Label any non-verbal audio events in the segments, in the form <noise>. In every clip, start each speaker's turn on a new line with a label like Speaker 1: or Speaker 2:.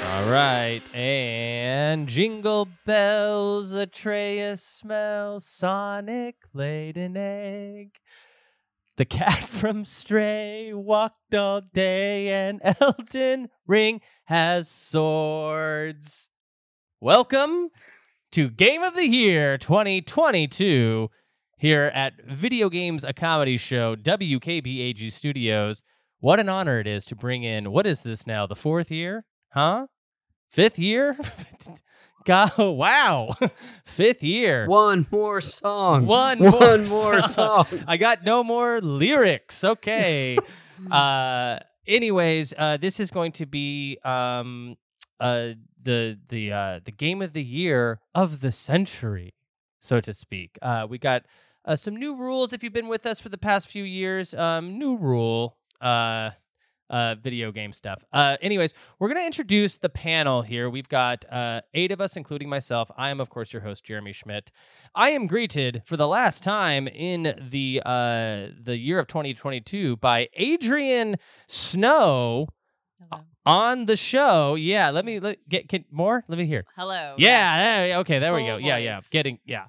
Speaker 1: right. And jingle bells, Atreus smells, Sonic laid an egg. The cat <laughs> from Stray walked all day, and Elden Ring has swords. Welcome to Game of the Year 2022 here at Video Games, a Comedy Show, WKBAG Studios. What an honor it is to bring in, what is this now, the fourth year? Huh? Fifth year? <laughs> God, wow. <laughs> Fifth year.
Speaker 2: One more song.
Speaker 1: One more
Speaker 2: One more
Speaker 1: song.
Speaker 2: song.
Speaker 1: <laughs> I got no more
Speaker 2: <laughs>
Speaker 1: lyrics. Okay. uh, anyways, uh, this is going to be um, uh, the the uh, the game of the year of the century, so to speak. Uh, we got uh, some new rules. If you've been with us for the past few years, um, new rule. Uh, uh, video game stuff. Uh, anyways, we're going to introduce the panel here. We've got uh, eight of us, including myself. I am, of course, your host, Jeremy Schmidt. I am greeted for the last time in the uh, the year of 2022 by Adrian Snow uh,
Speaker 3: Hello.
Speaker 1: on the show. Yeah, let me let, get, get more. Let me hear.
Speaker 3: Hello.
Speaker 1: Yeah. there- okay. There we
Speaker 3: Full
Speaker 1: go. Yeah. Yeah.
Speaker 3: voice.
Speaker 1: Getting.
Speaker 3: <laughs>
Speaker 1: Yeah.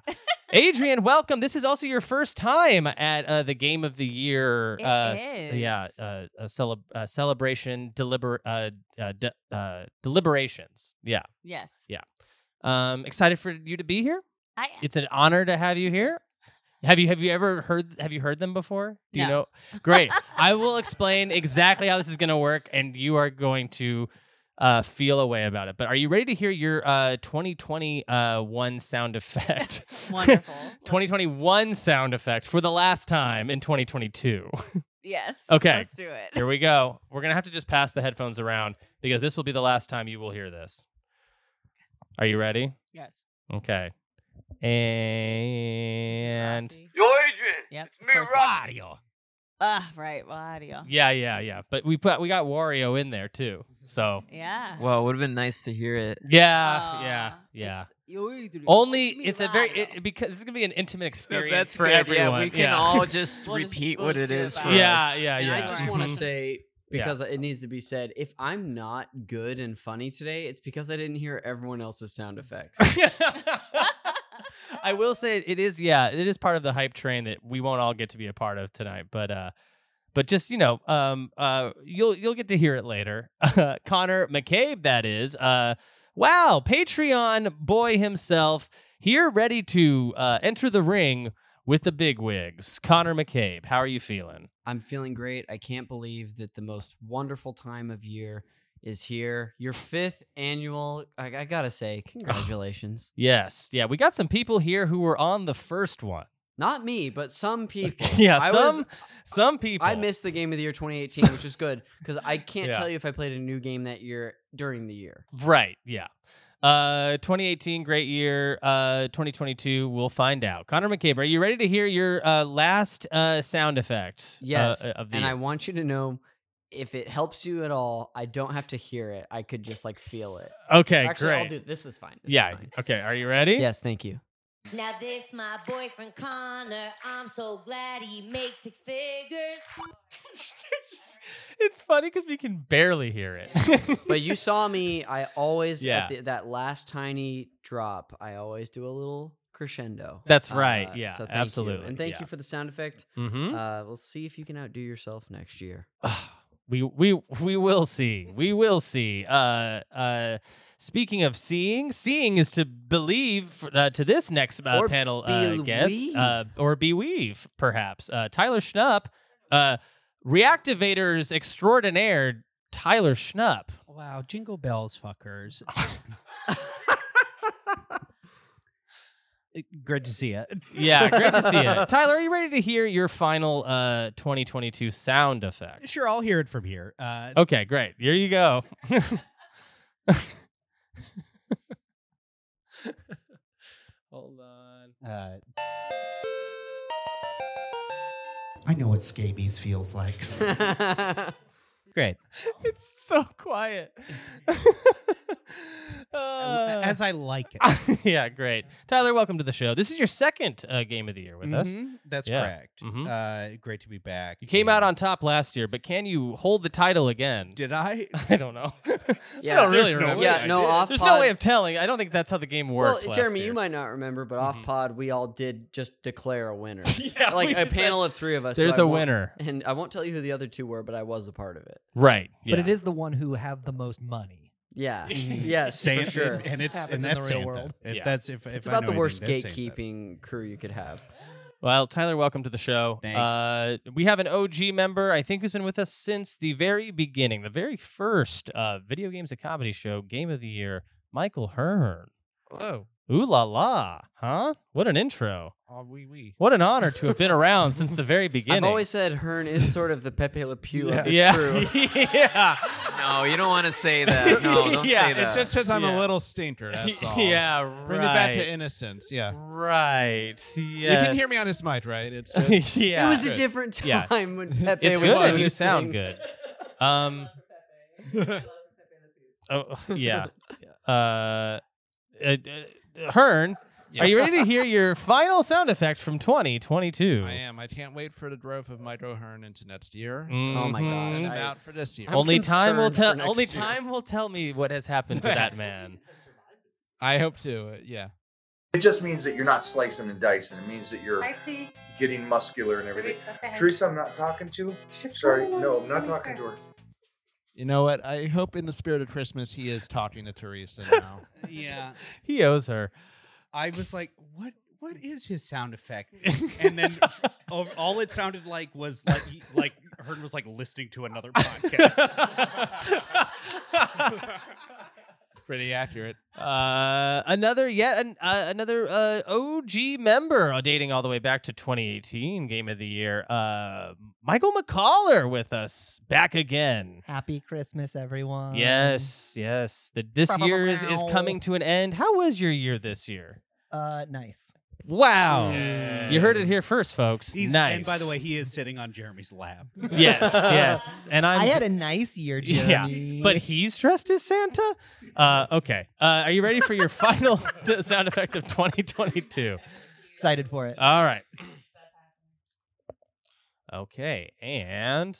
Speaker 1: Adrian, welcome. This is also your first time at uh, the Game of the Year.
Speaker 3: It
Speaker 1: uh, s- Yeah.
Speaker 3: is.
Speaker 1: Uh, a cele- uh, celebration deliber- uh, uh, de- uh, deliberations. Yeah.
Speaker 3: Yes.
Speaker 1: Um, excited for you to be here.
Speaker 3: I
Speaker 1: It's an honor to have you here. Have you have you ever heard have you heard them before? Do you know?
Speaker 3: No. <laughs>
Speaker 1: Great. I will explain exactly how this is going to work, and you are going to uh, feel a way about it. But are you ready to hear your uh, 2021 sound effect?
Speaker 3: <laughs>
Speaker 1: <laughs>
Speaker 3: wonderful.
Speaker 1: 2021 sound effect for the last time in 2022.
Speaker 3: Yes.
Speaker 1: <laughs> Okay.
Speaker 3: Let's do it.
Speaker 1: Here we go. We're gonna have to just pass the headphones around because this will be the last time you will hear this. Are you ready?
Speaker 3: Yes.
Speaker 1: Okay. And
Speaker 4: Yo, Adrian.
Speaker 3: Yep.
Speaker 4: it's me,
Speaker 3: first-
Speaker 1: Wario.
Speaker 3: Ah, right. Wario.
Speaker 1: Yeah, yeah, yeah. But we put we got Wario in there too. So
Speaker 3: Yeah.
Speaker 2: Well, it would have been nice to hear it.
Speaker 1: yeah,
Speaker 3: Ah,
Speaker 1: yeah, yeah.
Speaker 3: it's- Yo, you do-
Speaker 1: Only
Speaker 3: me,
Speaker 1: it's a very
Speaker 3: Wario.
Speaker 1: it, because this is gonna be an intimate experience
Speaker 2: that's
Speaker 1: for
Speaker 2: good.
Speaker 1: everyone.
Speaker 2: Yeah, we can
Speaker 1: <laughs>
Speaker 2: all just
Speaker 3: We'll just-
Speaker 2: repeat
Speaker 3: we'll
Speaker 2: what
Speaker 3: just
Speaker 2: it
Speaker 3: do it
Speaker 2: is
Speaker 3: back.
Speaker 2: for
Speaker 1: yeah,
Speaker 2: us.
Speaker 1: yeah,
Speaker 5: And
Speaker 1: yeah.
Speaker 5: I just want to
Speaker 1: Mhm.
Speaker 5: say
Speaker 1: Yeah.
Speaker 5: because it needs to be said, if I'm not good and funny today, it's because I didn't hear everyone else's sound effects.
Speaker 1: <laughs> I will say it is yeah, it is part of the hype train that we won't all get to be a part of tonight, but uh but just you know, um uh you'll you'll get to hear it later. <laughs> Connor McCabe that is. Uh wow, Patreon boy himself here ready to uh enter the ring with the big wigs. Connor McCabe, how are you feeling?
Speaker 5: I'm feeling great. I can't believe that the most wonderful time of year is here. Your fifth annual. I, I gotta say, congratulations.
Speaker 1: Yes. Yeah, we got some people here who were on the first one.
Speaker 5: Not me, but some people.
Speaker 1: <laughs> yeah,
Speaker 5: I was-
Speaker 1: some some people.
Speaker 5: I missed the game of the year 2018, which is
Speaker 1: <laughs>
Speaker 5: good because I can't
Speaker 1: Yeah.
Speaker 5: tell you if I played a new game that year during the year.
Speaker 1: Right. Yeah. Uh, 2018, great year. Uh, 2022, we'll find out. Connor McCabe, are you ready to hear your uh, last uh, sound effect? uh,
Speaker 5: Yes.
Speaker 1: uh, of the
Speaker 5: and I
Speaker 1: year?
Speaker 5: want you to know if it helps you at all, I don't have to hear it. I could just like feel it.
Speaker 1: okay,
Speaker 5: Actually,
Speaker 1: great.
Speaker 5: I'll do this is
Speaker 1: <laughs>
Speaker 5: fine. This is
Speaker 1: yeah.
Speaker 5: fine.
Speaker 1: Okay. Are you ready?
Speaker 5: Yes, thank you.
Speaker 6: Now this my boyfriend Connor. I'm so glad he makes six figures.
Speaker 1: <laughs> It's funny because we can barely hear it.
Speaker 5: But you saw me, I always
Speaker 1: Yeah.
Speaker 5: at the, that last tiny drop, I always do a little crescendo. Uh,
Speaker 1: That's right, yeah,
Speaker 5: thank you.
Speaker 1: absolutely,
Speaker 5: And thank
Speaker 1: yeah.
Speaker 5: you for the sound effect.
Speaker 1: hmm
Speaker 5: Uh, we'll see if you can outdo yourself next year.
Speaker 1: we we we will see. We will see. Uh, uh, speaking of seeing, seeing is to believe uh, to this next uh,
Speaker 5: Or
Speaker 1: panel uh, guest
Speaker 5: believe.
Speaker 1: uh, or beweave perhaps. Uh, Tyler Schnupp, uh, reactivators extraordinaire. Tyler Schnupp.
Speaker 7: Wow, jingle bells,
Speaker 1: <laughs>
Speaker 7: fuckers. Uh, Great to see <laughs> you.
Speaker 1: Yeah, great to
Speaker 5: <laughs>
Speaker 1: see you. Tyler, are you ready to hear your final uh, 2022 sound effect?
Speaker 7: Sure, I'll hear it from here. Uh,
Speaker 1: Okay, great. Here you go. <laughs> Hold on.
Speaker 7: uh,
Speaker 1: <laughs>
Speaker 8: <laughs>
Speaker 7: I know what scabies feels like. grade.
Speaker 1: it's so quiet. Uh,
Speaker 7: As I like it.
Speaker 1: <laughs> yeah, great. Tyler, welcome to the show. This is your second uh, game of the year with us.
Speaker 7: Mhm, That's
Speaker 1: Yeah.
Speaker 7: correct.
Speaker 1: Mhm.
Speaker 7: Uh, great to be back.
Speaker 1: You came out
Speaker 7: and-
Speaker 1: on top last year, but can you hold the title again?
Speaker 7: Did I?
Speaker 1: <laughs>
Speaker 7: <laughs>
Speaker 1: I don't know.
Speaker 5: Yeah,
Speaker 1: I don't really
Speaker 7: there's no
Speaker 1: remember.
Speaker 7: way I
Speaker 5: yeah, no
Speaker 7: did.
Speaker 5: off.
Speaker 1: There's
Speaker 5: pod-
Speaker 1: no way of telling. I don't think that's how the game
Speaker 5: Well,
Speaker 1: worked. last
Speaker 5: Jeremy,
Speaker 1: year.
Speaker 5: you might not remember, but
Speaker 1: Mhm.
Speaker 7: Mm-hmm.
Speaker 5: off pod we all did just declare a
Speaker 7: <laughs>
Speaker 5: winner.
Speaker 1: yeah, we
Speaker 5: like a
Speaker 1: just said,
Speaker 5: panel of three of us. so
Speaker 1: There's
Speaker 5: I
Speaker 1: a
Speaker 5: won't-
Speaker 1: winner,
Speaker 5: And I won't tell you who the other two were, but I was a part of it.
Speaker 1: right? Yeah.
Speaker 4: But it is the one who have the most money.
Speaker 7: <laughs>
Speaker 5: Yeah. <laughs> yes.
Speaker 7: Santa,
Speaker 5: for sure.
Speaker 7: and it's
Speaker 4: Happens
Speaker 7: and
Speaker 4: in the
Speaker 7: that's
Speaker 4: real
Speaker 7: Santa.
Speaker 4: world.
Speaker 7: If
Speaker 1: Yeah.
Speaker 7: That's if, if
Speaker 5: It's
Speaker 7: I
Speaker 5: about
Speaker 7: know
Speaker 5: the worst
Speaker 7: anything, that's Santa.
Speaker 5: gatekeeping crew you could have.
Speaker 1: Well, Tyler, welcome to the show.
Speaker 7: Thanks.
Speaker 1: Uh, we have an OG member, I think, who's been with us since the very beginning, the very first uh, video games and comedy show, Game of the Year, Michael Hearn.
Speaker 9: Hello.
Speaker 1: Ooh la la, huh? What an intro.
Speaker 9: Ah, wee wee.
Speaker 1: What an honor to have been around since the very
Speaker 5: <laughs>
Speaker 1: beginning.
Speaker 5: I've always said Hearn is sort of the Pepe Le Pew of this
Speaker 1: yeah.
Speaker 5: crew.
Speaker 1: <laughs> yeah.
Speaker 2: <laughs> No, you don't want to say
Speaker 1: <laughs>
Speaker 2: that. No,
Speaker 9: <laughs>
Speaker 2: don't
Speaker 1: Yeah,
Speaker 2: say that.
Speaker 9: It's just because I'm
Speaker 1: Yeah.
Speaker 9: a little
Speaker 1: <laughs>
Speaker 9: stinker. That's all.
Speaker 1: yeah, right.
Speaker 9: Bring it back to innocence. Yeah.
Speaker 1: Right.
Speaker 9: You can hear me
Speaker 1: yes.
Speaker 9: on his mic, right?
Speaker 1: <laughs>
Speaker 9: It's good.
Speaker 1: yeah.
Speaker 5: It was a
Speaker 9: Good.
Speaker 5: different <laughs> time
Speaker 1: <laughs> Yeah.
Speaker 5: when Pepe
Speaker 1: it's
Speaker 5: was
Speaker 1: good.
Speaker 5: doing
Speaker 1: You
Speaker 5: his thing.
Speaker 1: sound
Speaker 5: <laughs>
Speaker 1: good. Um, oh <laughs>
Speaker 9: <laughs>
Speaker 1: yeah. Uh, uh, uh, Hearn, are you
Speaker 9: <laughs>
Speaker 1: ready to hear your final sound effect from 2022?
Speaker 9: I am. I can't wait for the growth of Micro Hearn into next year.
Speaker 5: Oh my
Speaker 1: Mhm.
Speaker 5: gosh,
Speaker 9: Send
Speaker 5: I-
Speaker 9: out for this year.
Speaker 5: I'm
Speaker 1: only time will
Speaker 5: concerned for
Speaker 1: tell.
Speaker 5: next
Speaker 1: Only
Speaker 5: year.
Speaker 1: time will tell me what has happened to
Speaker 9: <laughs>
Speaker 1: that man.
Speaker 9: I hope to. Yeah.
Speaker 10: It just means that you're not slicing and dicing. It means that you're
Speaker 11: see.
Speaker 10: getting muscular and everything.
Speaker 11: Teresa, say hi.
Speaker 10: Teresa, I'm not talking to.
Speaker 11: She's
Speaker 10: Sorry,
Speaker 11: coming
Speaker 10: no,
Speaker 11: along.
Speaker 10: I'm not
Speaker 11: It's
Speaker 10: talking
Speaker 11: okay.
Speaker 10: to her.
Speaker 9: You know what? I hope in the spirit of Christmas he is talking to Teresa now.
Speaker 1: <laughs>
Speaker 7: Yeah.
Speaker 1: He owes her.
Speaker 7: I was like, what? What is his sound effect?
Speaker 11: <laughs>
Speaker 7: And then o- all it sounded like was like he, like Hearn was like listening to another podcast.
Speaker 9: Pretty accurate.
Speaker 1: Uh, another yet an, uh, another uh, OG member uh, dating all the way back to 2018 Game of the Year. Uh, Michael McCollar with us back again.
Speaker 4: Happy Christmas,
Speaker 7: Um,
Speaker 4: everyone.
Speaker 1: yes, yes. The, this
Speaker 4: Ba-ba-ba-bow.
Speaker 1: year's is coming to an end. How was your year this year?
Speaker 4: <laughs> Uh, nice.
Speaker 1: Wow,
Speaker 7: Yeah.
Speaker 1: you heard it here first, folks.
Speaker 7: He's,
Speaker 1: nice.
Speaker 7: And by the way, he is sitting on Jeremy's lap.
Speaker 1: yes,
Speaker 7: <laughs>
Speaker 1: yes. And I'm
Speaker 4: i had a nice year,
Speaker 1: Yeah,
Speaker 4: Jeremy.
Speaker 1: but he's dressed as Santa. Uh, okay, uh, are you ready for
Speaker 4: <laughs>
Speaker 1: your final <laughs> d- sound effect of 2022?
Speaker 4: excited for it.
Speaker 1: All right. Okay, and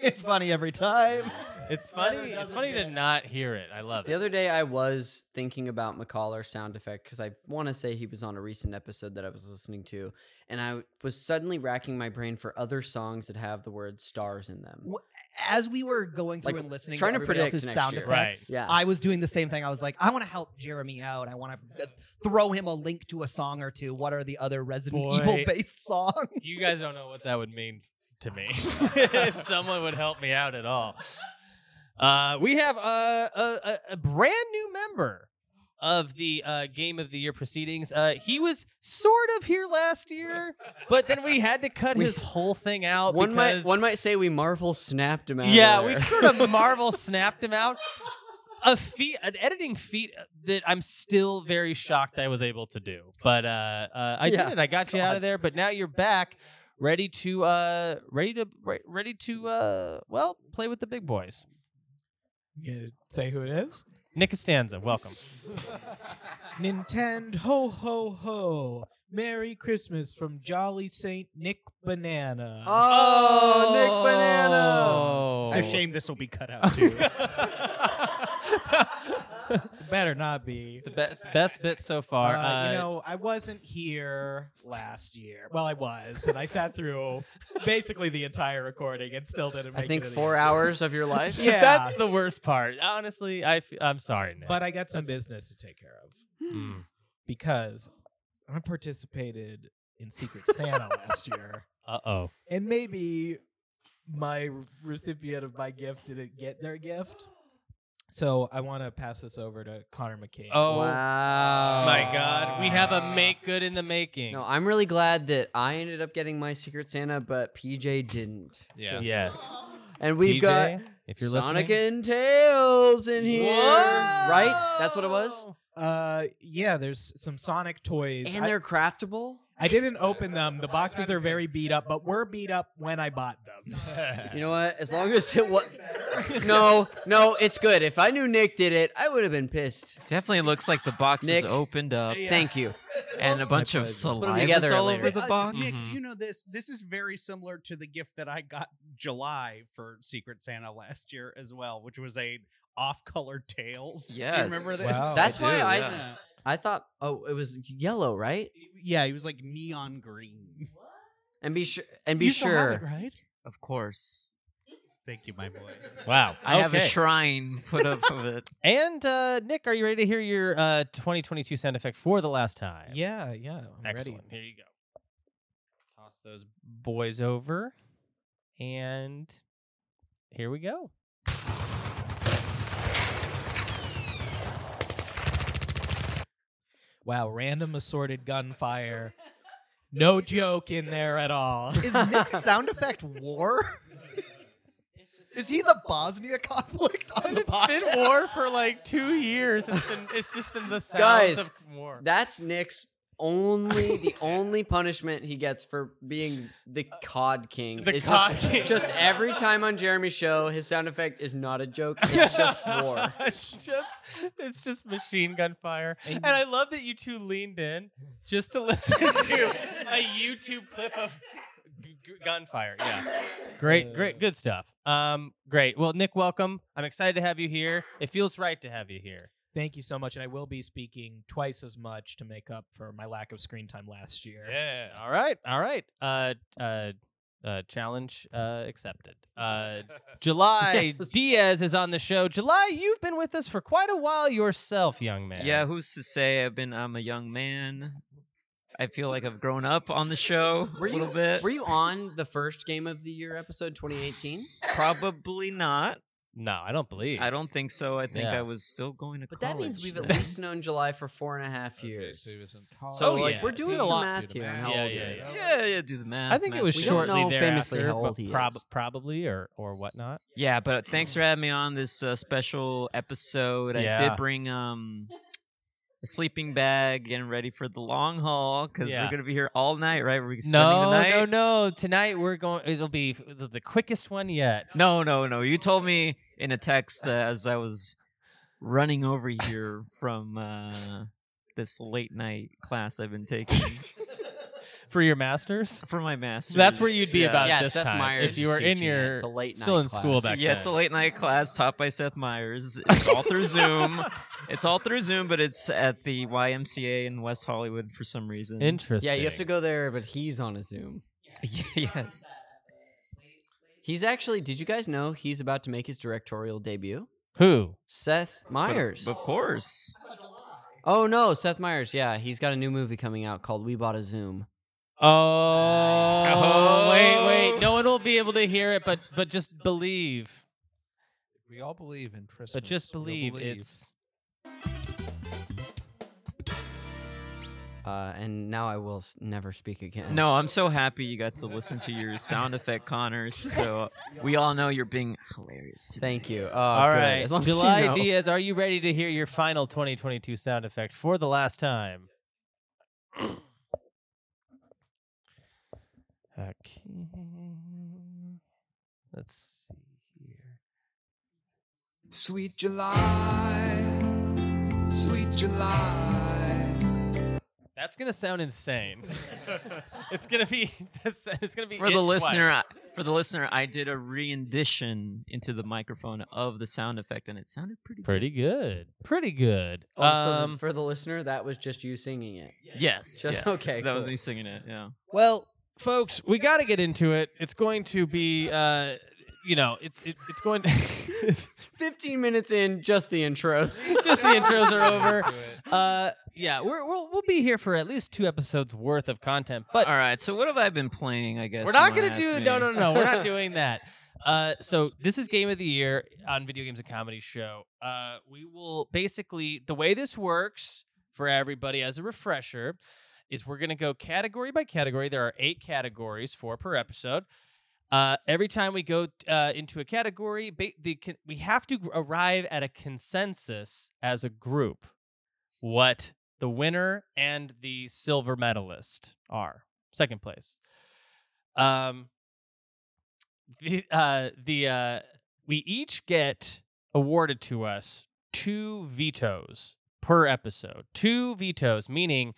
Speaker 4: it's funny every time.
Speaker 1: it's funny. It's funny to not hear it. I love
Speaker 5: The
Speaker 1: it.
Speaker 5: other day, I was thinking about McCollar's sound effect because I want to say he was on a recent episode that I was listening to, and I was suddenly racking my brain for other songs that have the word stars in them.
Speaker 4: As we were going through
Speaker 5: Like,
Speaker 4: and listening
Speaker 5: trying to
Speaker 4: to everybody
Speaker 5: predict
Speaker 4: else's
Speaker 5: next
Speaker 4: sound
Speaker 5: year.
Speaker 1: Right.
Speaker 4: effects,
Speaker 5: Yeah.
Speaker 4: I was doing the same thing. I was like, I want to help Jeremy out. I want to throw him a link to a song or two. What are the other Resident
Speaker 1: Boy.
Speaker 4: Evil based songs?
Speaker 1: You guys don't know what that would mean to me <laughs> if someone would help me out at all. Uh, we have a, a, a- a brand new member of the uh, game of the year proceedings. Uh, he was sort of here last year, but then we had to cut
Speaker 5: We-
Speaker 1: his whole thing out.
Speaker 5: one might
Speaker 1: because
Speaker 5: one might say we Marvel snapped him out. of
Speaker 1: Yeah,
Speaker 5: <laughs> there.
Speaker 1: we sort of Marvel snapped him out. A feat, an editing feat that I'm still very shocked I was able to do. But uh, uh, I
Speaker 5: Yeah.
Speaker 1: did it. I got you out of
Speaker 5: God.
Speaker 1: there. But now you're back, ready to uh, ready to re- ready to uh, well play with the big boys.
Speaker 4: You gonna say who it is?
Speaker 1: Nick Costanza, welcome.
Speaker 12: Nintendo ho ho ho. Merry Christmas from Jolly Saint Nick Banana.
Speaker 5: Oh, Nick Banana.
Speaker 1: Oh.
Speaker 7: It's a shame this will be cut out too.
Speaker 12: <laughs> <laughs> Better not be.
Speaker 1: the best best bit so far.
Speaker 12: Uh,
Speaker 1: Uh,
Speaker 12: you know, I wasn't here last year. Well, I was, and I sat through basically the entire recording and still didn't make
Speaker 5: I think
Speaker 12: it any-
Speaker 5: four hours
Speaker 12: <laughs>
Speaker 5: of your life.
Speaker 12: Yeah.
Speaker 1: that's the worst part. Honestly, I f- I'm sorry, Nick.
Speaker 12: But I got some
Speaker 1: That's-
Speaker 12: business to take care of
Speaker 1: Mm.
Speaker 12: <sighs> because I participated in Secret Santa last year.
Speaker 1: Uh oh.
Speaker 12: and maybe my recipient of my gift didn't get their gift. So I want to pass this over to Connor McCabe.
Speaker 1: Oh
Speaker 5: Wow.
Speaker 1: my God, we have a make good in the making.
Speaker 5: No, I'm really glad that I ended up getting my Secret Santa, but PJ didn't.
Speaker 9: Yeah.
Speaker 1: Yes.
Speaker 5: And we've
Speaker 1: PJ,
Speaker 5: got
Speaker 1: if you're
Speaker 5: Sonic
Speaker 1: listening,
Speaker 5: and Tails in here. Right? That's what it was.
Speaker 1: Whoa!
Speaker 12: Uh, yeah, there's some Sonic toys.
Speaker 5: And
Speaker 12: I-
Speaker 5: they're craftable.
Speaker 12: I didn't open them. The boxes are very beat up, but were beat up when I bought them.
Speaker 2: <laughs>
Speaker 5: You know what? As long as it was. No, no, it's good. If I knew Nick did it, I would have been pissed.
Speaker 2: Definitely looks like the box is
Speaker 5: Nick.
Speaker 2: opened up
Speaker 5: Thank you.
Speaker 2: and a bunch of saliva
Speaker 5: together
Speaker 2: all
Speaker 5: later.
Speaker 2: over the box.
Speaker 7: Uh, Nick,
Speaker 1: Mm-hmm.
Speaker 2: Mhm.
Speaker 7: you know this. This is very similar to the gift that I got July for Secret Santa last year as well, which was a off-color tails. Do you remember
Speaker 2: Yes.
Speaker 7: this?
Speaker 12: Wow.
Speaker 5: That's
Speaker 2: I
Speaker 5: why
Speaker 2: do,
Speaker 5: I
Speaker 2: yeah.
Speaker 5: I thought oh it was yellow, right?
Speaker 7: Yeah, he was like neon green.
Speaker 5: And be sure and be
Speaker 7: you still have it,
Speaker 5: sure.
Speaker 7: right?
Speaker 2: Of course.
Speaker 7: Thank you, my boy.
Speaker 1: Wow.
Speaker 2: I have a
Speaker 1: Okay.
Speaker 2: shrine put up of it.
Speaker 1: And uh, Nick, are you ready to hear your uh, 2022 sound effect for the last time?
Speaker 12: Yeah, Uh,
Speaker 1: Oh,
Speaker 12: yeah. I'm
Speaker 1: Excellent. <laughs> Here you go. Toss
Speaker 7: <laughs>
Speaker 1: those <laughs> boys over. And here we go.
Speaker 12: Wow, random assorted gunfire. No joke in there at all. <laughs>
Speaker 4: Is Nick's <laughs> sound effect war? Is he the Bosnia conflict on the podcast?
Speaker 5: <laughs>
Speaker 1: for like two years. It's been it's just been the sounds
Speaker 2: <laughs>
Speaker 5: Guys, of
Speaker 1: war.
Speaker 5: That's Nick's only the only punishment he gets for being the cod king.
Speaker 1: Uh, The
Speaker 5: is
Speaker 1: cod
Speaker 5: just, <laughs>
Speaker 1: king.
Speaker 5: just every time on Jeremy's show, his sound effect is not a joke. It's
Speaker 1: <laughs>
Speaker 5: just war.
Speaker 1: it's just it's just machine gun fire. And I love that you two leaned in just
Speaker 2: <laughs>
Speaker 1: to listen to a YouTube clip of g- g- gunfire. Yeah. Great, great, good stuff. Um, great. Well, Nick, welcome. I'm excited to have you here. It feels right to have you here.
Speaker 12: Thank you so much, and I will be speaking twice as much to make up for my lack of screen time last year.
Speaker 1: Yeah. All right. All right. Uh, uh, uh, challenge uh, accepted.
Speaker 2: <laughs>
Speaker 1: Uh, July Diaz is on the show. July, you've been with us for quite a while yourself, young man.
Speaker 2: Yeah, who's to say I've been I'm a young man. I feel like I've grown up on the show a
Speaker 5: Were you-
Speaker 2: little bit.
Speaker 5: Were you on the first game of the year episode 2018?
Speaker 2: Probably not.
Speaker 1: No, I don't believe.
Speaker 2: I don't think so. I think
Speaker 1: Yeah.
Speaker 2: I was still going to
Speaker 5: But
Speaker 2: college.
Speaker 5: that means we've at
Speaker 2: then.
Speaker 5: least known July for four and a half years.
Speaker 9: so he was in
Speaker 5: So
Speaker 1: Oh,
Speaker 9: college.
Speaker 5: like
Speaker 1: yeah.
Speaker 5: we're
Speaker 1: So
Speaker 5: doing
Speaker 1: he's a
Speaker 5: some
Speaker 1: lot-
Speaker 5: math here on how
Speaker 1: Yeah,
Speaker 5: old
Speaker 1: yeah,
Speaker 5: he is.
Speaker 1: yeah.
Speaker 2: Yeah, yeah, do the math.
Speaker 1: I think it
Speaker 2: math,
Speaker 1: was
Speaker 2: math.
Speaker 5: We don't
Speaker 1: shortly
Speaker 5: know famously
Speaker 2: <laughs>
Speaker 1: thereafter,
Speaker 5: how old
Speaker 1: but
Speaker 5: he
Speaker 1: prob-
Speaker 5: is.
Speaker 1: probably or or whatnot.
Speaker 2: Yeah, but uh, thanks for having me on this uh, special episode. I
Speaker 1: Yeah.
Speaker 2: did bring um a sleeping bag, getting ready for the long haul because
Speaker 1: Yeah.
Speaker 2: we're gonna be here all night, right? We're spending
Speaker 1: No,
Speaker 2: the night.
Speaker 1: no, no. Tonight we're going. It'll be f- the, the quickest one yet.
Speaker 2: No, no, no. You told me in a text uh, as I was running over here from uh, this late night class I've been taking
Speaker 1: for your masters.
Speaker 2: for my master's.
Speaker 1: That's where you'd be
Speaker 2: Yeah.
Speaker 1: about
Speaker 5: Yeah,
Speaker 1: this
Speaker 5: Seth
Speaker 1: time
Speaker 5: Meyers
Speaker 1: if you
Speaker 5: is
Speaker 1: were in
Speaker 5: teaching it.
Speaker 1: your
Speaker 5: It's a late
Speaker 1: still
Speaker 5: night
Speaker 1: in school
Speaker 5: class.
Speaker 1: back
Speaker 2: yeah, it's a
Speaker 1: then.
Speaker 2: late night class taught by Seth Meyers. It's all through
Speaker 1: <laughs>
Speaker 2: Zoom. It's all through Zoom, but it's at the YMCA in West Hollywood for some reason.
Speaker 1: Interesting.
Speaker 5: Yeah, you have to go there, but he's on a Zoom.
Speaker 2: <laughs>
Speaker 1: uh,
Speaker 2: yes.
Speaker 5: He's actually, did you guys know he's about to make his directorial debut?
Speaker 1: Who?
Speaker 5: Seth
Speaker 2: But of-
Speaker 5: Meyers.
Speaker 2: Of, course.
Speaker 5: oh no, Seth Meyers. Yeah, he's got a new movie coming out called We Bought a Zoom.
Speaker 1: Oh, wait,
Speaker 2: Oh.
Speaker 1: wait. No one will be able to hear it, but but just believe.
Speaker 9: we all
Speaker 5: <laughs>
Speaker 9: believe in Christmas.
Speaker 1: But just
Speaker 9: We'll
Speaker 1: believe it's.
Speaker 5: Uh, and now I will s- never speak again.
Speaker 2: No, I'm so happy you got to listen to your sound effect, Connors. So we all know you're being hilarious today.
Speaker 5: Thank you. Oh,
Speaker 1: All
Speaker 5: good.
Speaker 1: right,
Speaker 5: As long as you
Speaker 1: July
Speaker 5: know.
Speaker 1: Diaz, are you ready to hear your final 2022 sound effect for the last time? <coughs> Okay. Let's <laughs> see here.
Speaker 11: Sweet July, sweet July.
Speaker 1: That's gonna sound insane. it's gonna be. <laughs> It's gonna be
Speaker 2: for
Speaker 1: it
Speaker 2: the listener.
Speaker 1: twice.
Speaker 2: I- for the listener, I did a rendition into the microphone of the sound effect, and it sounded pretty.
Speaker 1: Pretty good. Pretty good.
Speaker 5: Oh, so
Speaker 1: um,
Speaker 5: th- for the listener, that was just you singing it.
Speaker 2: Yes.
Speaker 5: Just-
Speaker 2: yes.
Speaker 5: okay,
Speaker 2: That was
Speaker 5: cool.
Speaker 2: me singing it.
Speaker 5: <laughs>
Speaker 2: Yeah.
Speaker 1: Well, folks, we got to get into it. It's going to be, uh, you know, it's it, it's going. To <laughs>
Speaker 5: Fifteen minutes in, just the intros.
Speaker 1: <laughs> just the
Speaker 2: <laughs>
Speaker 1: intros
Speaker 5: <laughs>
Speaker 1: are over. Uh, yeah, we're, we'll we'll be here for at least two episodes worth of content, but
Speaker 2: All right. So what have I been playing? I guess
Speaker 1: we're not
Speaker 2: someone
Speaker 1: gonna do.
Speaker 2: asked
Speaker 1: No,
Speaker 2: me.
Speaker 1: no, no, we're <laughs>
Speaker 2: <laughs>
Speaker 1: not doing that. Uh, so this is game of the year on video games and comedy show. Uh, we will basically the way this works for everybody as a refresher is we're gonna go category by category. There are eight categories, four per episode. Uh, every time we go uh, into a category, ba- the con- we have to arrive at a consensus as a group. What the winner and the silver medalist are second place. Um, the uh, the uh, we each get awarded to us two vetoes per episode. Two vetoes, meaning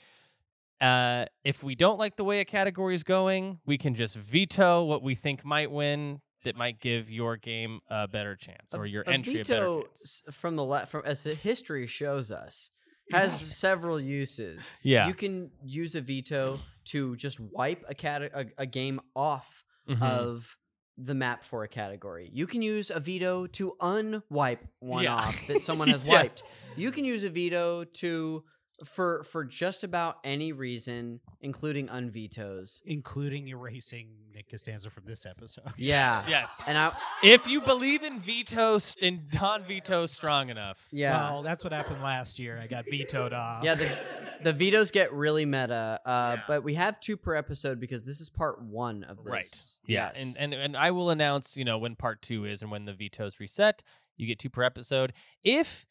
Speaker 1: uh, if we don't like the way a category is going, we can just veto what we think might win. That might give your game a better chance or your
Speaker 5: a
Speaker 1: entry a better
Speaker 5: veto s- from the la- from as the history shows us has several uses.
Speaker 1: <laughs> Yeah.
Speaker 5: you can use a veto to just wipe a cat a, a game off
Speaker 1: Mhm.
Speaker 5: of the map for a category. You can use a veto to unwipe one
Speaker 1: Yeah.
Speaker 5: off that
Speaker 1: <laughs>
Speaker 5: someone has
Speaker 1: Yes.
Speaker 5: wiped. You can use a veto to for for just about any reason, including unvetoes.
Speaker 7: including erasing Nick Costanza from this episode.
Speaker 5: Yeah.
Speaker 1: Yes.
Speaker 5: And I
Speaker 1: if you believe in veto s- in Don veto strong enough.
Speaker 5: Yeah.
Speaker 12: Well, that's what happened last year. I got vetoed off.
Speaker 5: yeah, the, the vetoes get really meta, uh,
Speaker 1: <laughs>
Speaker 5: but we have two per episode because this is part one of this.
Speaker 1: Right. Yeah.
Speaker 5: Yes.
Speaker 1: And and and I will announce, you know, when part 2 is and when the vetoes reset. You get two per episode. If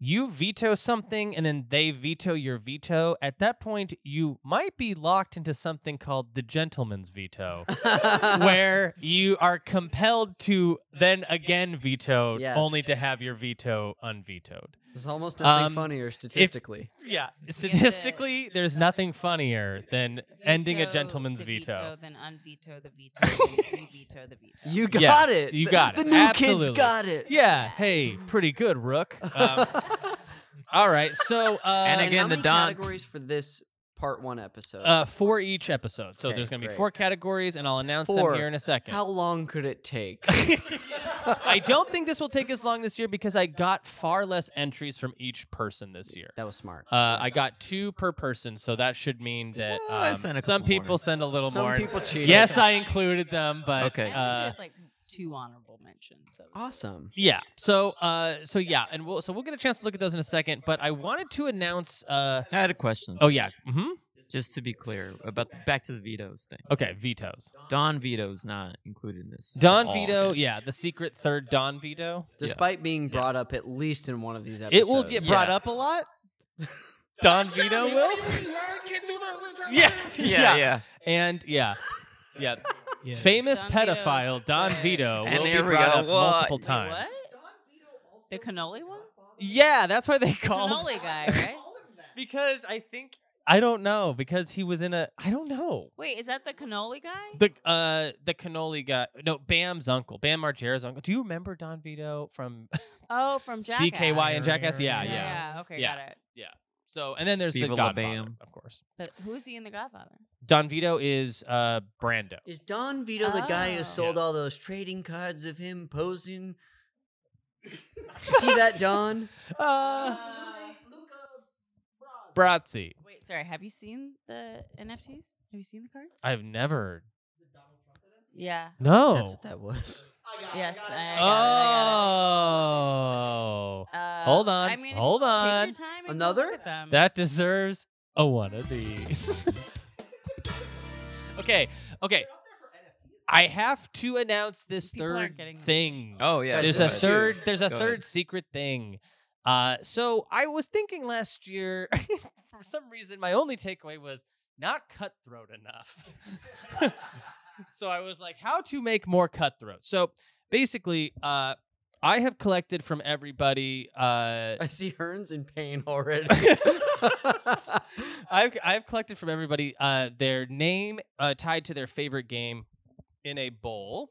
Speaker 1: you veto something and then they veto your veto, at that point you might be locked into something called the gentleman's veto,
Speaker 5: <laughs>
Speaker 1: where you are compelled to then again veto
Speaker 5: Yes.
Speaker 1: only to have your veto unvetoed.
Speaker 5: There's almost nothing
Speaker 1: Um,
Speaker 5: funnier
Speaker 1: if-
Speaker 5: statistically.
Speaker 1: yeah, statistically, there's nothing funnier than ending a
Speaker 3: Veto
Speaker 1: gentleman's
Speaker 3: the
Speaker 1: veto.
Speaker 3: Then unveto the veto. then veto the veto.
Speaker 5: You got
Speaker 1: Yes,
Speaker 5: it.
Speaker 1: You
Speaker 5: The-
Speaker 1: got
Speaker 5: the
Speaker 1: it.
Speaker 5: new kid's
Speaker 1: Absolutely.
Speaker 5: got it.
Speaker 1: Yeah. Hey, pretty good, Rook.
Speaker 5: <laughs>
Speaker 1: Um, all right. So, uh,
Speaker 5: And how many categories for this part one episode.
Speaker 1: uh, for each episode. So
Speaker 5: Okay,
Speaker 1: there's going to be
Speaker 5: great.
Speaker 1: four categories, and I'll announce
Speaker 5: Four.
Speaker 1: them here in a second.
Speaker 5: How long could it take?
Speaker 1: I don't think this will take as long this year because I got far less entries from each person this year.
Speaker 5: That was smart.
Speaker 1: Uh, I got two per person, so that should mean that
Speaker 2: I
Speaker 1: um,
Speaker 2: sent a
Speaker 1: some
Speaker 2: couple more.
Speaker 1: people send a little
Speaker 5: Some
Speaker 1: more.
Speaker 5: people cheated.
Speaker 1: Yes, I included them, but
Speaker 2: Okay.
Speaker 3: I only
Speaker 1: uh,
Speaker 3: did like two honorable mentions. So
Speaker 5: awesome.
Speaker 1: Yeah. So uh so yeah, and we'll so we'll get a chance to look at those in a second, but I wanted to announce uh
Speaker 2: I had a question.
Speaker 1: Oh yeah. Mhm.
Speaker 2: Just to be clear about the back to the vetoes thing.
Speaker 1: Okay, vetoes.
Speaker 2: Don Vito's not included in this. at
Speaker 1: Don
Speaker 2: all.
Speaker 1: Vito, Oh, yeah, the secret third Don Vito.
Speaker 5: Despite being brought up at least in one of these episodes.
Speaker 1: It will get brought up a lot. Don Vito will. <laughs> Yeah.
Speaker 2: <laughs> Yeah, yeah.
Speaker 1: And
Speaker 2: <laughs>
Speaker 1: yeah. Yeah. Famous
Speaker 3: Don
Speaker 1: pedophile
Speaker 3: Vito's
Speaker 1: Don
Speaker 3: third.
Speaker 1: Vito
Speaker 2: And
Speaker 1: will be
Speaker 2: there we
Speaker 1: brought
Speaker 2: go.
Speaker 1: up
Speaker 2: What?
Speaker 1: multiple
Speaker 2: Wait,
Speaker 1: times.
Speaker 3: What? The cannoli one?
Speaker 1: Yeah, that's why they
Speaker 3: The
Speaker 1: call him <laughs>
Speaker 3: cannoli guy, right?
Speaker 1: because I think I don't know because he was in a I don't know.
Speaker 3: Wait, is that the cannoli guy?
Speaker 1: The uh the cannoli guy no Bam's uncle Bam Margera's uncle. Do you remember Don Vito from <laughs>
Speaker 3: Oh, from Jackass.
Speaker 1: CKY and Jackass? Yeah, yeah.
Speaker 3: Yeah, yeah. Okay,
Speaker 1: Yeah.
Speaker 3: got it.
Speaker 1: So and then there's
Speaker 2: Viva
Speaker 1: the
Speaker 2: La
Speaker 1: Godfather,
Speaker 2: Bam.
Speaker 1: of course.
Speaker 3: But who is he in The Godfather?
Speaker 1: Don Vito is uh Brando.
Speaker 5: Is Don Vito the guy
Speaker 3: Oh.
Speaker 5: who sold all those trading cards of him
Speaker 1: <laughs>
Speaker 5: posing? See that, Don?
Speaker 1: Uh, Brazzi.
Speaker 3: Wait, sorry. Have you seen the NFTs? Have you seen the cards?
Speaker 1: I've never.
Speaker 3: yeah.
Speaker 1: No.
Speaker 5: That's what that was.
Speaker 3: Yes.
Speaker 1: oh.
Speaker 3: I got it, I got it. Uh,
Speaker 1: Hold on,
Speaker 3: I mean, if
Speaker 1: hold
Speaker 3: you take
Speaker 1: on.
Speaker 3: your time um, and go
Speaker 5: Another?
Speaker 3: look at them.
Speaker 1: That deserves a one of
Speaker 3: <laughs>
Speaker 1: these. <laughs> okay, okay. I have to announce this
Speaker 3: People aren't
Speaker 1: third
Speaker 3: getting them.
Speaker 1: thing.
Speaker 2: Oh yeah.
Speaker 1: there's
Speaker 2: go
Speaker 1: a
Speaker 2: ahead.
Speaker 1: third. There's a
Speaker 2: Go
Speaker 1: third
Speaker 2: ahead.
Speaker 1: secret thing. Uh, so I was thinking last year, for some reason, my only takeaway was not cutthroat
Speaker 2: <laughs>
Speaker 1: enough. <laughs> so I was like, how to make more cutthroat. So basically, uh, I have collected from everybody. Uh,
Speaker 5: I see Hearn's in
Speaker 1: <laughs>
Speaker 5: pain already.
Speaker 1: I've I've collected from everybody uh, their name uh, tied to their favorite game in a bowl.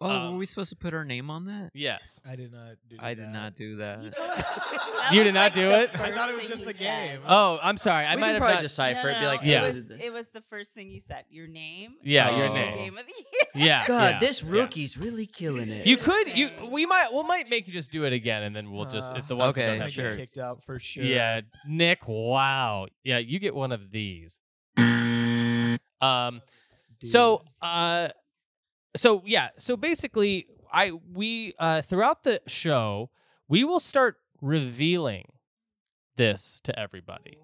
Speaker 2: Oh,
Speaker 1: Um,
Speaker 2: were we supposed to put our name on that?
Speaker 1: Yes.
Speaker 12: I did not do
Speaker 2: I did not do <laughs> that.
Speaker 3: <laughs> That
Speaker 1: You
Speaker 3: was
Speaker 1: did not
Speaker 3: like
Speaker 1: do
Speaker 3: the
Speaker 1: it?
Speaker 12: I thought it was
Speaker 3: first
Speaker 12: just
Speaker 3: thing
Speaker 12: the
Speaker 3: he said.
Speaker 12: game.
Speaker 1: Oh, I'm sorry. I
Speaker 5: we
Speaker 1: might
Speaker 5: could
Speaker 1: have
Speaker 5: probably
Speaker 1: not.
Speaker 5: decipher it. Be like,
Speaker 1: Yeah.
Speaker 5: who
Speaker 3: It
Speaker 5: did
Speaker 3: was,
Speaker 5: this? Oh,
Speaker 3: it was the first thing you said. Your name.
Speaker 1: Yeah,
Speaker 2: your
Speaker 3: and
Speaker 2: name.
Speaker 3: Game of
Speaker 1: <laughs>
Speaker 3: the year.
Speaker 1: yeah.
Speaker 5: God,
Speaker 1: yeah,
Speaker 5: this
Speaker 1: yeah.
Speaker 5: rookie's really killing it.
Speaker 1: You could you
Speaker 3: Insane.
Speaker 1: we might we might make you just do it again and then we'll just
Speaker 12: Uh,
Speaker 1: the ones that
Speaker 2: okay,
Speaker 1: don't
Speaker 12: I
Speaker 1: have
Speaker 2: sure.
Speaker 12: get
Speaker 1: names.
Speaker 12: kicked out for sure.
Speaker 1: Yeah, Nick. Wow. Yeah, you get one of these. Um. So, uh, so yeah, so basically, I we uh throughout the show we will start revealing this to everybody.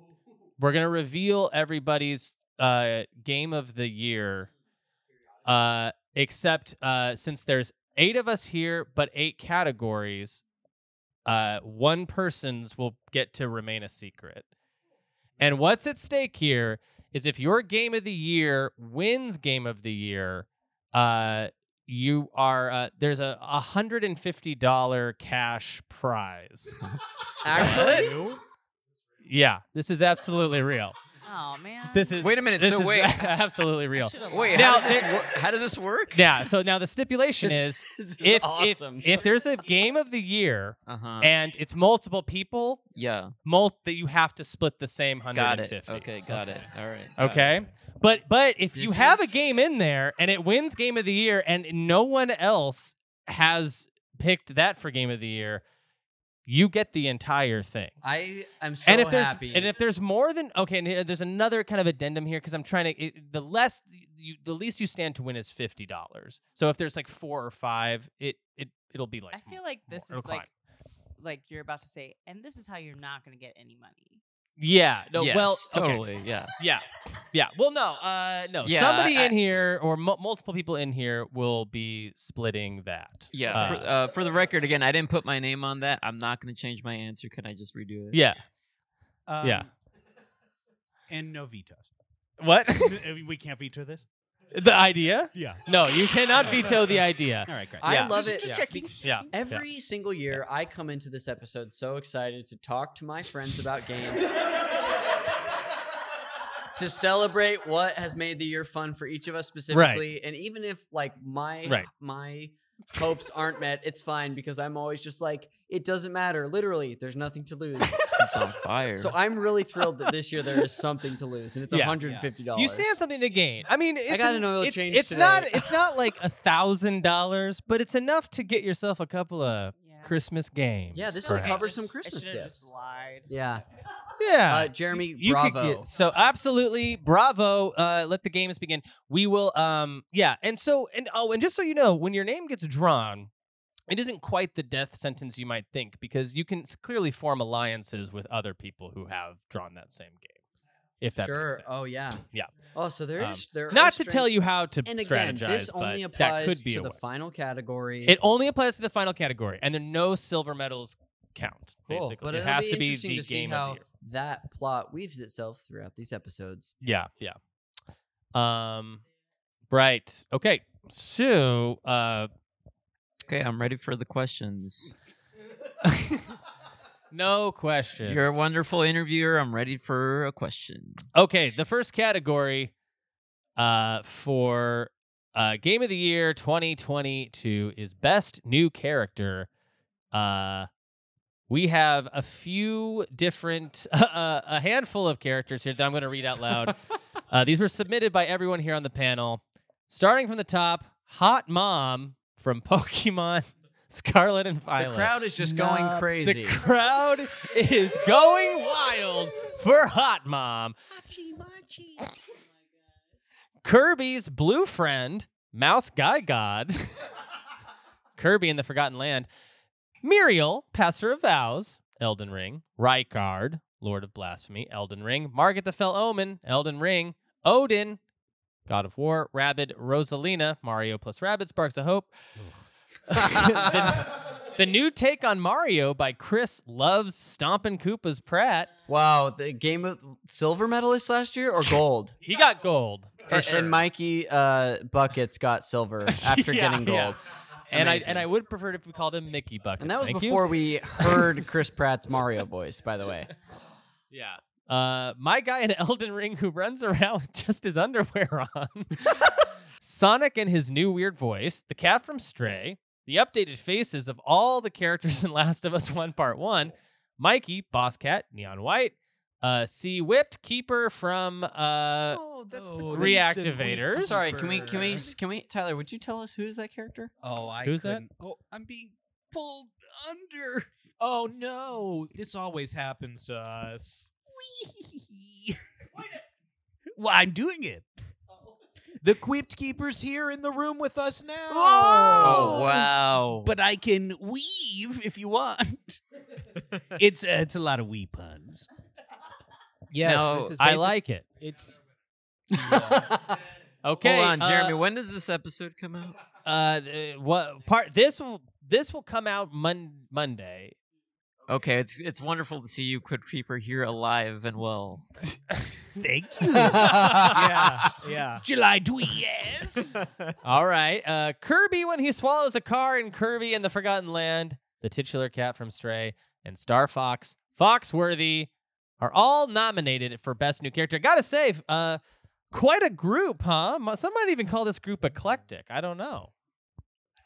Speaker 1: We're gonna reveal everybody's uh game of the year. Uh, except uh, since there's eight of us here, but eight categories, uh, one person's will get to remain a secret. And what's at stake here is if your game of the year wins game of the year, uh, you are uh, there's a hundred and fifty dollar cash prize.
Speaker 5: Actually?
Speaker 1: yeah, this is absolutely real.
Speaker 3: Oh man.
Speaker 1: This is
Speaker 2: Wait a minute,
Speaker 1: This
Speaker 2: so
Speaker 1: is
Speaker 2: wait.
Speaker 1: <laughs> absolutely real.
Speaker 2: Wait,
Speaker 1: Now,
Speaker 2: how, does
Speaker 1: there-
Speaker 2: this wor- how does this work?
Speaker 1: <laughs>
Speaker 3: <laughs>
Speaker 1: Yeah. So now the stipulation
Speaker 2: This- <laughs> this
Speaker 1: is,
Speaker 2: is
Speaker 1: if,
Speaker 2: awesome.
Speaker 1: if if there's a game of the year
Speaker 2: Uh-huh.
Speaker 1: and it's multiple people,
Speaker 2: Yeah.
Speaker 1: mult that you have to split the same hundred
Speaker 2: Got
Speaker 1: and
Speaker 2: it.
Speaker 1: fifty.
Speaker 2: Okay, got it. All right. got it.
Speaker 1: Okay. But but if you have a game in there and it wins game of the year and no one else has picked that for game of the year, you get the entire thing.
Speaker 5: I am so
Speaker 1: and if there's
Speaker 5: happy.
Speaker 1: and if there's more than okay, and here- there's another kind of addendum here because I'm trying to it, the less you the least you stand to win is fifty dollars. So if there's like four or five, it it it'll be like
Speaker 3: <laughs> I feel like this
Speaker 1: it'll
Speaker 3: is like like you're about to say, and this is how you're not going to get any money.
Speaker 1: yeah no
Speaker 2: Yes,
Speaker 1: well okay.
Speaker 2: totally. Yeah.
Speaker 1: yeah yeah well no uh no
Speaker 2: Yeah,
Speaker 1: somebody
Speaker 2: I-
Speaker 1: in here or mu- multiple people in here will be splitting that
Speaker 2: Yeah.
Speaker 1: Uh,
Speaker 2: for, uh, for the record, again, I didn't put my name on that. I'm not going to change my answer. Can I just redo it?
Speaker 1: yeah
Speaker 12: Um,
Speaker 1: yeah
Speaker 7: And no vetoes.
Speaker 1: What?
Speaker 7: N- uh, we can't veto this.
Speaker 1: the idea
Speaker 7: Yeah.
Speaker 1: no you cannot veto the idea
Speaker 7: All right, great.
Speaker 5: I
Speaker 1: Yeah.
Speaker 5: love
Speaker 7: Just-
Speaker 5: it.
Speaker 7: just
Speaker 5: Yeah.
Speaker 7: checking.
Speaker 1: Yeah.
Speaker 5: Every single year, I come into this episode so excited to talk to my friends about
Speaker 1: <laughs>
Speaker 5: games. to celebrate what has made the year fun for each of us specifically and even if like my
Speaker 1: Right.
Speaker 5: my hopes aren't met it's fine because i'm always just like it doesn't matter literally there's nothing to
Speaker 1: <laughs>
Speaker 5: lose
Speaker 2: It's on fire.
Speaker 5: so i'm really thrilled that this year there is something to lose and it's
Speaker 1: <laughs> Yeah.
Speaker 5: $150
Speaker 1: you stand something to gain. I mean, it's
Speaker 5: got an
Speaker 1: an-
Speaker 5: oil
Speaker 1: it's,
Speaker 5: change
Speaker 1: It's not
Speaker 5: today.
Speaker 1: it's not like a thousand dollars, but it's enough to get yourself a couple of Christmas games.
Speaker 5: yeah this will
Speaker 1: perhaps.
Speaker 5: cover some
Speaker 3: Just- I
Speaker 5: christmas
Speaker 3: should've
Speaker 5: gifts
Speaker 3: just lied.
Speaker 5: yeah
Speaker 1: Yeah.
Speaker 5: uh, jeremy
Speaker 1: you could
Speaker 5: bravo
Speaker 1: get- so absolutely bravo uh let the games begin we will um yeah and so and oh and just so you know when your name gets drawn it isn't quite the death sentence you might think because you can s- clearly form alliances with other people who have drawn that same game if that
Speaker 5: sure
Speaker 1: makes sense
Speaker 5: oh yeah
Speaker 1: yeah
Speaker 5: oh so there is
Speaker 1: Um,
Speaker 5: there
Speaker 1: not
Speaker 5: are
Speaker 1: to tell
Speaker 5: strength-
Speaker 1: you how to
Speaker 5: and again
Speaker 1: strategize
Speaker 5: this only
Speaker 1: but that
Speaker 5: applies
Speaker 1: could be
Speaker 5: to
Speaker 1: a
Speaker 5: the
Speaker 1: way.
Speaker 5: final category
Speaker 1: it only applies to the final category and there no silver medals count
Speaker 5: Cool.
Speaker 1: basically
Speaker 5: But
Speaker 1: it
Speaker 5: it'll
Speaker 1: has
Speaker 5: be
Speaker 1: to be
Speaker 5: interesting
Speaker 1: the
Speaker 5: to see
Speaker 1: game
Speaker 5: how
Speaker 1: of the year
Speaker 5: that plot weaves itself throughout these episodes.
Speaker 1: Yeah, yeah. Um, right. Okay. So, uh,
Speaker 2: Okay, I'm ready for the questions.
Speaker 1: no question.
Speaker 2: You're a wonderful interviewer. I'm ready for a question.
Speaker 1: okay. The first category, uh, for uh, game of the year 2022 is best new character. Uh, we have a few different, <laughs> uh, a handful of characters here that I'm going to read out loud. Uh, these were submitted by everyone here on the panel. Starting from the top, Hot Mom from <laughs> Pokemon Scarlet and Violet.
Speaker 5: The crowd is just going
Speaker 1: The
Speaker 5: crazy.
Speaker 1: crowd is going wild for Hot Mom. Kirby's blue friend, Mouse Guy God. <laughs> Kirby in the Forgotten Land. Muriel, Pastor of Vows, Elden Ring. Rykard, Lord of Blasphemy, Elden Ring. Margaret the Fell Omen, Elden Ring. Odin, God of War. Rabid, Rosalina, Mario plus Rabid, Sparks of Hope. <laughs> the, the new take on Mario by Chris loves Stompin' Koopas Pratt.
Speaker 5: Wow, the game of silver medalist last year or gold?
Speaker 1: He got gold. For
Speaker 5: and,
Speaker 1: sure.
Speaker 5: and Mikey uh, Buckets got
Speaker 1: <laughs>
Speaker 5: silver after
Speaker 1: Yeah,
Speaker 5: getting gold.
Speaker 1: yeah. And I
Speaker 5: Amazing.
Speaker 1: and I would prefer it if we called him Mickey Buckets.
Speaker 5: And that was
Speaker 1: Thank you.
Speaker 5: before we
Speaker 1: <laughs>
Speaker 5: heard Chris Pratt's Mario voice, by the way.
Speaker 1: Yeah. <laughs> Uh, my guy in Elden Ring who runs around with just his underwear
Speaker 5: <laughs>
Speaker 1: on. Sonic and his new weird voice. The cat from Stray. The updated faces of all the characters in Last of Us 1 Part 1. Mikey, Boss Cat, Neon White. Uh, C Whipped Keeper from uh,
Speaker 12: Oh, that's the
Speaker 1: Reactivators.
Speaker 5: Sorry, can we can we can we Tyler, would you tell us who's that character?
Speaker 7: Oh, I
Speaker 1: Who's that?
Speaker 7: couldn't. Oh, I'm being pulled
Speaker 1: <laughs>
Speaker 7: under.
Speaker 12: Oh no, this always happens to us. <laughs>
Speaker 7: Well, I'm doing it.
Speaker 12: Oh. The Quipped Keeper's here in the room with us now.
Speaker 2: Oh, wow.
Speaker 7: But I can weave if you
Speaker 12: <laughs>
Speaker 7: want. it's uh, it's a lot of wee puns.
Speaker 12: Yes,
Speaker 2: Now,
Speaker 12: this is
Speaker 1: I
Speaker 12: basic-
Speaker 1: like it.
Speaker 12: It's
Speaker 1: <laughs> Okay.
Speaker 2: Hold on,
Speaker 1: uh,
Speaker 2: Jeremy. when does this episode come out?
Speaker 1: uh, th- what part this will this will come out mon- Monday.
Speaker 2: Okay, it's it's wonderful to see you, Quid Creeper, here alive and
Speaker 1: <laughs>
Speaker 2: well. <laughs>
Speaker 7: Thank
Speaker 2: you.
Speaker 12: yeah, yeah.
Speaker 7: July
Speaker 12: <laughs>
Speaker 7: 20th.
Speaker 1: All right. Uh, Kirby when he swallows a car in Kirby and the Forgotten Land, the titular cat from Stray, and Star Fox, Foxworthy are all nominated for Best New Character. Gotta say, uh, quite a group, huh? Mo- Some might even call this group eclectic. I don't know.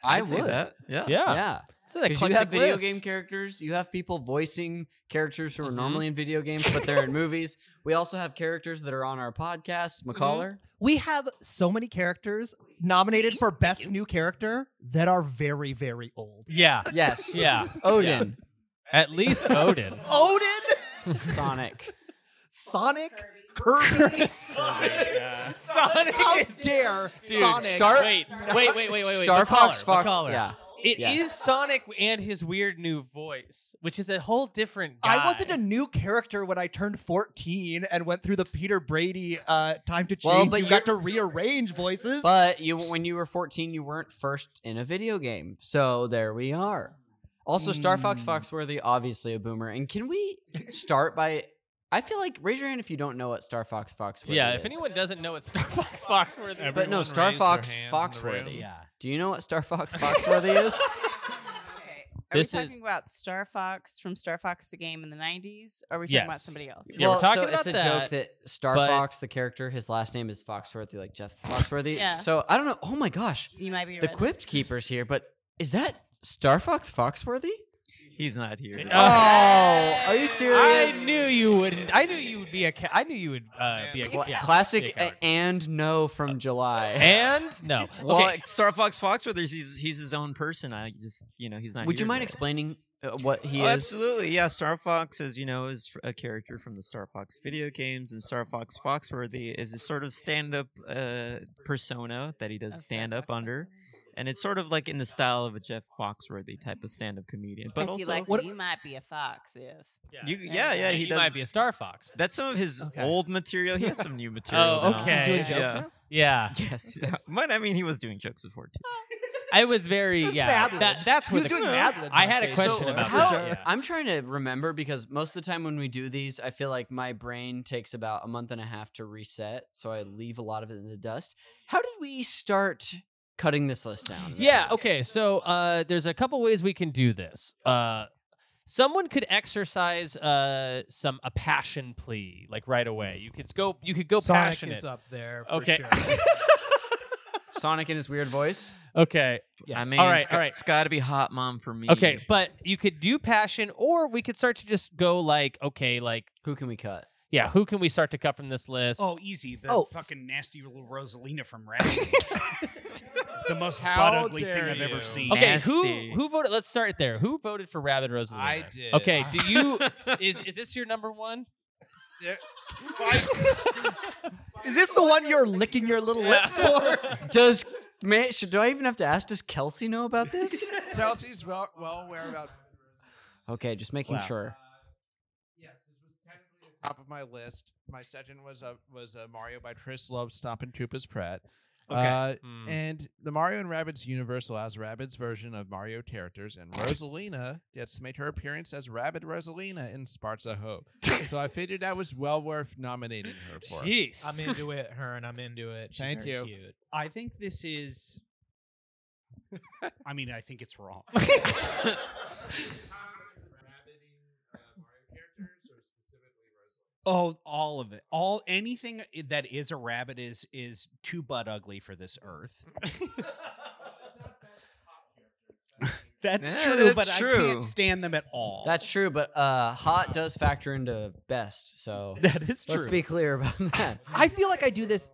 Speaker 5: I
Speaker 2: I'd say
Speaker 5: would.
Speaker 2: that, Yeah.
Speaker 1: Yeah.
Speaker 5: Yeah.
Speaker 1: It's an
Speaker 5: Because you
Speaker 1: eclectic
Speaker 5: have video
Speaker 1: list.
Speaker 5: game characters, you have people voicing characters who are normally in video games, but they're in movies. We also have characters that are on our
Speaker 4: Mm-hmm.
Speaker 5: podcast, McCaller.
Speaker 4: We have so many characters nominated for best new character that are very, very old.
Speaker 1: Yeah. <laughs>
Speaker 5: Yes.
Speaker 1: Yeah.
Speaker 5: <laughs> Odin.
Speaker 1: Yeah. At
Speaker 4: <laughs>
Speaker 1: least
Speaker 5: <laughs>
Speaker 1: Odin.
Speaker 4: Odin,
Speaker 1: <laughs>
Speaker 5: Sonic.
Speaker 4: Sonic, Kirby,
Speaker 7: yeah.
Speaker 4: Sonic. Sonic. How dare
Speaker 1: Dude,
Speaker 4: Sonic?
Speaker 5: Star-
Speaker 1: wait, wait, wait, wait, wait, wait.
Speaker 5: Star
Speaker 1: McCollar,
Speaker 5: Fox, Fox-
Speaker 1: McCollar.
Speaker 5: yeah.
Speaker 1: It is
Speaker 5: Yeah.
Speaker 1: Sonic and his weird new voice, which is a whole different guy.
Speaker 4: I wasn't a new character when I turned 14 and went through the Peter Brady uh, time to change.
Speaker 5: Well, but
Speaker 4: you got to
Speaker 5: you're-
Speaker 4: rearrange voices.
Speaker 5: But you, when you were 14, you weren't first in a video game. So there we are. Also, Star Fox Foxworthy, obviously a boomer. And can we start by? I feel like raise your hand if you don't know what Star Fox Foxworthy.
Speaker 1: Yeah,
Speaker 5: is.
Speaker 1: if anyone doesn't know it's Star <laughs> Fox Foxworthy.
Speaker 5: But no,
Speaker 9: Everyone
Speaker 5: Star
Speaker 9: raised their
Speaker 5: Fox
Speaker 9: hands in the
Speaker 5: Foxworthy.
Speaker 9: room.
Speaker 12: Yeah.
Speaker 5: Do you know what Star Fox Foxworthy
Speaker 3: <laughs>
Speaker 5: is?
Speaker 3: Okay. Are
Speaker 1: This
Speaker 3: we
Speaker 1: is-
Speaker 3: talking about Star Fox from Star Fox the game in the 90s? Or are we talking about
Speaker 1: Yes.
Speaker 3: somebody else?
Speaker 1: Yeah, we're talking
Speaker 5: so
Speaker 1: about
Speaker 5: it's a
Speaker 1: that,
Speaker 5: joke that Star
Speaker 1: but-
Speaker 5: Fox, the character, his last name is Foxworthy, like <laughs> Jeff Foxworthy.
Speaker 3: Yeah.
Speaker 5: So I don't know. Oh my gosh,
Speaker 3: You might be
Speaker 5: the
Speaker 3: right.
Speaker 5: Quipped Keeper's here, but is that Star Fox Foxworthy?
Speaker 2: He's not here.
Speaker 1: Uh,
Speaker 5: Oh, are you serious?
Speaker 1: I knew you wouldn't. I knew you would be a. Ca- I knew you would uh, be a
Speaker 5: Cla-
Speaker 1: yeah, be a
Speaker 5: classic
Speaker 1: coward.
Speaker 5: a- and no from July.
Speaker 1: and no.
Speaker 2: Well,
Speaker 1: Okay.
Speaker 2: like, Star Fox Foxworthy, he's he's his own person. I just you know he's not.
Speaker 5: Would you
Speaker 2: here
Speaker 5: mind
Speaker 2: today.
Speaker 5: explaining uh, what he
Speaker 2: Oh,
Speaker 5: is?
Speaker 2: absolutely, yeah. Star Fox, as you know, is a character from the Star Fox video games, and Star Fox Foxworthy is a sort of stand-up uh, persona that he does stand up under, and it's sort of like in the style of a Jeff Foxworthy type of stand-up comedian. But
Speaker 3: Is he
Speaker 2: also,
Speaker 3: like,
Speaker 4: What-
Speaker 3: you might be a fox if. uh,
Speaker 2: you, yeah, yeah, he
Speaker 1: you
Speaker 2: does.
Speaker 1: might be a Star Fox.
Speaker 2: that's some of his
Speaker 4: Okay.
Speaker 2: old material. He has some
Speaker 1: <laughs>
Speaker 2: new material.
Speaker 1: Oh,
Speaker 2: now.
Speaker 1: okay. He's doing
Speaker 4: jokes
Speaker 2: yeah.
Speaker 4: now?
Speaker 1: Yeah,
Speaker 2: Yes, <laughs> yeah. But, I mean, he was doing jokes before too.
Speaker 1: I was very
Speaker 4: There's
Speaker 1: yeah.
Speaker 4: Mad
Speaker 1: That,
Speaker 4: Libs.
Speaker 1: that's
Speaker 4: He
Speaker 1: where
Speaker 4: was
Speaker 1: the
Speaker 4: doing Mad Libs
Speaker 1: I
Speaker 4: on
Speaker 1: had a
Speaker 4: stage.
Speaker 1: question
Speaker 4: So,
Speaker 1: about
Speaker 4: how-
Speaker 1: this. yeah.
Speaker 5: I'm trying to remember because most of the time when we do these, I feel like my brain takes about a month and a half to reset, so I leave a lot of it in the dust. How did we start cutting this list
Speaker 4: <laughs>
Speaker 5: down? in the
Speaker 1: Yeah.
Speaker 5: past?
Speaker 1: Okay. So uh, there's a couple ways we can do this. Uh, someone could exercise uh, some a passion plea like right away. You could go. You could go
Speaker 12: Sonic
Speaker 1: passionate.
Speaker 12: is up there. For
Speaker 1: okay.
Speaker 12: Sure.
Speaker 5: Sonic in his weird voice.
Speaker 1: <laughs> okay.
Speaker 12: Yeah.
Speaker 2: I mean,
Speaker 1: All right,
Speaker 2: it's,
Speaker 1: all right.
Speaker 2: it's got to be hot mom for me.
Speaker 1: Okay. But you could do passion, or we could start to just go like, okay, like,
Speaker 5: Who can we cut?
Speaker 1: yeah, who can we start to cut from this list?
Speaker 7: Oh, easy. The
Speaker 4: Oh.
Speaker 7: fucking nasty little
Speaker 1: <laughs>
Speaker 7: Rosalina from Rabbit. the most
Speaker 9: How
Speaker 7: butt ugly thing
Speaker 9: dare
Speaker 7: I've
Speaker 9: you.
Speaker 7: ever seen.
Speaker 1: Okay,
Speaker 2: Nasty.
Speaker 1: who who voted? Let's start there. Who voted for Rabbit Rosalina?
Speaker 9: I did.
Speaker 1: Okay, do
Speaker 9: <laughs>
Speaker 1: you is is this your number one?
Speaker 4: Is this the one you're licking your little lips for?
Speaker 5: <laughs> Does man? Should, do I even have to ask? Does Kelsey know about this?
Speaker 9: Kelsey's well, well aware about
Speaker 5: okay, just making
Speaker 7: Wow.
Speaker 5: sure.
Speaker 9: Yes, this was technically the top of my list. My second was uh, was uh, Mario by Tris Love Stompin' Koopas Pratt.
Speaker 7: Okay.
Speaker 9: Uh,
Speaker 1: Hmm.
Speaker 9: And the Mario and Rabbids universe allows Rabbids version of Mario characters, <laughs> and Rosalina gets to make her appearance as Rabbit Rosalina in Sparks a Hope. so I figured that was well worth nominating her for.
Speaker 1: Jeez.
Speaker 12: I'm
Speaker 1: <laughs>
Speaker 12: into it, Hearn. I'm into it. She's
Speaker 9: Thank
Speaker 12: very
Speaker 9: you.
Speaker 12: Cute.
Speaker 7: I think this is. I mean, I think
Speaker 2: <laughs>
Speaker 7: it's wrong. Oh, all of it. All anything i- that is a rabbit is is too butt ugly for this
Speaker 2: <laughs>
Speaker 7: earth. that's
Speaker 2: Yeah,
Speaker 7: true,
Speaker 2: that's
Speaker 7: but I
Speaker 2: true.
Speaker 7: can't stand them at all.
Speaker 5: That's true, but uh, hot does factor into best. <laughs> So
Speaker 7: <laughs> that is true.
Speaker 5: let's be clear about <laughs> that.
Speaker 4: I feel like I do this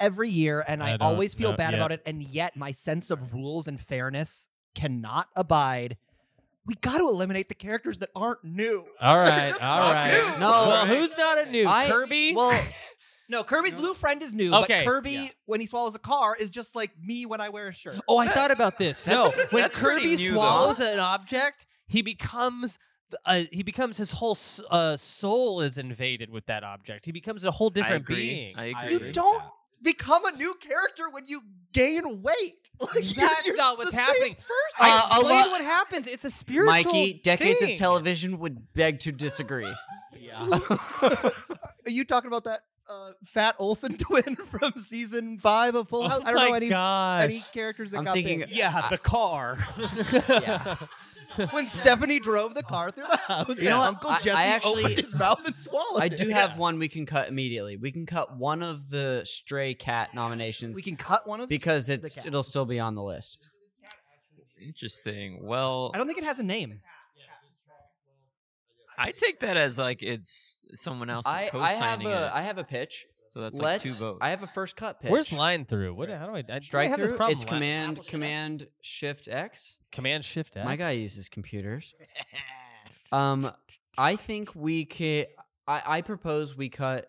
Speaker 4: every year and
Speaker 1: I
Speaker 4: I,
Speaker 1: don't
Speaker 4: always feel
Speaker 1: know
Speaker 4: bad
Speaker 1: yet.
Speaker 4: about it. And yet my sense of rules and fairness cannot abide. We got to eliminate the characters that aren't new.
Speaker 1: all
Speaker 4: <laughs>
Speaker 1: right,
Speaker 4: That's
Speaker 1: all
Speaker 4: not
Speaker 1: right.
Speaker 4: new.
Speaker 5: No.
Speaker 1: well, who's not a new
Speaker 5: I-
Speaker 1: Kirby? <laughs>
Speaker 5: Well,
Speaker 4: No, Kirby's blue friend is new,
Speaker 1: Okay.
Speaker 4: but Kirby,
Speaker 7: Yeah.
Speaker 4: when he swallows a car, is just like me when I wear a shirt.
Speaker 1: Oh, I thought about this. No, <laughs>
Speaker 2: That's-
Speaker 1: when
Speaker 2: that's pretty
Speaker 1: Kirby
Speaker 2: new, though.
Speaker 1: swallows an object, he becomes th- uh, he becomes his whole s- uh, soul is invaded with that object. He becomes a whole
Speaker 2: I
Speaker 1: different
Speaker 2: agree.
Speaker 1: being.
Speaker 2: I
Speaker 7: I
Speaker 2: agree.
Speaker 4: You
Speaker 7: agree with
Speaker 4: don't
Speaker 7: that.
Speaker 4: become a new character when you gain weight. <laughs> Like you're-
Speaker 1: That's
Speaker 4: you're
Speaker 1: not what's
Speaker 4: the same
Speaker 1: happening.
Speaker 4: person.
Speaker 1: I
Speaker 5: Uh, a
Speaker 1: explain
Speaker 5: lot-
Speaker 1: what happens. It's a spiritual
Speaker 5: Mikey, decades
Speaker 1: thing.
Speaker 5: of television would beg to disagree.
Speaker 4: <laughs> Are you talking about that uh, fat Olsen <laughs> twin from season five of Full
Speaker 1: Oh
Speaker 4: House? I don't know
Speaker 1: my
Speaker 4: any
Speaker 1: gosh.
Speaker 4: any characters that
Speaker 5: I'm
Speaker 4: got
Speaker 5: thinking-
Speaker 4: big.
Speaker 7: Yeah, the <laughs> car.
Speaker 4: <laughs> when Stephanie drove the car through
Speaker 1: <laughs>
Speaker 4: the house,
Speaker 5: You
Speaker 4: and
Speaker 5: know what?
Speaker 4: Uncle
Speaker 5: I- I
Speaker 4: Jesse
Speaker 5: actually-
Speaker 4: opened his mouth and
Speaker 5: <laughs>
Speaker 4: swallowed.
Speaker 5: I
Speaker 4: it.
Speaker 5: do have one we can cut immediately. We can cut one of the stray cat nominations
Speaker 4: We can cut one of
Speaker 5: because
Speaker 4: the
Speaker 5: it's
Speaker 4: cat.
Speaker 5: it'll still be on the list.
Speaker 2: Interesting. Well,
Speaker 4: I don't think it has a name.
Speaker 2: I take that as like it's someone else's
Speaker 5: I, I have
Speaker 2: co-signing
Speaker 5: a
Speaker 2: it.
Speaker 5: I have a pitch.
Speaker 2: so that's like
Speaker 5: Let's,
Speaker 2: two votes.
Speaker 5: I have a first cut pitch.
Speaker 1: Where's line through? What? How do I? I
Speaker 5: strike
Speaker 1: have
Speaker 5: through?
Speaker 1: This problem
Speaker 5: it's
Speaker 1: with-
Speaker 5: command command shift X.
Speaker 1: Command Shift X.
Speaker 5: My guy uses
Speaker 1: <laughs>
Speaker 5: computers. um, I think we could. I, I propose we cut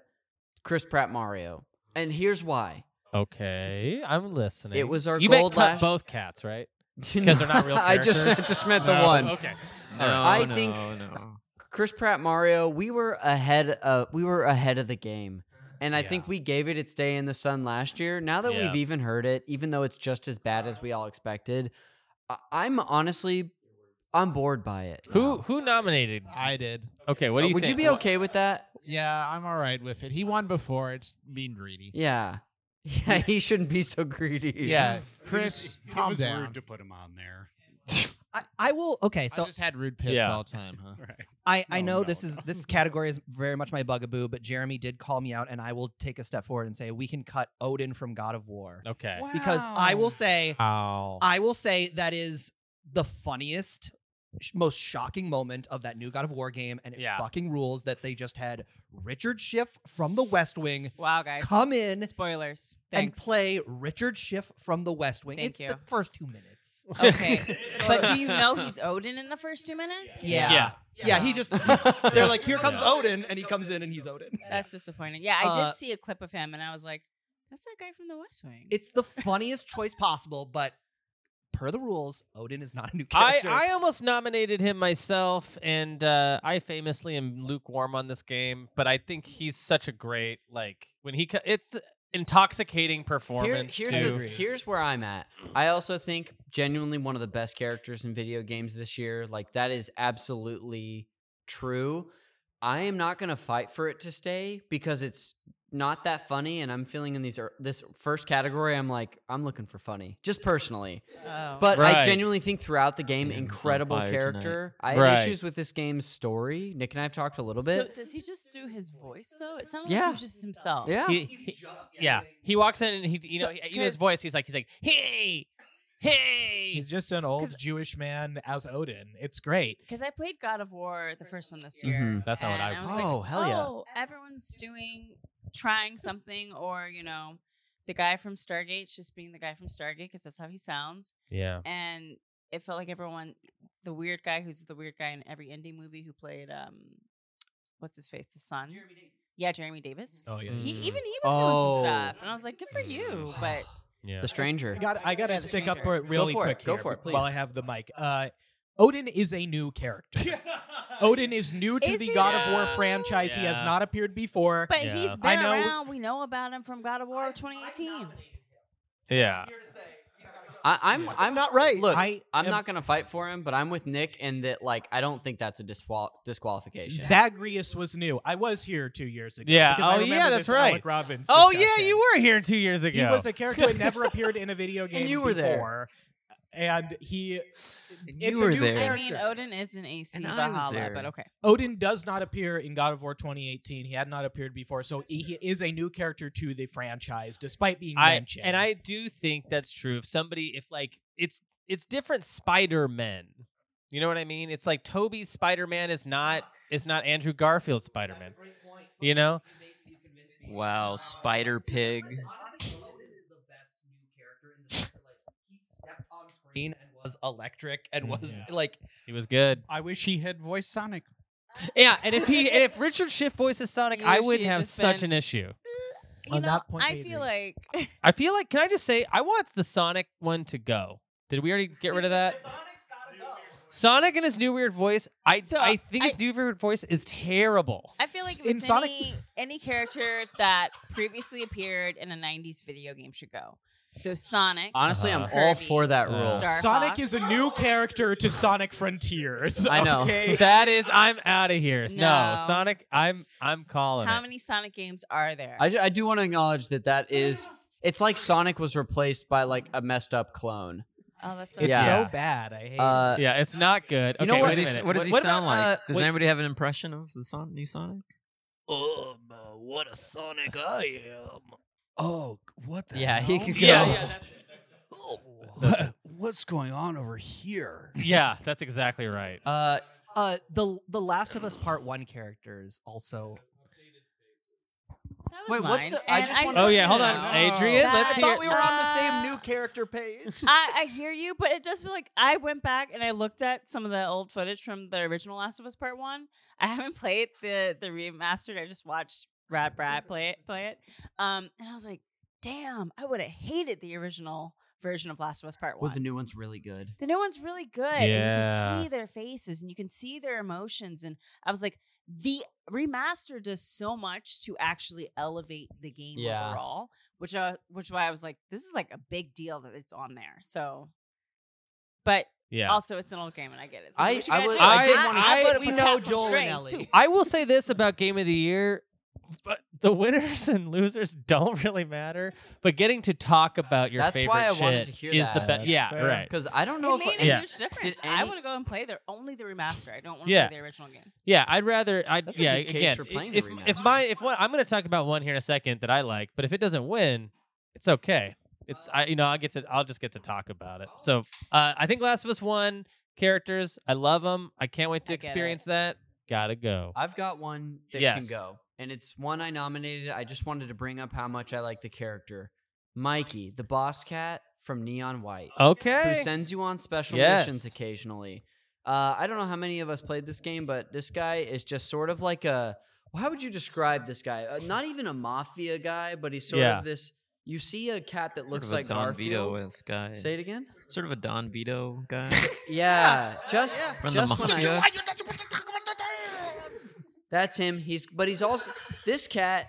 Speaker 5: Chris Pratt Mario, and here's why.
Speaker 1: Okay, I'm listening.
Speaker 5: It was our
Speaker 1: you
Speaker 5: goal
Speaker 1: meant cut
Speaker 5: last-
Speaker 1: both
Speaker 5: <laughs>
Speaker 1: cats, right? Because they're not real.
Speaker 5: I just I
Speaker 1: characters?
Speaker 5: just meant the
Speaker 1: No,
Speaker 5: one.
Speaker 1: Okay.
Speaker 2: no,
Speaker 5: I
Speaker 2: no,
Speaker 5: think-
Speaker 2: no.
Speaker 5: Chris Pratt Mario, we were ahead of we were ahead of the game. And I think we gave it its day in the sun last year. Now that
Speaker 1: Yeah.
Speaker 5: we've even heard it, even though it's just as bad as we all expected, I- I'm honestly I'm bored by it.
Speaker 1: Who
Speaker 5: now.
Speaker 1: who nominated?
Speaker 9: I did.
Speaker 1: Okay, what do
Speaker 5: Uh,
Speaker 1: you
Speaker 5: Would
Speaker 1: think?
Speaker 5: you be okay with that?
Speaker 9: Yeah, I'm all right with it. He won before. It's being greedy.
Speaker 5: Yeah. <laughs> Yeah, he shouldn't be so greedy.
Speaker 9: Yeah,
Speaker 7: Chris,
Speaker 9: Chris,
Speaker 7: it
Speaker 9: calm
Speaker 7: was
Speaker 9: down.
Speaker 7: rude to put him on there.
Speaker 4: I, I will. Okay, so
Speaker 9: I just had rude pits
Speaker 1: Yeah.
Speaker 9: all the time, huh?
Speaker 7: Right.
Speaker 4: I, I
Speaker 1: Oh,
Speaker 7: No,
Speaker 4: know
Speaker 7: no,
Speaker 4: this is
Speaker 7: no.
Speaker 1: <laughs>
Speaker 4: this category is very much my bugaboo, but Jeremy did call me out, and I will take a step forward and say we can cut Odin from God of War
Speaker 1: Okay.
Speaker 4: because I will say
Speaker 1: Ow.
Speaker 4: I will say that is the funniest, sh- most shocking moment of that new God of War game, and it
Speaker 1: Yeah.
Speaker 4: fucking rules that they just had Richard Schiff from The West Wing
Speaker 3: Wow, guys.
Speaker 4: come in
Speaker 3: Spoilers.
Speaker 4: and
Speaker 3: Thanks.
Speaker 4: play Richard Schiff from The West Wing.
Speaker 3: Thank
Speaker 4: it's
Speaker 3: you.
Speaker 4: the first two minutes. <laughs>
Speaker 3: Okay. <laughs> but do you know he's Odin in the first two minutes?
Speaker 4: Yeah.
Speaker 1: Yeah.
Speaker 4: Yeah, he just they're like, here comes Odin, and he comes in and he's Odin.
Speaker 3: That's disappointing. Yeah, I
Speaker 4: Uh,
Speaker 3: did see a clip of him and I was like, that's that guy from the West Wing.
Speaker 4: It's the funniest choice possible, but per the rules, Odin is not a new
Speaker 1: I,
Speaker 4: character.
Speaker 1: I almost nominated him myself, and uh, I famously am lukewarm on this game, but I think he's such a great like when he co- it's intoxicating
Speaker 5: Here-
Speaker 1: performance.
Speaker 5: here's,
Speaker 1: too.
Speaker 5: the, here's where I'm at. I also think genuinely one of the best characters in video games this year. Like that is absolutely true. I am not going to fight for it to stay because it's not that funny, and I'm feeling in these er- this first category. I'm like I'm looking for funny, just personally.
Speaker 3: oh.
Speaker 5: But I
Speaker 1: Right.
Speaker 5: genuinely think throughout the game,
Speaker 2: Damn, it's on
Speaker 5: incredible
Speaker 2: fire tonight.
Speaker 5: character. I
Speaker 1: Right.
Speaker 5: have issues with this game's story. Nick and I have talked a little
Speaker 3: So
Speaker 5: bit.
Speaker 3: does he just do his voice though? It sounds
Speaker 5: Yeah.
Speaker 3: like he's just himself.
Speaker 5: yeah,
Speaker 1: He- he- yeah, he walks in and he you
Speaker 3: So-
Speaker 1: know you know his
Speaker 3: 'cause-
Speaker 1: voice. He's like he's like hey hey.
Speaker 12: He's just an old Jewish man as Odin. It's great.
Speaker 3: Because I played God of War, the first one this year.
Speaker 5: Mhm.
Speaker 1: Mm-hmm, That's not what
Speaker 3: and
Speaker 1: I
Speaker 3: I
Speaker 1: was
Speaker 3: was like,
Speaker 5: Oh, hell yeah.
Speaker 3: Oh, everyone's doing, trying something, or, you know, the guy from Stargate's just being the guy from Stargate because that's how he sounds.
Speaker 1: yeah.
Speaker 3: And it felt like everyone, the weird guy who's the weird guy in every indie movie who played, um, what's his face, the son? Jeremy Davis. Yeah, Jeremy Davis.
Speaker 12: Oh yeah.
Speaker 3: He
Speaker 1: Mm.
Speaker 3: even he was doing
Speaker 5: Mm-hmm. Oh.
Speaker 3: some stuff, and I was like, "Good for you!"
Speaker 1: Mm. <sighs>
Speaker 3: But
Speaker 1: Yeah.
Speaker 5: the stranger.
Speaker 12: I got I got to
Speaker 3: Yeah, the
Speaker 12: stick up
Speaker 3: stranger.
Speaker 12: for it really
Speaker 5: for it,
Speaker 12: quick
Speaker 5: go
Speaker 12: here
Speaker 5: for it,
Speaker 12: while I
Speaker 5: please.
Speaker 12: have the mic. Uh, Odin is a new
Speaker 3: <laughs>
Speaker 12: character.
Speaker 5: <laughs>
Speaker 12: Odin is new to
Speaker 3: Is
Speaker 12: the
Speaker 3: he
Speaker 12: God of
Speaker 1: now?
Speaker 12: War franchise. He has
Speaker 1: Yeah.
Speaker 12: not appeared before.
Speaker 3: but
Speaker 1: Yeah.
Speaker 3: he's
Speaker 1: I
Speaker 3: been
Speaker 12: know-
Speaker 3: around. We know about him from God of War 2018.
Speaker 1: yeah.
Speaker 5: I, I'm I'm
Speaker 4: not right.
Speaker 5: Look,
Speaker 12: I
Speaker 5: I'm
Speaker 12: am-
Speaker 5: not gonna fight for him, but I'm with Nick in that like I don't think that's a disqual- disqualification.
Speaker 12: Zagreus was new. I was here two years ago.
Speaker 1: Yeah.
Speaker 12: because I
Speaker 1: Oh,
Speaker 12: remember
Speaker 1: yeah, that's
Speaker 12: this Alec
Speaker 1: right.
Speaker 12: Robbins.
Speaker 1: Oh
Speaker 12: discussion.
Speaker 1: yeah, you were here two years
Speaker 12: He
Speaker 1: ago.
Speaker 12: was a character that never appeared in a video game
Speaker 5: you were there.
Speaker 12: before, and he
Speaker 2: And
Speaker 12: it's
Speaker 2: you
Speaker 12: a
Speaker 2: were
Speaker 12: new
Speaker 2: there.
Speaker 12: character.
Speaker 3: I mean, Odin is an AC
Speaker 2: And I was
Speaker 3: Valhalla,
Speaker 2: there.
Speaker 3: but okay.
Speaker 12: Odin does not appear in God of War 2018. He had not appeared before, so he he is a new character to the franchise, despite being
Speaker 1: I,
Speaker 12: mentioned.
Speaker 1: and I do think that's true. If somebody, if like it's it's different Spider Men, you know what I mean? It's like Toby's Spider Man is not is not Andrew Garfield's Spider Man. You know?
Speaker 2: Wow, Spider Pig.
Speaker 4: Green and was electric and
Speaker 1: Mm,
Speaker 4: was
Speaker 1: yeah.
Speaker 4: like
Speaker 1: He was good.
Speaker 7: I wish he had voiced Sonic.
Speaker 1: Yeah, and if he and if Richard Schiff voices Sonic,
Speaker 3: You
Speaker 1: I
Speaker 3: wish he
Speaker 1: wouldn't
Speaker 3: had
Speaker 1: have
Speaker 3: just
Speaker 1: such
Speaker 3: been- uh,
Speaker 1: an issue.
Speaker 3: You
Speaker 12: On
Speaker 3: know,
Speaker 12: that point,
Speaker 3: I
Speaker 12: we
Speaker 1: <laughs>
Speaker 3: feel like
Speaker 1: I feel like can I just say I want the Sonic one to go. Did we already get rid of
Speaker 3: <laughs>
Speaker 1: that? Sonic and his new weird voice. I
Speaker 3: So,
Speaker 1: I think
Speaker 3: I-
Speaker 1: his new weird voice is terrible.
Speaker 3: I feel like if
Speaker 12: In
Speaker 3: it's
Speaker 12: Sonic-
Speaker 3: any any character that previously appeared in a '90s video game should go. So Sonic.
Speaker 5: Honestly, I'm all for that rule.
Speaker 3: Star
Speaker 8: Sonic
Speaker 3: Fox.
Speaker 8: is a new character to Sonic
Speaker 5: <laughs>
Speaker 8: Frontiers.
Speaker 1: I know.
Speaker 8: Okay?
Speaker 1: <laughs> That is, I'm out of here. No.
Speaker 3: No.
Speaker 1: Sonic, I'm, I'm calling
Speaker 3: How
Speaker 1: it.
Speaker 3: many Sonic games are there?
Speaker 5: I, ju- I do want to acknowledge that that is. It's like Sonic was replaced by like a messed up clone.
Speaker 3: oh, that's so
Speaker 5: It's Yeah.
Speaker 12: so bad. I hate
Speaker 5: Uh,
Speaker 1: yeah, it's not good.
Speaker 5: You know
Speaker 1: okay,
Speaker 5: what-
Speaker 1: wait a
Speaker 5: What is-
Speaker 1: minute.
Speaker 2: What does he sound
Speaker 1: about,
Speaker 2: like?
Speaker 1: uh,
Speaker 2: Does
Speaker 1: wait-
Speaker 2: anybody have an impression of the son- new Sonic?
Speaker 8: Um, uh, what a Sonic I am. Oh, what the
Speaker 5: Yeah,
Speaker 8: hell?
Speaker 5: he could Yeah, go. yeah,
Speaker 8: Oh, what,
Speaker 1: <laughs>
Speaker 8: what's going on over here?
Speaker 1: Yeah, that's exactly right.
Speaker 5: Uh,
Speaker 4: Uh, the the Last of Us Part One characters also.
Speaker 3: That
Speaker 5: Wait, what's the- I
Speaker 3: And
Speaker 5: just
Speaker 1: Oh yeah, hold on, Adrian.
Speaker 3: That-
Speaker 1: Let's
Speaker 4: I
Speaker 1: hear.
Speaker 4: thought we were on the
Speaker 3: Uh,
Speaker 4: same new character page.
Speaker 3: I, I hear you, but it does feel like I went back and I looked at some of the old footage from the original Last of Us Part One. I haven't played the the remastered. I just watched Brad Brad play it play it, um, and I was like, damn, I would have hated the original version of Last of Us Part One.
Speaker 5: Well, the new one's really good.
Speaker 3: the new one's really good, and
Speaker 1: Yeah.
Speaker 3: you can see their faces and you can see their emotions. And I was like, the remaster does so much to actually elevate the game
Speaker 5: Yeah.
Speaker 3: overall, which I, which why I was like, this is like a big deal that it's on there. So, but
Speaker 1: Yeah.
Speaker 3: also it's an old game, and I get it. So
Speaker 5: I-
Speaker 3: what you
Speaker 5: I
Speaker 3: gotta
Speaker 5: would-
Speaker 3: do?
Speaker 5: I
Speaker 1: did
Speaker 3: I,
Speaker 1: wanna-
Speaker 3: I,
Speaker 1: I-
Speaker 3: voted
Speaker 1: we
Speaker 3: for
Speaker 1: know
Speaker 3: Catherine
Speaker 8: Joel and
Speaker 3: Strait,
Speaker 8: Ellie.
Speaker 3: too.
Speaker 1: I will say this about Game of the Year. but The winners <laughs> and losers don't really matter, but getting to talk about your
Speaker 5: That's
Speaker 1: favorite
Speaker 5: why I
Speaker 1: shit
Speaker 5: wanted to hear
Speaker 1: is the
Speaker 5: that.
Speaker 1: best.
Speaker 12: That's
Speaker 1: Yeah,
Speaker 12: fair.
Speaker 1: right.
Speaker 5: Because I don't know
Speaker 3: It
Speaker 5: if
Speaker 3: made a
Speaker 1: Yeah.
Speaker 3: huge difference. I
Speaker 5: any-
Speaker 3: want to go and play the only the remaster. I don't want to
Speaker 1: Yeah.
Speaker 3: play the original game.
Speaker 1: Yeah, I'd rather. I
Speaker 5: That's a
Speaker 1: yeah.
Speaker 5: good case
Speaker 1: again,
Speaker 5: for
Speaker 1: i-
Speaker 5: playing the
Speaker 1: if if
Speaker 5: remaster.
Speaker 1: my if one, I'm going to talk about one here in a second that I like, but if it doesn't win, it's okay. It's I you know I get to I'll just get to talk about it. So uh, I think Last of Us one characters I love them. I can't wait to
Speaker 3: I get it.
Speaker 1: experience that. Gotta go.
Speaker 5: I've got one that
Speaker 1: Yes.
Speaker 5: can go, and it's one I nominated. I just wanted to bring up how much I like the character, Mikey, the boss cat from Neon White,
Speaker 1: Okay.
Speaker 5: who sends you on special
Speaker 1: Yes.
Speaker 5: missions occasionally. Uh, I don't know how many of us played this game, but this guy is just sort of like a. well, How would you describe this guy? Uh, not even a mafia guy, but he's sort
Speaker 1: Yeah.
Speaker 5: of this. You see a cat that
Speaker 2: Sort
Speaker 5: looks
Speaker 2: of
Speaker 5: like
Speaker 2: a Don
Speaker 5: Garfield.
Speaker 2: Vito guy.
Speaker 5: Say it again.
Speaker 2: Sort of a Don Vito guy.
Speaker 5: <laughs> Yeah, just
Speaker 2: From the
Speaker 5: just when I-
Speaker 2: mafia.
Speaker 5: That's him. He's but he's also this cat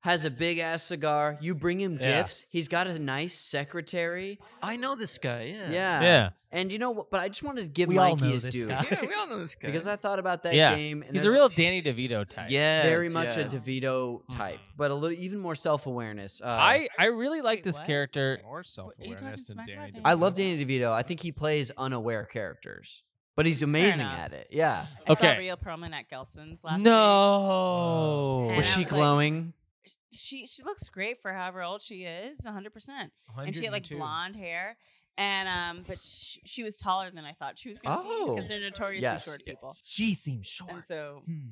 Speaker 5: has a big ass cigar. You bring him
Speaker 1: Yeah.
Speaker 5: gifts. He's got a nice secretary.
Speaker 2: I know this guy. Yeah.
Speaker 5: Yeah.
Speaker 1: Yeah.
Speaker 5: And you know what? But I just wanted to give
Speaker 4: We all
Speaker 5: Mikey
Speaker 4: know
Speaker 5: his
Speaker 4: this
Speaker 5: due
Speaker 4: guy.
Speaker 2: Yeah, we all know this guy.
Speaker 5: <laughs> because I thought about that
Speaker 1: yeah,
Speaker 5: game. And
Speaker 1: he's a
Speaker 5: there's
Speaker 1: real Danny DeVito type. Mm-hmm.
Speaker 2: yes,
Speaker 5: very much
Speaker 2: yes.
Speaker 5: a DeVito type, but a little even more self awareness. Uh,
Speaker 1: I I really like
Speaker 3: Wait,
Speaker 1: this
Speaker 3: what?
Speaker 1: character.
Speaker 12: More self awareness than
Speaker 3: smack
Speaker 12: Danny.
Speaker 3: about Danny?
Speaker 5: I love Danny DeVito. I think he plays unaware characters, but he's amazing
Speaker 3: enough.
Speaker 5: at it. Yeah.
Speaker 3: I
Speaker 1: Okay.
Speaker 3: saw Real Perlman at Gelson's last week.
Speaker 1: No.
Speaker 3: And
Speaker 5: was
Speaker 3: I
Speaker 5: she
Speaker 3: was like-
Speaker 5: glowing?
Speaker 3: She she looks great for however old she is, 100%. and she had like
Speaker 12: 102.
Speaker 3: blonde hair. And um, but she, she was taller than I thought she was going to be
Speaker 5: Oh.
Speaker 3: because they're notoriously
Speaker 5: Yes.
Speaker 3: short people.
Speaker 4: she seems short.
Speaker 3: And so,
Speaker 4: Hmm.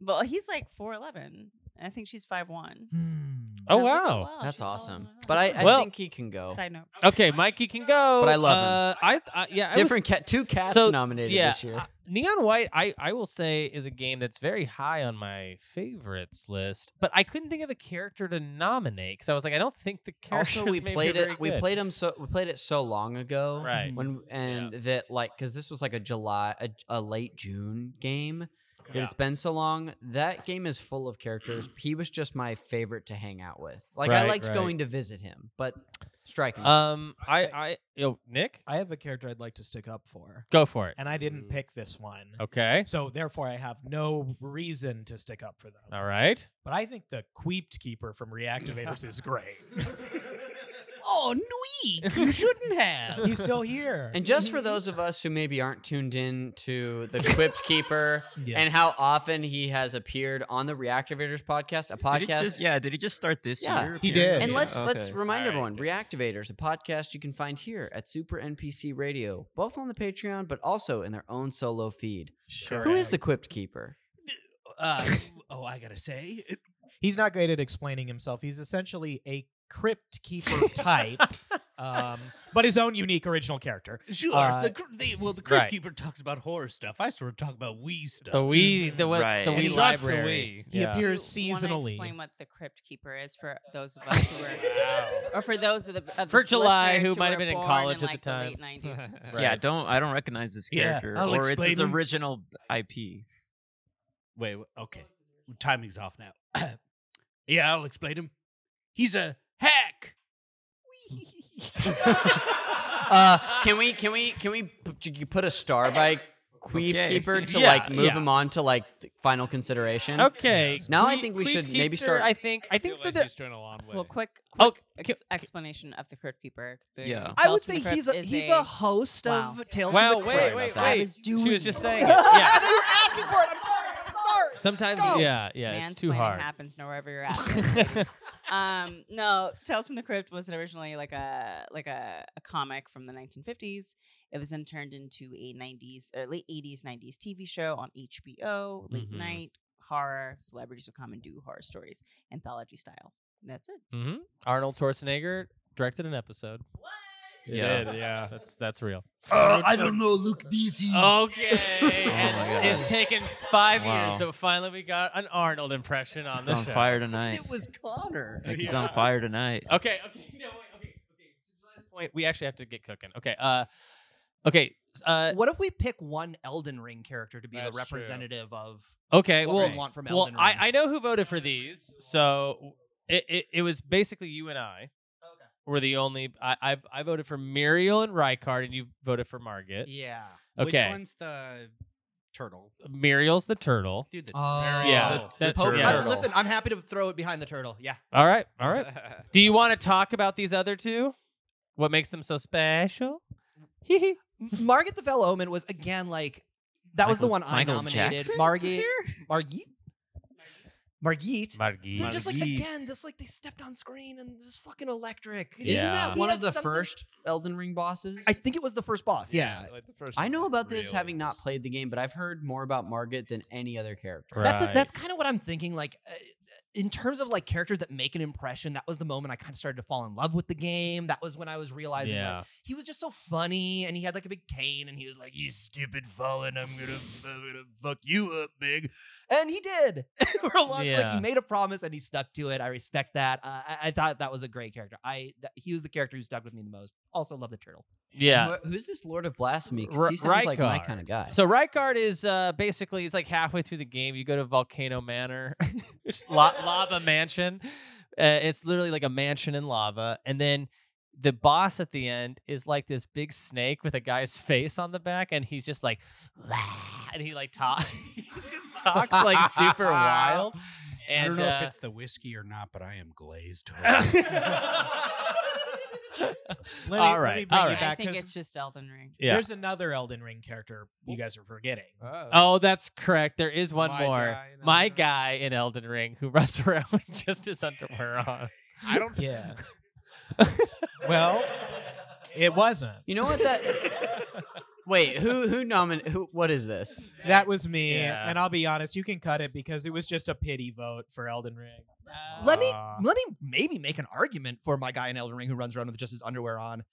Speaker 3: well, he's like four eleven. I think she's five one.
Speaker 4: Hmm.
Speaker 1: Oh wow.
Speaker 5: That's awesome. But I, I
Speaker 1: Well-
Speaker 5: think he can go.
Speaker 3: side note,
Speaker 1: Okay, Mikey can go.
Speaker 5: But I love
Speaker 1: him. Uh, I uh, yeah. I was-
Speaker 5: Different cat, two cats
Speaker 1: So,
Speaker 5: nominated
Speaker 1: yeah,
Speaker 5: this year.
Speaker 1: uh, Neon White, I, I will say, is a game that's very high on my favorites list, but I couldn't think of a character to nominate because I was like, I don't think the character.
Speaker 5: also we played it we played him so we played it so long ago
Speaker 1: Right.
Speaker 5: when and that like because this was like a july a, a late june game that it's been so long that game is full of characters he was just my favorite to hang out with like i
Speaker 1: Right,
Speaker 5: liked
Speaker 1: right.
Speaker 5: going to visit him but striking
Speaker 1: Um, I I yo Nick,
Speaker 12: I have a character I'd like to stick up for,
Speaker 1: go for it.
Speaker 12: and I didn't pick this one.
Speaker 1: Okay,
Speaker 12: So therefore, I have no reason to stick up for them.
Speaker 1: all right.
Speaker 12: But I think the Queeped Keeper from Reactivators is great.
Speaker 4: Oh, Nui,
Speaker 1: <laughs>
Speaker 4: you shouldn't have.
Speaker 12: He's still here.
Speaker 5: and just for those of us who maybe aren't tuned in to
Speaker 12: <laughs>
Speaker 5: the Quipped Keeper
Speaker 12: Yeah.
Speaker 5: and how often he has appeared on the Reactivators podcast, a podcast
Speaker 2: Did he just, yeah, did he just start this
Speaker 5: Yeah.
Speaker 2: year? apparently?
Speaker 12: He did.
Speaker 5: And
Speaker 12: Yeah,
Speaker 5: let's let's
Speaker 2: Okay.
Speaker 5: remind
Speaker 1: All right.
Speaker 5: everyone, Reactivators, a podcast you can find here at Super NPC Radio, both on the Patreon but also in their own solo feed.
Speaker 12: sure.
Speaker 5: Who is the Quipped Keeper?
Speaker 12: <laughs>
Speaker 8: Uh, oh, I gotta say, it-
Speaker 12: He's not great at explaining himself. He's essentially a Crypt Keeper type, um, but his own unique original character.
Speaker 8: sure.
Speaker 12: Uh,
Speaker 8: the, cr- the, well, the crypt
Speaker 12: <laughs>
Speaker 1: right.
Speaker 8: keeper talks about horror stuff. I sort of talk about wee stuff.
Speaker 1: The we the what
Speaker 2: Right.
Speaker 1: the
Speaker 2: And
Speaker 1: we
Speaker 12: he lost
Speaker 2: the
Speaker 1: library.
Speaker 12: He
Speaker 1: yeah.
Speaker 12: appears
Speaker 3: Want to
Speaker 12: seasonally.
Speaker 3: explain what the Crypt Keeper is for those of us
Speaker 1: <laughs>
Speaker 3: who are, or for those of the of the
Speaker 1: For July,
Speaker 3: listeners
Speaker 1: who might
Speaker 3: were
Speaker 1: have been in
Speaker 3: born
Speaker 1: college at
Speaker 3: like,
Speaker 1: the time. <laughs>
Speaker 3: late nineties.
Speaker 2: Yeah, don't I don't recognize this
Speaker 8: Yeah,
Speaker 2: character
Speaker 8: I'll
Speaker 2: or it's its
Speaker 8: explain him.
Speaker 2: original IP.
Speaker 8: Wait, w- okay. Timing's off <coughs> now. yeah, I'll explain him. He's a hack.
Speaker 5: Uh, can we can we can we p- you put a star by Queebkeeper
Speaker 1: Okay.
Speaker 5: to
Speaker 1: Yeah,
Speaker 5: like move
Speaker 1: yeah.
Speaker 5: him on to like th- final consideration?
Speaker 1: Okay.
Speaker 5: Now I
Speaker 1: Queeb-
Speaker 5: think we
Speaker 1: Queeb
Speaker 5: should maybe
Speaker 1: Keeper,
Speaker 5: start.
Speaker 1: I think. I think so. That
Speaker 3: Well, quick,
Speaker 1: Oh,
Speaker 3: quick ex- explanation of the Crypt Keeper. The
Speaker 1: Yeah.
Speaker 4: I would
Speaker 3: Tales from
Speaker 4: say
Speaker 3: the Crypt
Speaker 4: he's a
Speaker 3: is
Speaker 4: he's a host
Speaker 3: Wow.
Speaker 4: of Tales
Speaker 1: Wow,
Speaker 4: from the
Speaker 1: wait,
Speaker 4: Crypt.
Speaker 1: wait,
Speaker 4: I
Speaker 1: wait.
Speaker 4: was
Speaker 1: She was
Speaker 4: doing
Speaker 1: just
Speaker 3: <laughs>
Speaker 4: it.
Speaker 1: saying it, yeah.
Speaker 4: they were asking for it. I'm sorry. I'm sorry.
Speaker 1: Sometimes,
Speaker 4: Go.
Speaker 1: yeah, yeah, it's too
Speaker 3: Mansplaining
Speaker 1: hard.
Speaker 3: happens no wherever you're at. ladies. um, no, Tales from the Crypt was originally like a like a, a comic from the 1950s. It was then turned into a 90s or late 80s 90s TV show on HBO, late
Speaker 1: Mhm.
Speaker 3: night horror. Celebrities would come and do horror stories, anthology style. That's it.
Speaker 1: hmm Arnold Schwarzenegger directed an episode. What?
Speaker 8: Yeah.
Speaker 1: Yeah, yeah, that's that's real.
Speaker 8: Uh, I don't know, Luke Busy.
Speaker 2: <laughs>
Speaker 1: Okay,
Speaker 8: <laughs>
Speaker 2: Oh my
Speaker 1: and
Speaker 2: God.
Speaker 1: it's taken five years,
Speaker 2: Wow.
Speaker 1: but finally we got an Arnold impression on
Speaker 2: He's
Speaker 1: the
Speaker 2: on
Speaker 1: show.
Speaker 2: fire tonight.
Speaker 1: It
Speaker 5: was Connor.
Speaker 2: Like he's on fire tonight.
Speaker 1: Okay, okay, no, wait, okay, okay. To July's point, we actually have to get cooking. Okay, uh, okay, s- uh,
Speaker 4: What if we pick one Elden Ring character to be the
Speaker 9: That's true.
Speaker 4: representative of
Speaker 1: okay.
Speaker 4: what
Speaker 1: well,
Speaker 4: we want from
Speaker 1: well,
Speaker 4: Elden Ring?
Speaker 1: I, I know who voted for these, so it, it, it was basically you and I. Were the only I, I I voted for Muriel and Rykard, and you voted for Margit.
Speaker 4: Yeah.
Speaker 1: Uh, Okay.
Speaker 7: Which one's the turtle?
Speaker 1: Muriel's the turtle.
Speaker 7: Dude, the
Speaker 5: Oh.
Speaker 7: turtle.
Speaker 1: Yeah,
Speaker 7: The-
Speaker 1: the
Speaker 7: the
Speaker 1: turtle.
Speaker 4: I- listen, I'm happy to throw it behind the turtle. Yeah.
Speaker 1: All right,
Speaker 2: <laughs>
Speaker 1: all right. Do you want to talk about these other two? What makes them so special?
Speaker 4: Margaret the Fell Omen was again like that was the
Speaker 2: Michael-
Speaker 4: one I
Speaker 2: Michael
Speaker 4: nominated.
Speaker 2: Jackson is
Speaker 4: Margit,
Speaker 2: here?
Speaker 4: Margit, Margit.
Speaker 1: Margit.
Speaker 4: They're just like again, just like they stepped on screen and just fucking electric.
Speaker 5: Isn't that
Speaker 4: He
Speaker 5: one
Speaker 4: had
Speaker 5: of the
Speaker 4: something-
Speaker 5: first Elden Ring bosses?
Speaker 4: I think it was the first boss. Yeah.
Speaker 9: like the first
Speaker 5: I
Speaker 9: one
Speaker 5: know about this
Speaker 9: really
Speaker 5: having not played the game, but I've heard more about Margit than any other character.
Speaker 4: That's
Speaker 1: Right.
Speaker 4: a, that's kind of what I'm thinking. Like, uh, in terms of like characters that make an impression, that was the moment I kind of started to fall in love with the game. That was when I was realizing
Speaker 1: Yeah.
Speaker 4: like he was just so funny, and he had like a big cane, and he was like, "You stupid <laughs> fallen, I'm gonna, I'm gonna fuck you up big," and he did. <laughs> For a long, like
Speaker 1: Yeah.
Speaker 4: he made a promise and he stuck to it. I respect that. Uh, I, I thought that was a great character. I th- he was the character who stuck with me the most. Also love the turtle.
Speaker 1: Yeah.
Speaker 5: Who- who's this Lord of Blasphemy? 'Cause
Speaker 1: R-
Speaker 5: he sounds like my
Speaker 1: Rykard.
Speaker 5: kind of guy.
Speaker 1: So Rykard is uh, basically it's like halfway through the game. You go to Volcano Manor, <laughs> which la- lava mansion. Uh, it's literally like a mansion in lava, and then the boss at the end is like this big snake with a guy's face on the back, and he's just like, "Wah," and he like
Speaker 12: <laughs>
Speaker 1: talks, he just talks like super wild. And
Speaker 7: I don't know if
Speaker 1: uh,
Speaker 7: it's the whiskey or not, but I am
Speaker 1: <laughs>
Speaker 7: glazed. over.
Speaker 12: Let me-
Speaker 1: all
Speaker 12: let
Speaker 1: right,
Speaker 12: me bring
Speaker 1: all
Speaker 12: you
Speaker 1: right.
Speaker 12: back
Speaker 3: I think
Speaker 12: 'cause
Speaker 3: it's just Elden Ring.
Speaker 1: Yeah.
Speaker 12: There's another Elden Ring character you guys are forgetting.
Speaker 1: Oh, that's correct. There is one
Speaker 9: My
Speaker 1: more.
Speaker 9: guy in
Speaker 1: My
Speaker 9: Elden Ring.
Speaker 1: guy in Elden Ring who runs <laughs> around with just his underwear on.
Speaker 9: I don't.
Speaker 12: Yeah. well, it wasn't.
Speaker 5: You know what <laughs> that? Wait, who <laughs> who nominated? Who? What is this?
Speaker 12: That was me,
Speaker 1: Yeah.
Speaker 12: and I'll be honest, you can cut it because it was just a pity vote for Elden Ring.
Speaker 4: Let me
Speaker 12: Uh,
Speaker 4: let me maybe make an argument for my guy in Elden Ring who runs around with just his underwear on.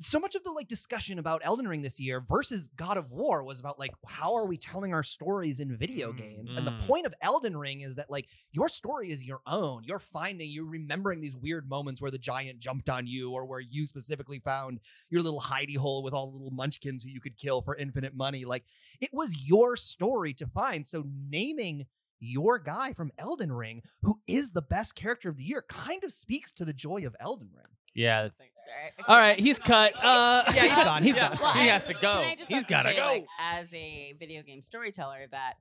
Speaker 4: So much of the like discussion about Elden Ring this year versus God of War was about like how are we telling our stories in video games? And the
Speaker 1: mm.
Speaker 4: point of Elden Ring is that like your story is your own. You're finding, you're remembering these weird moments where the giant jumped on you or where you specifically found your little hidey hole with all the little munchkins who you could kill for infinite money. Like it was your story to find. So naming your guy from Elden Ring, who is the best character of the year, kind of speaks to the joy of Elden Ring.
Speaker 1: Yeah. that's-
Speaker 3: Sorry.
Speaker 1: All right, he's <laughs> cut. Uh,
Speaker 4: Yeah, he's gone,
Speaker 1: <laughs>
Speaker 4: he's gone.
Speaker 3: Well,
Speaker 1: he
Speaker 3: I-
Speaker 1: has to go.
Speaker 3: Can I just
Speaker 1: he's
Speaker 3: also
Speaker 1: gotta
Speaker 3: say,
Speaker 1: go.
Speaker 3: Like, as a video game storyteller, that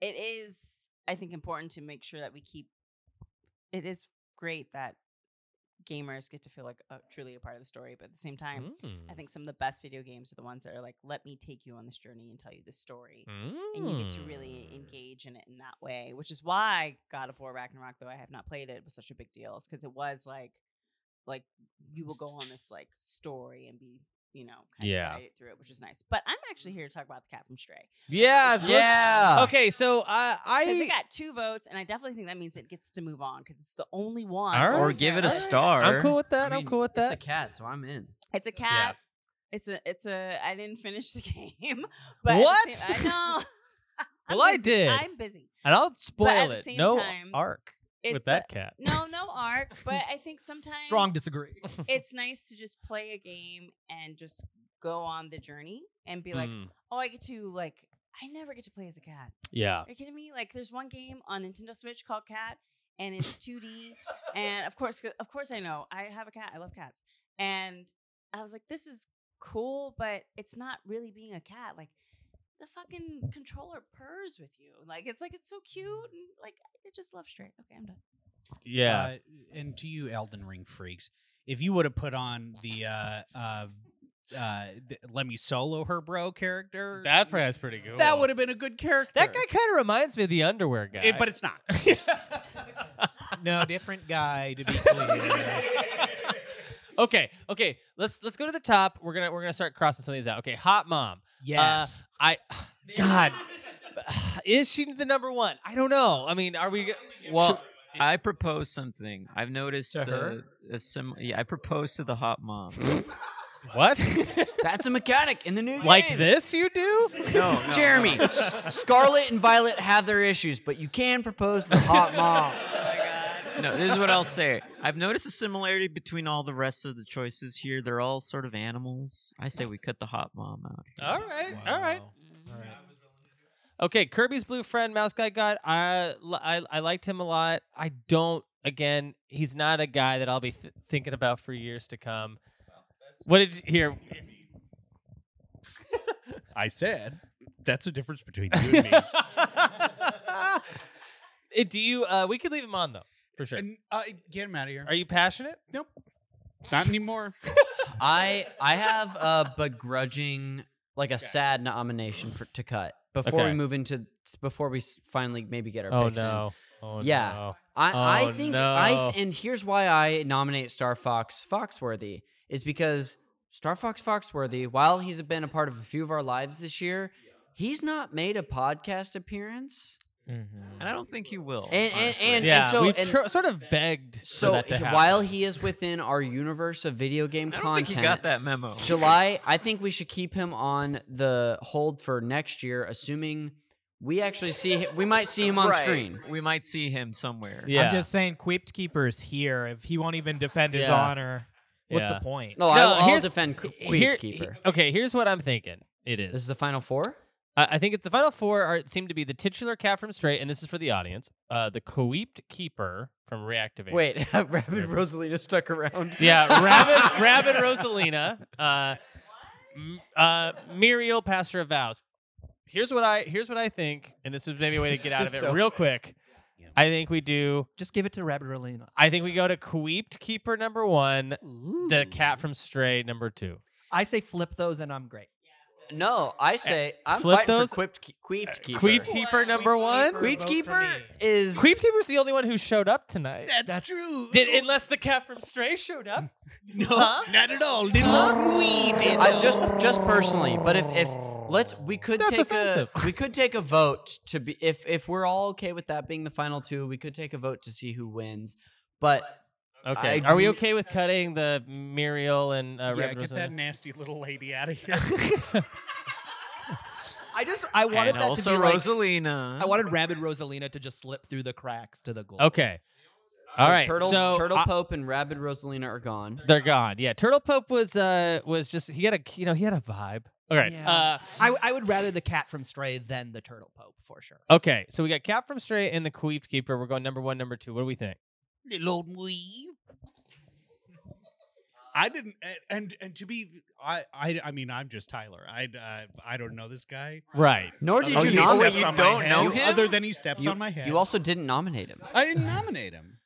Speaker 3: it is, I think, important to make sure that we keep. It is great that gamers get to feel like a, truly a part of the story, but at the same time, I
Speaker 1: Mm.
Speaker 3: think some of the best video games are the ones that are like, "Let me take you on this journey and tell you this story," and you get to really
Speaker 1: Mm.
Speaker 3: engage in it in that way. Which is why God of War Ragnarok, though I have not played it, was such a big deal, is because it was like, like you will go on this like story and be. You know, kind
Speaker 1: Yeah. Mm.
Speaker 3: of guided through it, which is nice. But I'm actually here to talk about the cat from Stray.
Speaker 1: Yeah. so let's-
Speaker 5: Yeah.
Speaker 1: Okay, so uh,
Speaker 3: Because it
Speaker 1: I.
Speaker 3: got two votes, and I definitely think that means it gets to move on because it's the only one.
Speaker 1: All right.
Speaker 2: Or give it a
Speaker 3: Alright.
Speaker 2: star.
Speaker 1: I'm cool with that.
Speaker 5: I
Speaker 1: I am
Speaker 5: mean, <sighs>
Speaker 1: cool with
Speaker 5: It's
Speaker 1: that. <sighs>
Speaker 5: a cat, so I'm in.
Speaker 3: It's a cat. It's a. It's a. I didn't finish the <laughs> game. But
Speaker 1: What?
Speaker 3: At the same,
Speaker 1: <laughs>
Speaker 3: I know. <laughs> I'm
Speaker 1: Well, I
Speaker 3: busy.
Speaker 1: did.
Speaker 3: I'm busy.
Speaker 1: and I'll
Speaker 3: at
Speaker 1: spoil
Speaker 3: the
Speaker 1: it.
Speaker 3: same
Speaker 1: No
Speaker 3: time,
Speaker 1: arc with
Speaker 3: It's
Speaker 1: that
Speaker 3: a-
Speaker 1: cat.
Speaker 3: no,
Speaker 1: <laughs>
Speaker 3: no arc, but I think sometimes
Speaker 4: Strong disagree.
Speaker 5: <laughs>
Speaker 3: it's nice to just play a game and just go on the journey and be like,
Speaker 1: Mm,
Speaker 3: oh, I get to like. I never get to play as a cat.
Speaker 1: yeah.
Speaker 3: Are you kidding me? Like, there's one game on Nintendo Switch called Cat, and it's 2D. and of course, of course, I know I have a cat. I love cats. and I was like, this is cool, but it's not really being a cat. Like the fucking controller purrs with you. Like it's like it's so cute and like I just love straight. Okay, I'm done.
Speaker 1: Yeah.
Speaker 7: Uh, and to you, Elden Ring freaks, if you would have put on the uh, uh, uh, th- let me solo her bro character,
Speaker 1: That that's pretty cool.
Speaker 7: That would have been a good character.
Speaker 1: That guy kind of reminds me of the underwear guy.
Speaker 7: It- but
Speaker 1: <laughs>
Speaker 7: it's <laughs> not.
Speaker 12: no, different
Speaker 1: <laughs>
Speaker 12: guy to be clear.
Speaker 1: okay, okay. Let's let's go to the top. We're gonna we're gonna start crossing some of these out. Okay, hot mom. Uh,
Speaker 12: Yes.
Speaker 1: I. <sighs> God, <laughs> is she the number one? I don't know. I mean, are we? g-
Speaker 2: Well, I proposed something. I've noticed
Speaker 1: To her?
Speaker 2: Uh, a sim- yeah, I proposed to the hot mom.
Speaker 1: what?
Speaker 2: <laughs>
Speaker 5: That's a mechanic in the new
Speaker 2: Like
Speaker 5: games.
Speaker 1: this, you do?
Speaker 2: No, no,
Speaker 5: Jeremy,
Speaker 2: no.
Speaker 5: S- Scarlet and Violet have their issues, but you can propose the hot
Speaker 2: <laughs>
Speaker 5: mom.
Speaker 2: Oh no, this is what I'll say. I've noticed a similarity between all the rest of the choices here. They're all sort of animals. I say we cut the hot mom out.
Speaker 1: All right, all right.
Speaker 5: Mm-hmm.
Speaker 1: Okay, Kirby's blue friend, Mouse Guy God. I, li- I I liked him a lot. I don't. Again, he's not a guy that I'll be th- thinking about for years to come. What did you,
Speaker 7: <laughs>
Speaker 1: here?
Speaker 7: I said that's the difference between you <laughs> and me.
Speaker 1: Eh, Do you? Uh, we could leave him on though, for sure.
Speaker 7: uh, get him out of here.
Speaker 1: Are you passionate?
Speaker 7: Nope.
Speaker 1: <laughs>
Speaker 7: Not anymore.
Speaker 5: I I have a begrudging, like a sad nomination for to cut before
Speaker 1: Okay.
Speaker 5: we move into before we s- finally maybe get our
Speaker 1: Oh,
Speaker 5: picks in.
Speaker 1: no. Oh,
Speaker 5: yeah.
Speaker 1: no.
Speaker 5: I I
Speaker 1: Oh,
Speaker 5: think I
Speaker 1: no.
Speaker 5: th- and here's why I nominate Star Fox Foxworthy is because Star Fox Foxworthy, while he's been a part of a few of our lives this year, he's not made a podcast appearance.
Speaker 1: Mm-hmm.
Speaker 2: And I don't think he will.
Speaker 5: And and,
Speaker 2: honestly.
Speaker 5: and, and so and- So
Speaker 1: that to
Speaker 5: he-
Speaker 1: happen.
Speaker 5: while he is within our universe of video game
Speaker 2: I don't
Speaker 5: content,
Speaker 2: think he got that memo.
Speaker 5: July, I think we should keep him on the hold for next year, assuming we actually see hi- we might see him on
Speaker 2: Right.
Speaker 5: screen.
Speaker 2: We might see him somewhere.
Speaker 12: I'm just saying, Quipped Keeper's here. If he won't even defend his
Speaker 1: Yeah.
Speaker 12: honor, what's
Speaker 1: Yeah.
Speaker 12: the point?
Speaker 5: No, I'll- I'll
Speaker 1: here's-
Speaker 5: defend
Speaker 1: <laughs>
Speaker 5: Qu-
Speaker 1: here-
Speaker 5: Queepkeeper.
Speaker 1: Okay, here's what I'm thinking. It is. This is
Speaker 5: the final four.
Speaker 1: I I think it's the final four are seem to be the titular cat from Stray, and this is for the audience. Uh, the Coept Keeper from Reactivate.
Speaker 5: Wait, <laughs> Rabbit Rosalina stuck around.
Speaker 1: Yeah,
Speaker 5: <laughs>
Speaker 1: Rabbit, Rabbit Rosalina, uh, M- uh, Muriel, Pastor of Vows. Here's what I here's what I think, and this is maybe a way to
Speaker 4: This
Speaker 1: get out
Speaker 4: is
Speaker 1: of it
Speaker 4: so
Speaker 1: real quick. I think we do.
Speaker 4: Just give it to Rabbit Rolina.
Speaker 1: I think we go to Queeped Keeper number one, the cat from Stray number two.
Speaker 4: I say flip those and I'm great.
Speaker 5: No, I say I'm
Speaker 1: Eh, Flip
Speaker 5: fighting
Speaker 1: those-
Speaker 5: for Queeped, Ke- Queeped Keeper.
Speaker 1: Queeped Keeper number one.
Speaker 5: Queeped Keeper is
Speaker 1: Queep Keeper's the only one who showed up tonight.
Speaker 5: That's
Speaker 1: true. Did, unless the cat from Stray showed up.
Speaker 5: No, not at all. Did not we did. I, just just personally, but if if let's we could
Speaker 1: That's
Speaker 5: take
Speaker 1: offensive.
Speaker 5: a we could take a vote to be if if we're all okay with that being the final two, we could take a vote to see who wins. But
Speaker 1: Okay.
Speaker 5: I-
Speaker 1: Are we okay with cutting the Muriel and uh,
Speaker 7: yeah,
Speaker 1: Rabbit
Speaker 7: get
Speaker 1: Rosalina?
Speaker 7: that nasty little
Speaker 1: <laughs>
Speaker 7: lady out of here.
Speaker 4: I just I wanted
Speaker 2: And
Speaker 4: that
Speaker 2: also
Speaker 4: to be like-
Speaker 2: Rosalina.
Speaker 4: I wanted Rabbit Rosalina to just slip through the cracks to the goal.
Speaker 1: Okay. All right.
Speaker 5: Turtle
Speaker 1: so uh
Speaker 5: Turtle
Speaker 1: I-
Speaker 5: Pope and Rabbit Rosalina are gone.
Speaker 1: they're gone. Yeah. Turtle Pope was uh was just he had a you know he had a vibe. All right.
Speaker 4: Uh, I, I would rather the cat from Stray than the Turtle Pope for sure.
Speaker 1: Okay. So we got Cap from Stray and the Queeped Keeper. We're going number one, number two. What do we think?
Speaker 7: Little old wee. I didn't, and- and and to be, I I, I mean, I'm just Tyler. I uh, I don't know this guy.
Speaker 1: Right.
Speaker 5: Nor did
Speaker 7: Other
Speaker 5: you
Speaker 7: than
Speaker 5: nom- Oh,
Speaker 7: he steps
Speaker 5: you
Speaker 7: on my
Speaker 5: don't
Speaker 7: head.
Speaker 5: know him?
Speaker 7: Other than he steps
Speaker 5: You-
Speaker 7: on my head.
Speaker 5: You also didn't nominate him.
Speaker 7: I didn't nominate him.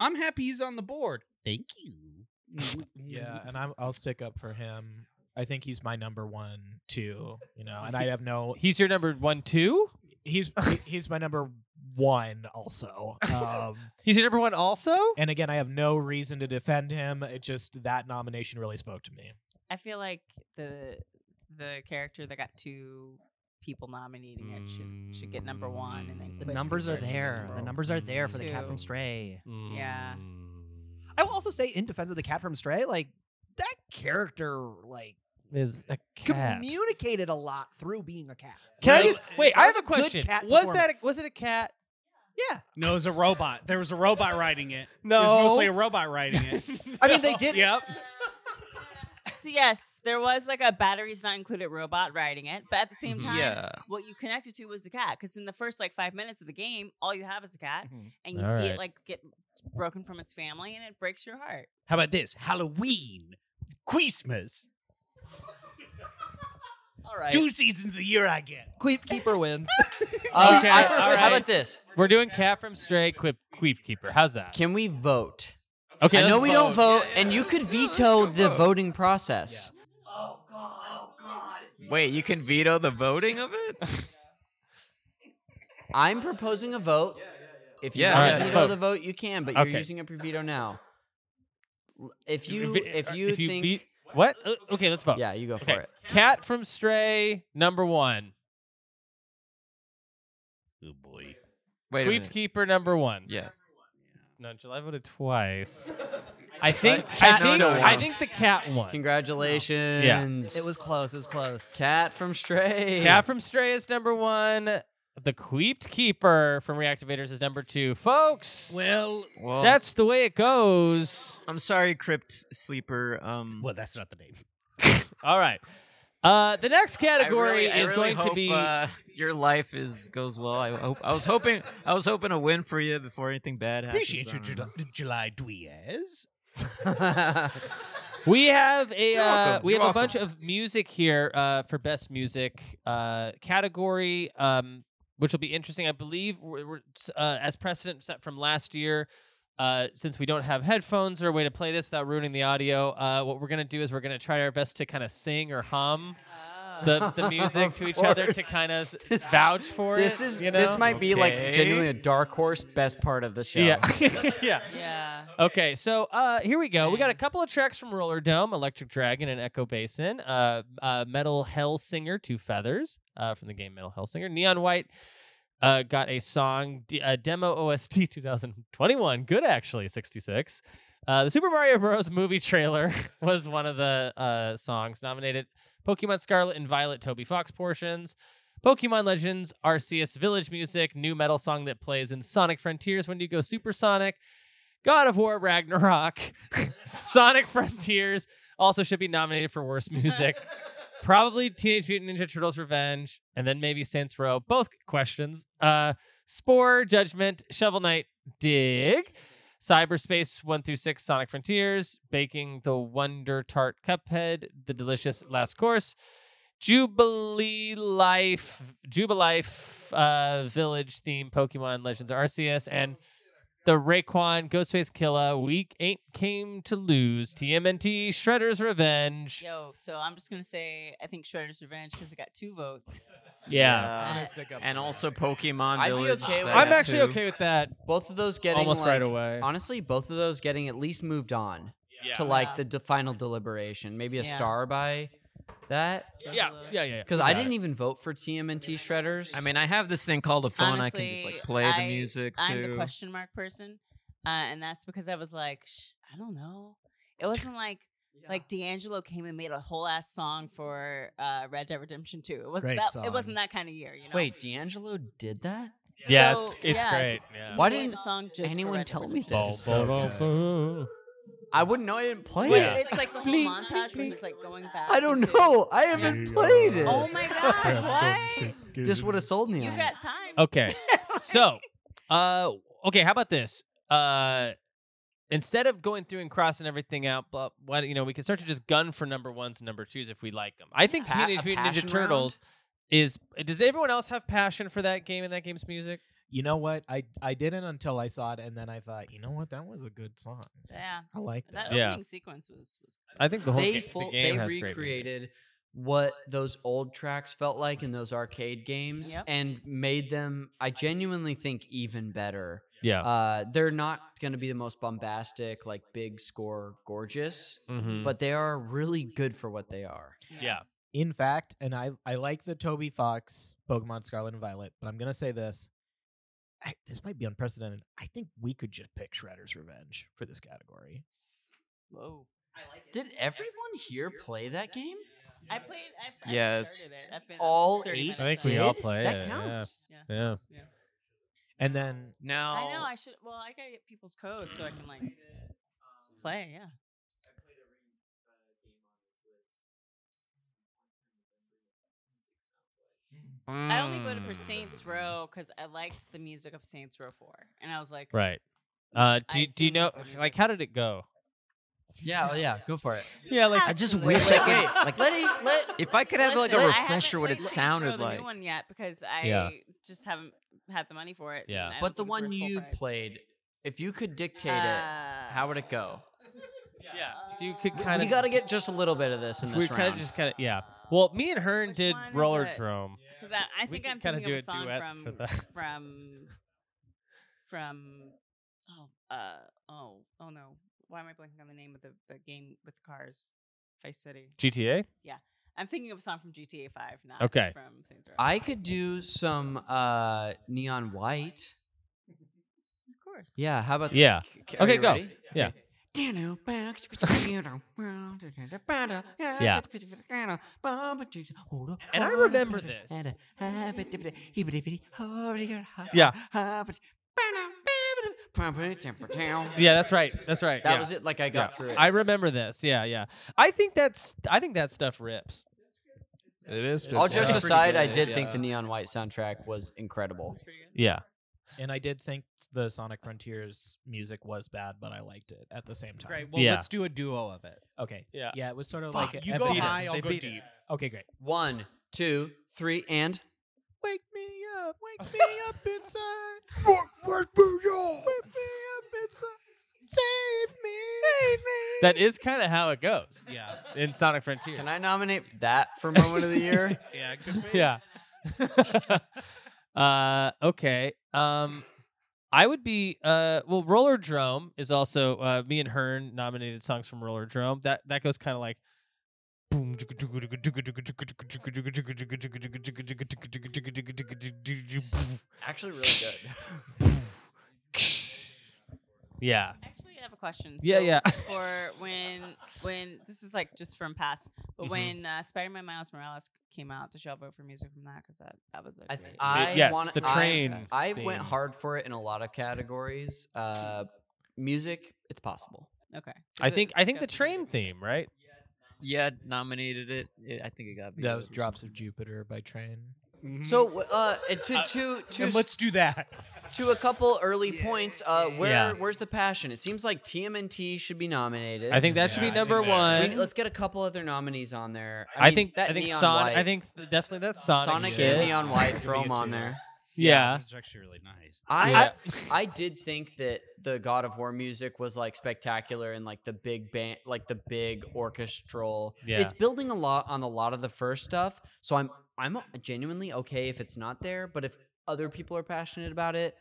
Speaker 7: I'm happy he's on the board. Thank you.
Speaker 5: <laughs>
Speaker 12: Yeah, and I'm, I'll stick up for him. I think he's my number one, too. You know, and I have no.
Speaker 1: He's your number one, two. <laughs>
Speaker 12: He's he's my number one, also. Um,
Speaker 1: He's your number one, also.
Speaker 12: and again, I have no reason to defend him. It just that nomination really spoke to me.
Speaker 3: I feel like the the character that got two people nominating it should should get number one and then
Speaker 4: The
Speaker 3: quit
Speaker 4: numbers are
Speaker 3: version
Speaker 4: there. The
Speaker 3: number
Speaker 4: numbers are there for the cat
Speaker 3: two.
Speaker 4: from Stray.
Speaker 1: Mm.
Speaker 3: Yeah.
Speaker 4: I will also say, in defense of the cat from Stray, like that character, like
Speaker 1: Is uh, a cat.
Speaker 4: communicated a lot through being a cat.
Speaker 1: Can I
Speaker 4: Like,
Speaker 1: just wait?
Speaker 4: that
Speaker 1: I have
Speaker 4: was
Speaker 1: a
Speaker 4: good
Speaker 1: question.
Speaker 4: cat
Speaker 1: Was that
Speaker 4: performance.
Speaker 1: a, was it a cat?
Speaker 7: No, it was a robot. There was a robot riding it. it
Speaker 4: No.
Speaker 7: was mostly a robot riding
Speaker 5: <laughs>
Speaker 7: it.
Speaker 4: I mean, they
Speaker 7: <laughs>
Speaker 4: did.
Speaker 7: Yep.
Speaker 3: So yes, there was like a batteries not included robot riding it, but at the same
Speaker 2: Mhm.
Speaker 3: time,
Speaker 2: Yeah.
Speaker 3: what you connected to was the cat. Because in the first like five minutes of the game, all you have is the cat, and
Speaker 1: All
Speaker 3: you see
Speaker 1: right.
Speaker 3: it like get broken from its family, and it breaks your heart.
Speaker 7: How about this? Halloween, Christmas,
Speaker 4: All right.
Speaker 7: two seasons of the year I get.
Speaker 4: Queep Keeper
Speaker 1: <laughs>
Speaker 4: wins.
Speaker 5: okay, all right. Uh, How about this?
Speaker 1: We're doing cat from stray, quip, queep keeper. How's that?
Speaker 5: Can we vote?
Speaker 1: Okay,
Speaker 5: I know
Speaker 1: let's
Speaker 5: we don't
Speaker 1: vote.
Speaker 5: vote, and you could veto the voting process.
Speaker 2: Wait, you can veto the voting of it?
Speaker 5: <laughs> I'm proposing a vote. If you
Speaker 2: Yeah,
Speaker 5: want
Speaker 2: yeah,
Speaker 5: to
Speaker 2: yeah.
Speaker 5: veto
Speaker 2: Vote.
Speaker 5: the vote, you can, but
Speaker 1: Okay.
Speaker 5: you're using up your veto now. L- If you
Speaker 1: If-
Speaker 5: if you think
Speaker 1: beat- what? Uh, okay, let's vote.
Speaker 5: Yeah, you go
Speaker 1: Okay.
Speaker 5: for it.
Speaker 1: Cat from Stray, number one. Oh boy.
Speaker 2: Wait a
Speaker 1: Queep's
Speaker 2: minute.
Speaker 1: Keeper, number one.
Speaker 2: Yes.
Speaker 1: No, July
Speaker 5: <laughs>
Speaker 1: voted twice. I think.
Speaker 5: cat
Speaker 1: I, think
Speaker 5: still won.
Speaker 1: I think the cat won.
Speaker 5: Congratulations.
Speaker 4: It was close. It was close.
Speaker 5: Cat from Stray.
Speaker 1: Cat from Stray is number one. The Queeped Keeper from Reactivators is number two. Folks,
Speaker 7: Well,
Speaker 2: Well,
Speaker 1: that's the way it goes.
Speaker 2: I'm sorry, Crypt Sleeper. Um,
Speaker 7: well, that's not the name.
Speaker 1: All right. Uh, the next
Speaker 2: I
Speaker 1: category
Speaker 2: really- I
Speaker 1: is
Speaker 2: really
Speaker 1: going to
Speaker 2: hope,
Speaker 1: be.
Speaker 2: uh, your life is goes well. I hope. I was hoping. I was hoping to win for you before anything bad happens.
Speaker 7: Appreciate
Speaker 2: I
Speaker 7: your
Speaker 2: don't know.
Speaker 7: Jul- July <laughs> Dweez.
Speaker 1: We have a
Speaker 2: You're
Speaker 1: uh,
Speaker 2: welcome.
Speaker 1: we
Speaker 2: You're
Speaker 1: have a
Speaker 2: welcome.
Speaker 1: bunch of music here uh, for best music uh, category, um, which will be interesting. I believe we're, we're, s- uh, as precedent set from last year. Uh, since we don't have headphones or a way to play this without ruining the audio, uh, what we're gonna do is we're gonna try our best to kind of sing or hum
Speaker 5: <laughs>
Speaker 1: the, the music
Speaker 5: Of
Speaker 1: to each other to
Speaker 5: course. <laughs>
Speaker 1: kind of
Speaker 5: This-
Speaker 1: vouch for
Speaker 5: This
Speaker 1: it.
Speaker 5: is
Speaker 1: you
Speaker 5: this
Speaker 1: know?
Speaker 5: might be like
Speaker 2: Okay.
Speaker 5: genuinely a dark horse best part of the show. <laughs>
Speaker 1: Yeah. <laughs> yeah.
Speaker 3: Yeah.
Speaker 1: <laughs> Okay, so uh, here we go. We got a couple of tracks from Roller Dome, Electric Dragon, and Echo Basin. Uh, uh, Metal Hellsinger, Two Feathers uh, from the game Metal Hellsinger. Neon White uh, got a song, D- uh, Demo <laughs> OST 2021. Good, actually, 66. Uh, the Super Mario Bros. <laughs> movie trailer was one of the uh, songs nominated. Pokemon Scarlet and Violet, Toby Fox portions. Pokemon Legends, Arceus Village music, new metal song that plays in Sonic Frontiers when you go supersonic. God of War Ragnarok, Sonic Frontiers also should be nominated for worst music. Probably Teenage Mutant Ninja Turtles Revenge, and then maybe Saints Row. Both questions. Uh, Spore, Judgment, Shovel Knight, Dig, Cyberspace 1 through 6, Sonic Frontiers, Baking the Wonder Tart Cuphead, The Delicious Last Course, Jubilee Life, Jubilife uh, Village theme Pokemon Legends Arceus, and the Raekwon Ghostface Killa Week Ain't Came to Lose TMNT Shredder's Revenge.
Speaker 3: Yo, so I'm just gonna say I think Shredder's Revenge because it got two votes.
Speaker 1: Yeah.
Speaker 2: And also Pokemon
Speaker 5: I'd be
Speaker 2: Village.
Speaker 5: okay
Speaker 2: that
Speaker 5: with
Speaker 1: I'm
Speaker 2: got
Speaker 1: actually
Speaker 2: two.
Speaker 1: okay with that.
Speaker 5: Both of those getting
Speaker 1: Almost right
Speaker 5: like-
Speaker 1: away.
Speaker 5: Honestly, both of those getting at least moved on
Speaker 1: Yeah.
Speaker 5: to like
Speaker 3: Yeah.
Speaker 5: the de- final deliberation. Maybe a
Speaker 3: Yeah.
Speaker 5: star by that.
Speaker 1: Yeah. Yeah. Yeah. yeah.
Speaker 5: Because
Speaker 1: You
Speaker 5: I
Speaker 1: got
Speaker 5: didn't even vote for TMNT Shredders.
Speaker 2: I mean, I have this thing called a phone. I can just
Speaker 3: Honestly,
Speaker 2: like play the
Speaker 3: I-
Speaker 2: music
Speaker 3: I'm the
Speaker 2: too.
Speaker 3: question mark person, uh, and that's because I was like, Shh, I don't know. It wasn't like like D'Angelo came and made a whole ass song for uh, Red Dead Redemption 2. It wasn't
Speaker 4: Great
Speaker 3: that.
Speaker 4: song.
Speaker 3: It wasn't that kind of year, you know.
Speaker 5: Wait, D'Angelo did that?
Speaker 1: it. Yeah,
Speaker 3: So,
Speaker 1: it's it's
Speaker 3: yeah,
Speaker 1: great.
Speaker 3: he
Speaker 1: Yeah.
Speaker 5: Why
Speaker 3: made
Speaker 5: didn't
Speaker 3: a song just for
Speaker 5: anyone
Speaker 3: Red Dead
Speaker 5: tell me
Speaker 3: Redemption
Speaker 5: this?
Speaker 1: Bo- bo- bo- bo.
Speaker 5: I wouldn't know. I didn't play
Speaker 3: two.
Speaker 1: Yeah.
Speaker 5: it.
Speaker 3: It's like the whole
Speaker 1: Bleep,
Speaker 3: montage
Speaker 1: bleep,
Speaker 3: when he's like going back.
Speaker 5: I don't
Speaker 3: into-
Speaker 5: know. I haven't played it.
Speaker 1: <laughs>
Speaker 3: Oh my god! What?
Speaker 5: This would have sold me
Speaker 3: You
Speaker 5: on it.
Speaker 3: got time.
Speaker 5: <laughs>
Speaker 1: Okay. so, uh, okay, how about this? Uh, instead of going through and crossing everything out, but why don't- you know we can start to just gun for number ones and number twos if we like them. I think
Speaker 5: Pa- a
Speaker 1: Teenage Mutant Ninja
Speaker 5: passion
Speaker 1: Turtles is. Does everyone else have passion for that game and that game's music?
Speaker 12: You know what? I I didn't until I saw it, and then I thought, you know what? That was a good song.
Speaker 3: Yeah.
Speaker 12: I like that.
Speaker 3: That
Speaker 1: Yeah.
Speaker 3: opening sequence was was.
Speaker 1: I think the whole
Speaker 5: they
Speaker 1: ga-
Speaker 5: full,
Speaker 1: the game
Speaker 5: they
Speaker 1: has great music.
Speaker 5: recreated what those old tracks felt like in those arcade games
Speaker 3: Yep.
Speaker 5: and made them i genuinely think even better
Speaker 1: Yeah.
Speaker 5: uh, they're not going to be the most bombastic like big score gorgeous
Speaker 1: Mhm.
Speaker 5: but they are really good for what they are
Speaker 1: yeah.
Speaker 12: In fact, and I I like the Toby Fox Pokemon Scarlet and Violet, but I'm gonna say this. I, this might be unprecedented. I think we could just pick Shredder's Revenge for this category.
Speaker 5: whoa did everyone here play that game
Speaker 3: I played. I've,
Speaker 2: Yes.
Speaker 3: I've started it. I've been
Speaker 5: all
Speaker 3: 30
Speaker 5: eight
Speaker 3: minutes
Speaker 1: I think
Speaker 3: in.
Speaker 1: we all played
Speaker 5: that
Speaker 1: it, yeah.
Speaker 5: counts
Speaker 3: Yeah.
Speaker 1: Yeah.
Speaker 12: And then
Speaker 2: Now
Speaker 3: I know. I should. Well, I gotta get people's codes so I can like play. Yeah.
Speaker 8: Mm.
Speaker 3: I only voted for Saints Row because I liked the music of Saints Row Four, and I was like,
Speaker 1: Right. Uh, do, do you know, like, how did it go?
Speaker 5: Yeah, well, yeah, go for it.
Speaker 1: Yeah, like
Speaker 2: I just wish I
Speaker 3: <laughs>
Speaker 2: could. Like,
Speaker 5: Letty, let
Speaker 2: if I could have like a
Speaker 3: Listen, I haven't
Speaker 2: refresher, what it
Speaker 3: played the
Speaker 2: sounded
Speaker 3: intro of the
Speaker 2: like.
Speaker 3: new one yet because I
Speaker 2: Yeah.
Speaker 3: just haven't had the money for it.
Speaker 1: Yeah.
Speaker 3: and I
Speaker 5: But the
Speaker 3: don't think
Speaker 5: one
Speaker 3: it's worth full
Speaker 5: you
Speaker 3: price.
Speaker 5: played, if you could dictate
Speaker 3: Ah.
Speaker 5: it, how would it go?
Speaker 1: Yeah, if you could kind
Speaker 5: You
Speaker 1: of.
Speaker 5: got to get just a little bit of this in
Speaker 1: If
Speaker 5: this
Speaker 1: we
Speaker 5: round.
Speaker 1: kind of just kind of yeah. Well, me and Hearn did
Speaker 3: one is
Speaker 1: roller
Speaker 3: it?
Speaker 1: drum.
Speaker 3: 'Cause I- I
Speaker 1: We
Speaker 3: think
Speaker 1: could
Speaker 3: I'm
Speaker 1: kinda
Speaker 3: thinking of
Speaker 1: do
Speaker 3: a song
Speaker 1: duet
Speaker 3: from-
Speaker 1: for
Speaker 3: <laughs>
Speaker 1: that.
Speaker 3: from from oh uh oh oh no why am i blanking on the name of the, the game with the cars vice city
Speaker 1: GTA?
Speaker 3: yeah i'm thinking of a song from gta 5 now
Speaker 5: Okay.
Speaker 3: from Saints Row.
Speaker 5: I could do some uh, neon white. Of
Speaker 3: course.
Speaker 5: Yeah. How about
Speaker 1: Yeah.
Speaker 5: c- c- are
Speaker 1: Okay,
Speaker 5: you
Speaker 1: go.
Speaker 5: ready?
Speaker 1: Yeah.
Speaker 5: Okay.
Speaker 1: Yeah.
Speaker 8: And I remember this.
Speaker 1: Yeah. <laughs> Yeah, that's right. That's right.
Speaker 5: That
Speaker 1: yeah.
Speaker 5: was it, like, I got through it.
Speaker 1: I remember this. Yeah, yeah. I think that's. I think that stuff rips.
Speaker 9: It is.
Speaker 5: All jokes aside, I
Speaker 1: good,
Speaker 5: did think
Speaker 1: yeah.
Speaker 5: the neon white soundtrack was incredible.
Speaker 1: Yeah.
Speaker 12: And I did think the Sonic Frontiers music was bad, but I liked it at the same time.
Speaker 7: Great. Well, let's do a duo of it.
Speaker 12: Okay.
Speaker 1: Yeah.
Speaker 12: Yeah, it was sort of
Speaker 7: Fuck,
Speaker 12: like
Speaker 7: you go
Speaker 12: every-
Speaker 7: high, I'll
Speaker 12: they
Speaker 7: go
Speaker 12: beat
Speaker 7: deep.
Speaker 12: us. Okay, great.
Speaker 5: One, two, three, and
Speaker 8: Wake me up, wake me up inside.
Speaker 9: Wake me up.
Speaker 8: Wake me up inside. Save me. Save me.
Speaker 1: That is kind of how it goes.
Speaker 7: Yeah.
Speaker 1: In Sonic Frontier.
Speaker 5: Can I nominate that for moment of the year?
Speaker 7: yeah, it could be.
Speaker 1: yeah. uh, okay. Um, I would be uh, well. Roller Drome is also uh, me and Hearn nominated songs from Roller Drome. That that goes kind of like. boom,
Speaker 5: Actually, really good.
Speaker 1: Yeah.
Speaker 3: actually I have a question
Speaker 1: Yeah,
Speaker 3: So
Speaker 1: yeah. <laughs>
Speaker 3: for when when this is like just from past but
Speaker 1: Mm-hmm.
Speaker 5: Mhm.
Speaker 3: when uh, spider-man miles morales came out did y'all vote for music from that because that that was a
Speaker 5: I,
Speaker 3: great
Speaker 5: I
Speaker 1: yes,
Speaker 5: wanna-
Speaker 1: the
Speaker 5: I-
Speaker 1: train
Speaker 5: I,
Speaker 1: theme.
Speaker 5: went hard for it in a lot of categories. Uh, music, it's possible.
Speaker 3: okay
Speaker 1: I think I think the train theme, right?
Speaker 2: Yeah, nominated it. It- I think it got.
Speaker 12: That
Speaker 2: vetoed
Speaker 12: was
Speaker 2: or
Speaker 12: Drops of Jupiter by Train.
Speaker 5: So uh, and to to to
Speaker 7: Then let's do that.
Speaker 5: to a couple early points. Uh, where
Speaker 1: Yeah.
Speaker 5: where's the passion? It seems like TMNT should be nominated.
Speaker 1: I think that should be number
Speaker 5: We-
Speaker 1: one.
Speaker 5: let's get a couple other nominees on there.
Speaker 1: I,
Speaker 5: mean,
Speaker 1: think
Speaker 5: that
Speaker 1: I think
Speaker 5: neon
Speaker 1: Son- I
Speaker 5: white-
Speaker 1: think th- definitely that Sonic.
Speaker 5: Sonic
Speaker 1: shit.
Speaker 5: and Neon <laughs>
Speaker 1: <laughs>
Speaker 5: White, throw 'em on there.
Speaker 1: Yeah.
Speaker 7: It's actually really nice.
Speaker 5: I
Speaker 1: Yeah.
Speaker 5: <laughs> I did think that the God of War music was like spectacular and like the big band, like the big orchestral.
Speaker 1: Yeah.
Speaker 5: It's building a lot on a lot of the first stuff, so I'm I'm genuinely okay if it's not there, but if other people are passionate about it,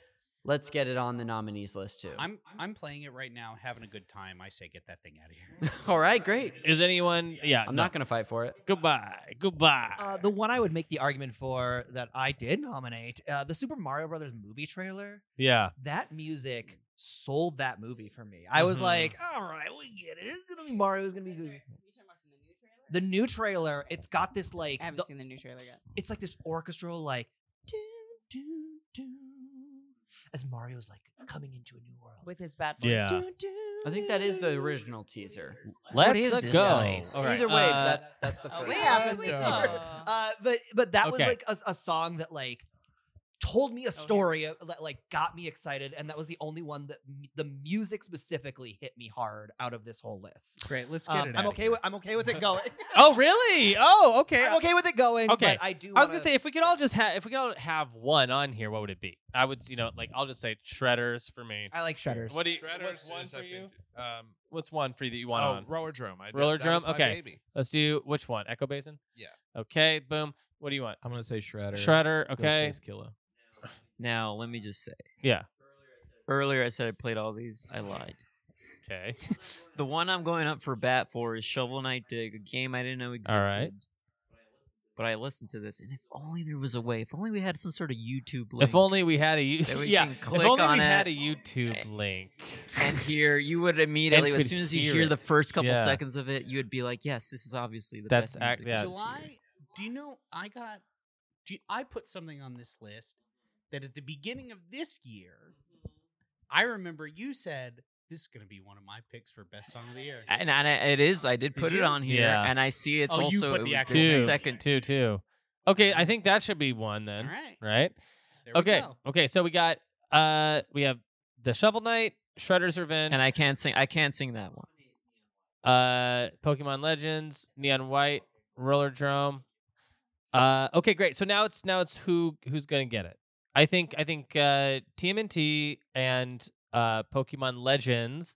Speaker 5: let's get it on the nominees list too.
Speaker 7: I'm I'm playing it right now, having a good time. I say get that thing out of here.
Speaker 5: <coughs> All right, great.
Speaker 1: Is anyone? Yeah.
Speaker 5: I'm
Speaker 1: no.
Speaker 5: not gonna fight for it.
Speaker 1: Goodbye. Goodbye.
Speaker 4: Uh, the one I would make the argument for that I did nominate, uh, the Super Mario Brothers movie trailer.
Speaker 1: Yeah.
Speaker 4: That music sold that movie for me. I was
Speaker 1: Mhm.
Speaker 4: like, all right, we get it. It's gonna be Mario. It's gonna be good. The new trailer, it's got this like,
Speaker 3: i haven't
Speaker 4: the-
Speaker 3: seen the new trailer yet
Speaker 4: it's like this orchestral like, doo, doo, doo, as Mario's like coming into a new world.
Speaker 3: with his bad voice
Speaker 1: Yeah.
Speaker 5: I think that is the original teaser.
Speaker 1: Let's
Speaker 4: What is
Speaker 1: go.
Speaker 4: this place?
Speaker 1: All right,
Speaker 5: Either way,
Speaker 1: uh,
Speaker 5: that's that's
Speaker 4: <laughs>
Speaker 5: the
Speaker 3: Oh,
Speaker 5: first.
Speaker 4: We
Speaker 3: wait,
Speaker 5: one.
Speaker 4: haven't
Speaker 3: wait,
Speaker 4: seen
Speaker 3: wait.
Speaker 4: her. Uh, but but that was
Speaker 1: Okay.
Speaker 4: like a, a song that like told me a story uh, that like got me excited, and that was the only one that m- the music specifically hit me hard out of this whole list.
Speaker 7: Great, let's
Speaker 4: Um, I'm okay with I'm okay with it going. <laughs>
Speaker 1: Oh really? Oh okay.
Speaker 4: I'm okay with it going.
Speaker 1: Okay.
Speaker 4: but I do.
Speaker 1: I was
Speaker 4: wanna-
Speaker 1: gonna say if we could all just have if we could all have one on here, what would it be? I would you know like I'll just say shredders for me.
Speaker 4: I like Shredders.
Speaker 1: What do you?
Speaker 9: Shredders
Speaker 1: what's one
Speaker 9: is,
Speaker 1: for
Speaker 9: I
Speaker 1: you?
Speaker 9: think, um,
Speaker 1: What's one for you that you want
Speaker 9: oh,
Speaker 1: on?
Speaker 9: roller drum. I,
Speaker 1: Roller
Speaker 9: that
Speaker 1: drum?
Speaker 9: was my
Speaker 1: Okay. <laughs>
Speaker 9: baby.
Speaker 1: Let's do which one? Echo Basin.
Speaker 9: Yeah.
Speaker 1: Okay. Boom. What do you want?
Speaker 12: I'm gonna say Shredder.
Speaker 1: Shredder. Okay.
Speaker 12: Ghostface Killah.
Speaker 2: Now, let me just say.
Speaker 1: Yeah.
Speaker 2: Earlier, I said I played all these. I lied.
Speaker 1: Okay.
Speaker 2: <laughs> The one I'm going up for bat for is Shovel Knight Dig, a game I didn't know existed.
Speaker 1: right.
Speaker 2: But I listened to this, and if only there was a way. If only we had some sort of YouTube link.
Speaker 1: If only we had a
Speaker 2: Then
Speaker 1: <laughs> YouTube.
Speaker 2: we
Speaker 1: Yeah.
Speaker 2: can
Speaker 1: If
Speaker 2: click
Speaker 1: only
Speaker 2: on
Speaker 1: we had a
Speaker 2: it.
Speaker 1: YouTube link.
Speaker 2: And
Speaker 1: <laughs>
Speaker 2: here, you would immediately,
Speaker 1: could
Speaker 2: as soon as you
Speaker 1: hear
Speaker 2: hear
Speaker 1: it.
Speaker 2: the first couple
Speaker 1: Yeah.
Speaker 2: seconds of it, you would be like, "Yes, this is obviously the
Speaker 1: That's
Speaker 2: best."
Speaker 1: ac-
Speaker 2: music this
Speaker 1: yeah,
Speaker 2: year.
Speaker 7: July. Do you know I got? Do you- I put something on this list that at the beginning of this year, I
Speaker 5: Mm-hmm.
Speaker 7: remember you said this is going to be one of my picks for best song of the year.
Speaker 2: And, and I, it is. I did
Speaker 7: Did
Speaker 2: put it
Speaker 7: you?
Speaker 2: on here,
Speaker 1: Yeah.
Speaker 2: and I see it's
Speaker 7: Oh, you
Speaker 2: also
Speaker 7: put
Speaker 2: it
Speaker 7: the
Speaker 2: was-
Speaker 7: actual
Speaker 2: there's a
Speaker 1: Two.
Speaker 7: Two.
Speaker 2: second.
Speaker 1: Two. Two. Okay. I think that should be one
Speaker 7: All
Speaker 1: then.
Speaker 7: right.
Speaker 1: Right.
Speaker 7: There we
Speaker 1: Okay.
Speaker 7: go.
Speaker 1: Okay. So we got uh we have the Shovel Knight, Shredder's Revenge,
Speaker 2: And I can't sing. I can't sing that one.
Speaker 1: uh, Pokemon Legends, Neon White, Roller Drum. Uh, okay, great. So now it's now it's who who's gonna get it. I think I think uh, TMNT and uh, Pokemon Legends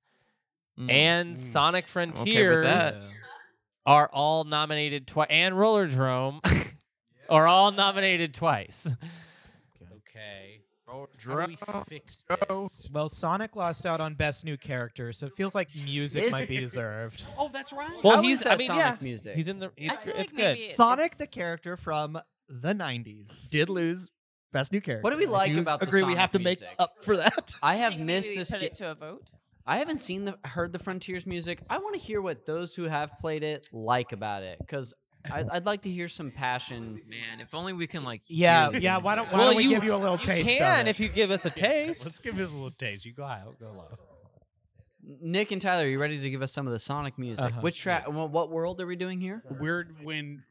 Speaker 2: Mm,
Speaker 1: and Sonic Frontiers
Speaker 2: that.
Speaker 1: are all nominated twice, and Roller Drum are all nominated twice. <laughs>
Speaker 7: Okay.
Speaker 9: How
Speaker 7: do we
Speaker 12: <laughs>
Speaker 7: fix this?
Speaker 12: Well, Sonic lost out on best new character, so it feels like music
Speaker 7: Is-
Speaker 12: might
Speaker 9: <laughs>
Speaker 12: be deserved.
Speaker 7: <laughs> Oh, that's right.
Speaker 1: Well,
Speaker 12: How
Speaker 1: he's
Speaker 12: is that
Speaker 1: I mean,
Speaker 12: Sonic
Speaker 1: yeah,
Speaker 12: music?
Speaker 1: He's in the. It's,
Speaker 3: I
Speaker 1: gr-
Speaker 3: feel
Speaker 1: it's
Speaker 3: like
Speaker 1: good.
Speaker 3: maybe it-
Speaker 4: Sonic, the character from the '90s, did lose best new character.
Speaker 5: What do we
Speaker 4: If
Speaker 5: like
Speaker 4: you
Speaker 5: about the
Speaker 4: Agree, we
Speaker 5: Sonic
Speaker 4: have to make
Speaker 5: music?
Speaker 4: up for that.
Speaker 5: <laughs> I have
Speaker 3: Maybe
Speaker 5: missed
Speaker 3: we
Speaker 5: this.
Speaker 3: put
Speaker 5: ga-
Speaker 3: it to a vote.
Speaker 5: I haven't seen the heard the Frontiers music. I want to hear what those who have played it like about it, because I'd, I'd like to hear some passion.
Speaker 2: Man, if only we can like. hear
Speaker 12: Yeah,
Speaker 2: the
Speaker 12: yeah, why
Speaker 2: music.
Speaker 12: don't- why Well, don't we you- give you a little taste of
Speaker 1: Can
Speaker 12: it?
Speaker 1: if you give us a taste.
Speaker 7: Let's give it a little taste. You go high, I'll go low.
Speaker 5: Nick and Tyler, are you ready to give us some of the Sonic music?
Speaker 12: Uh-huh,
Speaker 5: Which track? What world are we doing here?
Speaker 12: Weird when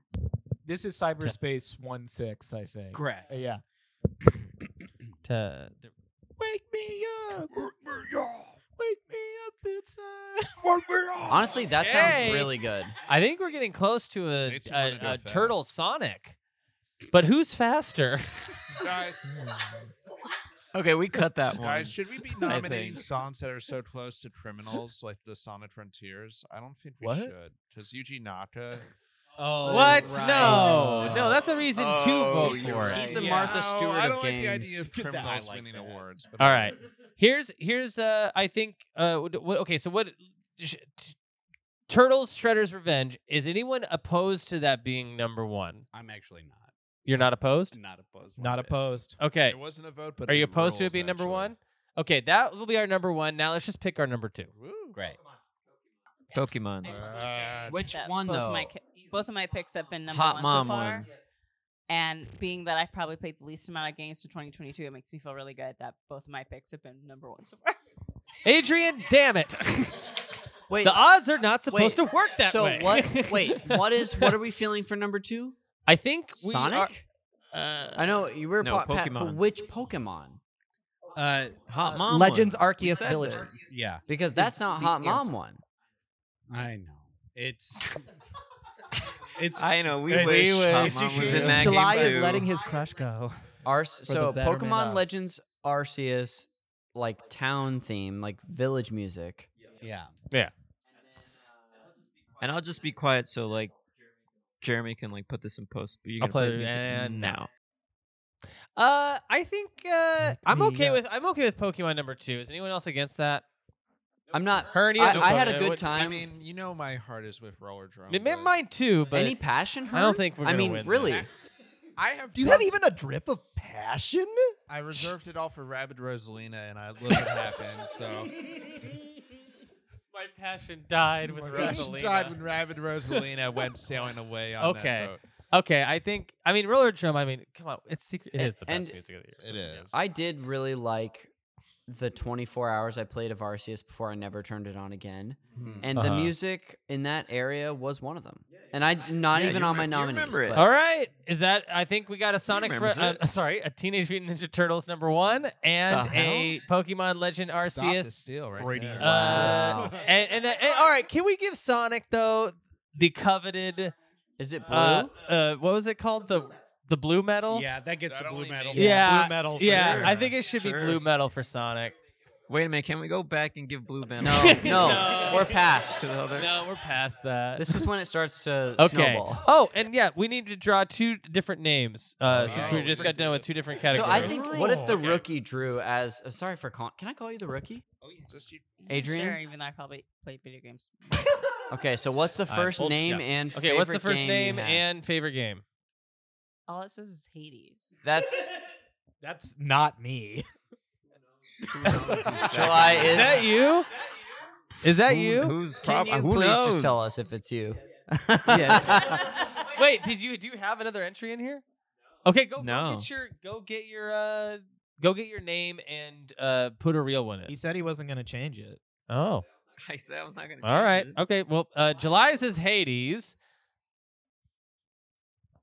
Speaker 12: this is cyberspace one six, I think.
Speaker 7: Correct.
Speaker 12: Uh, Yeah.
Speaker 1: To-
Speaker 12: Wake me up. Wake me up inside. <laughs>
Speaker 5: Honestly, that
Speaker 1: Hey!
Speaker 5: sounds really good.
Speaker 1: I think we're getting close to a,
Speaker 9: Makes me wanna
Speaker 1: a,
Speaker 9: go
Speaker 1: a turtle
Speaker 9: fast.
Speaker 1: Sonic. But who's faster?
Speaker 9: <laughs> Guys,
Speaker 2: Okay,
Speaker 1: <laughs>
Speaker 2: we cut that one.
Speaker 9: guys, should we be
Speaker 2: <laughs> I
Speaker 9: nominating
Speaker 2: think.
Speaker 9: songs that are so close to criminals like the Sonic Frontiers? I don't think we
Speaker 1: What?
Speaker 9: should. Because Yuji Naka.
Speaker 7: Oh,
Speaker 1: what?
Speaker 7: right.
Speaker 1: No. No, that's a reason to
Speaker 9: Oh,
Speaker 1: vote
Speaker 9: you're
Speaker 1: for it.
Speaker 9: right.
Speaker 5: He's the
Speaker 7: Yeah.
Speaker 5: Martha
Speaker 9: No,
Speaker 5: Stewart
Speaker 9: I
Speaker 5: of
Speaker 9: don't like
Speaker 5: games.
Speaker 1: <laughs>
Speaker 9: the idea of
Speaker 7: Good that I
Speaker 9: criminals
Speaker 7: like
Speaker 9: winning
Speaker 7: that.
Speaker 9: awards. But
Speaker 1: All right. Here's here's uh I think uh what, what okay, so what sh- t- Turtles Shredder's Revenge is anyone opposed to that being number 1?
Speaker 7: I'm actually not.
Speaker 1: You're not opposed?
Speaker 7: Not opposed. one
Speaker 12: Not
Speaker 7: bit.
Speaker 12: opposed.
Speaker 1: Okay.
Speaker 9: It wasn't a vote, but
Speaker 1: Are you
Speaker 9: it
Speaker 1: opposed to it
Speaker 9: rules,
Speaker 1: being number
Speaker 9: actually.
Speaker 1: 1? Okay, that will be our number 1. Now let's just pick our number 2.
Speaker 9: Woo.
Speaker 7: Great.
Speaker 2: Pokemon.
Speaker 3: I just
Speaker 9: Uh,
Speaker 5: Which
Speaker 3: that
Speaker 5: one
Speaker 3: both
Speaker 5: though?
Speaker 3: Of my, ki- both of my picks have been number
Speaker 2: Hot
Speaker 3: one
Speaker 2: mom
Speaker 3: so far.
Speaker 2: one.
Speaker 3: And being that I probably played the least amount of games for 2022, it makes me feel really good that both of my picks have been number one so far.
Speaker 1: Adrian, damn it.
Speaker 5: <laughs> Wait,
Speaker 1: the odds are not supposed
Speaker 5: wait,
Speaker 1: to work that
Speaker 5: so
Speaker 1: way. <laughs>
Speaker 5: what? Wait, what is? What are we feeling for number two?
Speaker 1: I think we
Speaker 5: Sonic.
Speaker 1: are-
Speaker 5: I know you were
Speaker 2: no,
Speaker 5: po- Pat, but
Speaker 2: Pokemon.
Speaker 5: which Pokemon?
Speaker 7: Uh,
Speaker 2: Hot Mom.
Speaker 4: Legends
Speaker 2: one. We
Speaker 4: Arceus
Speaker 2: said
Speaker 4: Village.
Speaker 2: this.
Speaker 7: yeah,
Speaker 5: Because that's not
Speaker 4: the
Speaker 5: Hot Mom
Speaker 4: answer.
Speaker 5: one.
Speaker 7: I know.
Speaker 5: <laughs>
Speaker 7: It's. it's.
Speaker 2: I know. We
Speaker 7: It's-
Speaker 2: wish
Speaker 7: we
Speaker 2: Hot
Speaker 7: wish.
Speaker 2: Mom was
Speaker 7: It's
Speaker 2: in that
Speaker 4: July
Speaker 2: game
Speaker 4: is
Speaker 2: too.
Speaker 4: letting his
Speaker 5: <laughs>
Speaker 4: crush go.
Speaker 5: Arce-
Speaker 4: the
Speaker 5: so
Speaker 4: betterment
Speaker 5: Pokemon
Speaker 4: of.
Speaker 5: Legends Arceus, like town theme, like village music.
Speaker 7: Yeah.
Speaker 2: And I'll just be quiet so like Jeremy can like put this in post. But you
Speaker 1: I'll
Speaker 2: gotta
Speaker 1: play
Speaker 2: play
Speaker 1: it
Speaker 2: music
Speaker 1: and-
Speaker 2: now.
Speaker 1: Uh, I think uh, I'm
Speaker 4: me
Speaker 1: okay
Speaker 4: up.
Speaker 1: with I'm okay with Pokemon number two. Is anyone else against that?
Speaker 5: I'm not.
Speaker 1: Hernia.
Speaker 5: I, I had a
Speaker 1: It
Speaker 5: good
Speaker 1: would-
Speaker 5: time.
Speaker 9: I mean, you know my heart is with Roller Drum.
Speaker 1: It
Speaker 9: but
Speaker 1: meant mine too, but
Speaker 5: Any passion?
Speaker 1: I don't
Speaker 5: hurt?
Speaker 1: think we're
Speaker 5: I
Speaker 1: gonna
Speaker 5: mean,
Speaker 1: win
Speaker 5: really.
Speaker 1: this.
Speaker 9: I have.
Speaker 4: Do you have
Speaker 9: just-
Speaker 4: even a drip of passion?
Speaker 9: I reserved it all for Rabid Rosalina, and I let it happen. So
Speaker 1: My passion died with
Speaker 9: Rosalina. died when Rabid Rosalina went sailing away on
Speaker 1: Okay.
Speaker 9: that boat.
Speaker 1: Okay, I think I mean Roller Drum. I mean, come on, it's secret. It
Speaker 5: A-
Speaker 1: is the best
Speaker 5: and-
Speaker 1: music of the year.
Speaker 9: It is.
Speaker 5: I did really like the 24 hours I played of Arceus before I never turned it on again, and the
Speaker 1: Uh-huh.
Speaker 5: music in that area was one of them. And I'm not
Speaker 2: Yeah,
Speaker 5: even
Speaker 2: you
Speaker 5: on my
Speaker 2: remem- you
Speaker 5: nominees.
Speaker 2: remember it.
Speaker 5: but-
Speaker 1: All right, is that? I think we got a Sonic. Fro-
Speaker 2: remembers
Speaker 1: uh, <laughs>
Speaker 2: it.
Speaker 1: sorry, a Teenage Mutant Ninja Turtles number one and
Speaker 2: The hell?
Speaker 1: a Pokemon Legend
Speaker 9: Stop the
Speaker 1: Arceus.
Speaker 9: steal right
Speaker 7: Freudian
Speaker 9: there.
Speaker 7: slip.
Speaker 1: Uh,
Speaker 5: Wow.
Speaker 1: <laughs> and and, that, and all right, can we give Sonic though the coveted?
Speaker 5: Is it blue?
Speaker 1: Uh, uh, what was it called? The the blue metal.
Speaker 7: Yeah, that gets
Speaker 9: That
Speaker 7: the blue
Speaker 9: only
Speaker 7: medal.
Speaker 9: makes-
Speaker 1: Yeah,
Speaker 7: blue medal. for
Speaker 1: yeah.
Speaker 7: sure.
Speaker 1: I think it should
Speaker 2: Sure.
Speaker 1: be blue metal for Sonic.
Speaker 2: Wait a minute. Can we go back and give Blue <laughs> Band?
Speaker 5: no, no,
Speaker 1: No.
Speaker 5: we're past.
Speaker 2: To the other.
Speaker 1: No, we're past that.
Speaker 5: This is when it starts to
Speaker 1: okay.
Speaker 5: snowball.
Speaker 1: Oh, and yeah, we need to draw two different names uh,
Speaker 9: Oh,
Speaker 1: since
Speaker 9: yeah.
Speaker 1: we just got done with two different
Speaker 5: So
Speaker 1: categories.
Speaker 5: I think what if the
Speaker 1: Okay.
Speaker 5: rookie drew as? oh, sorry for calling. Can I call you the rookie?
Speaker 9: Just you-
Speaker 5: Adrian?
Speaker 3: Sure, even though I probably played video games.
Speaker 5: Okay, so what's the
Speaker 1: All right,
Speaker 5: first
Speaker 1: hold-
Speaker 5: name
Speaker 1: yeah.
Speaker 5: and
Speaker 1: okay, what's the
Speaker 5: favorite
Speaker 1: first
Speaker 5: game
Speaker 1: name
Speaker 5: you have?
Speaker 1: and favorite game?
Speaker 3: All it says is Hades. <laughs>
Speaker 1: <laughs>
Speaker 5: that's
Speaker 12: That's
Speaker 5: <laughs>
Speaker 12: not me.
Speaker 5: July
Speaker 1: Is that you? Is that you?
Speaker 2: Who's
Speaker 5: Can
Speaker 2: prob-
Speaker 5: you
Speaker 2: who
Speaker 5: please
Speaker 2: knows?
Speaker 5: just
Speaker 1: <laughs>
Speaker 5: tell us if it's you? <laughs>
Speaker 2: Yes.
Speaker 1: Wait, did you do you have another entry in here? Okay, go, go
Speaker 2: No.
Speaker 1: get your go get your uh go get your name and uh put a real one
Speaker 12: He
Speaker 1: in.
Speaker 12: said he wasn't gonna change it.
Speaker 1: Oh.
Speaker 2: <laughs> I said I was not gonna.
Speaker 1: All right.
Speaker 2: change it.
Speaker 1: Okay. Well, uh, July says Hades.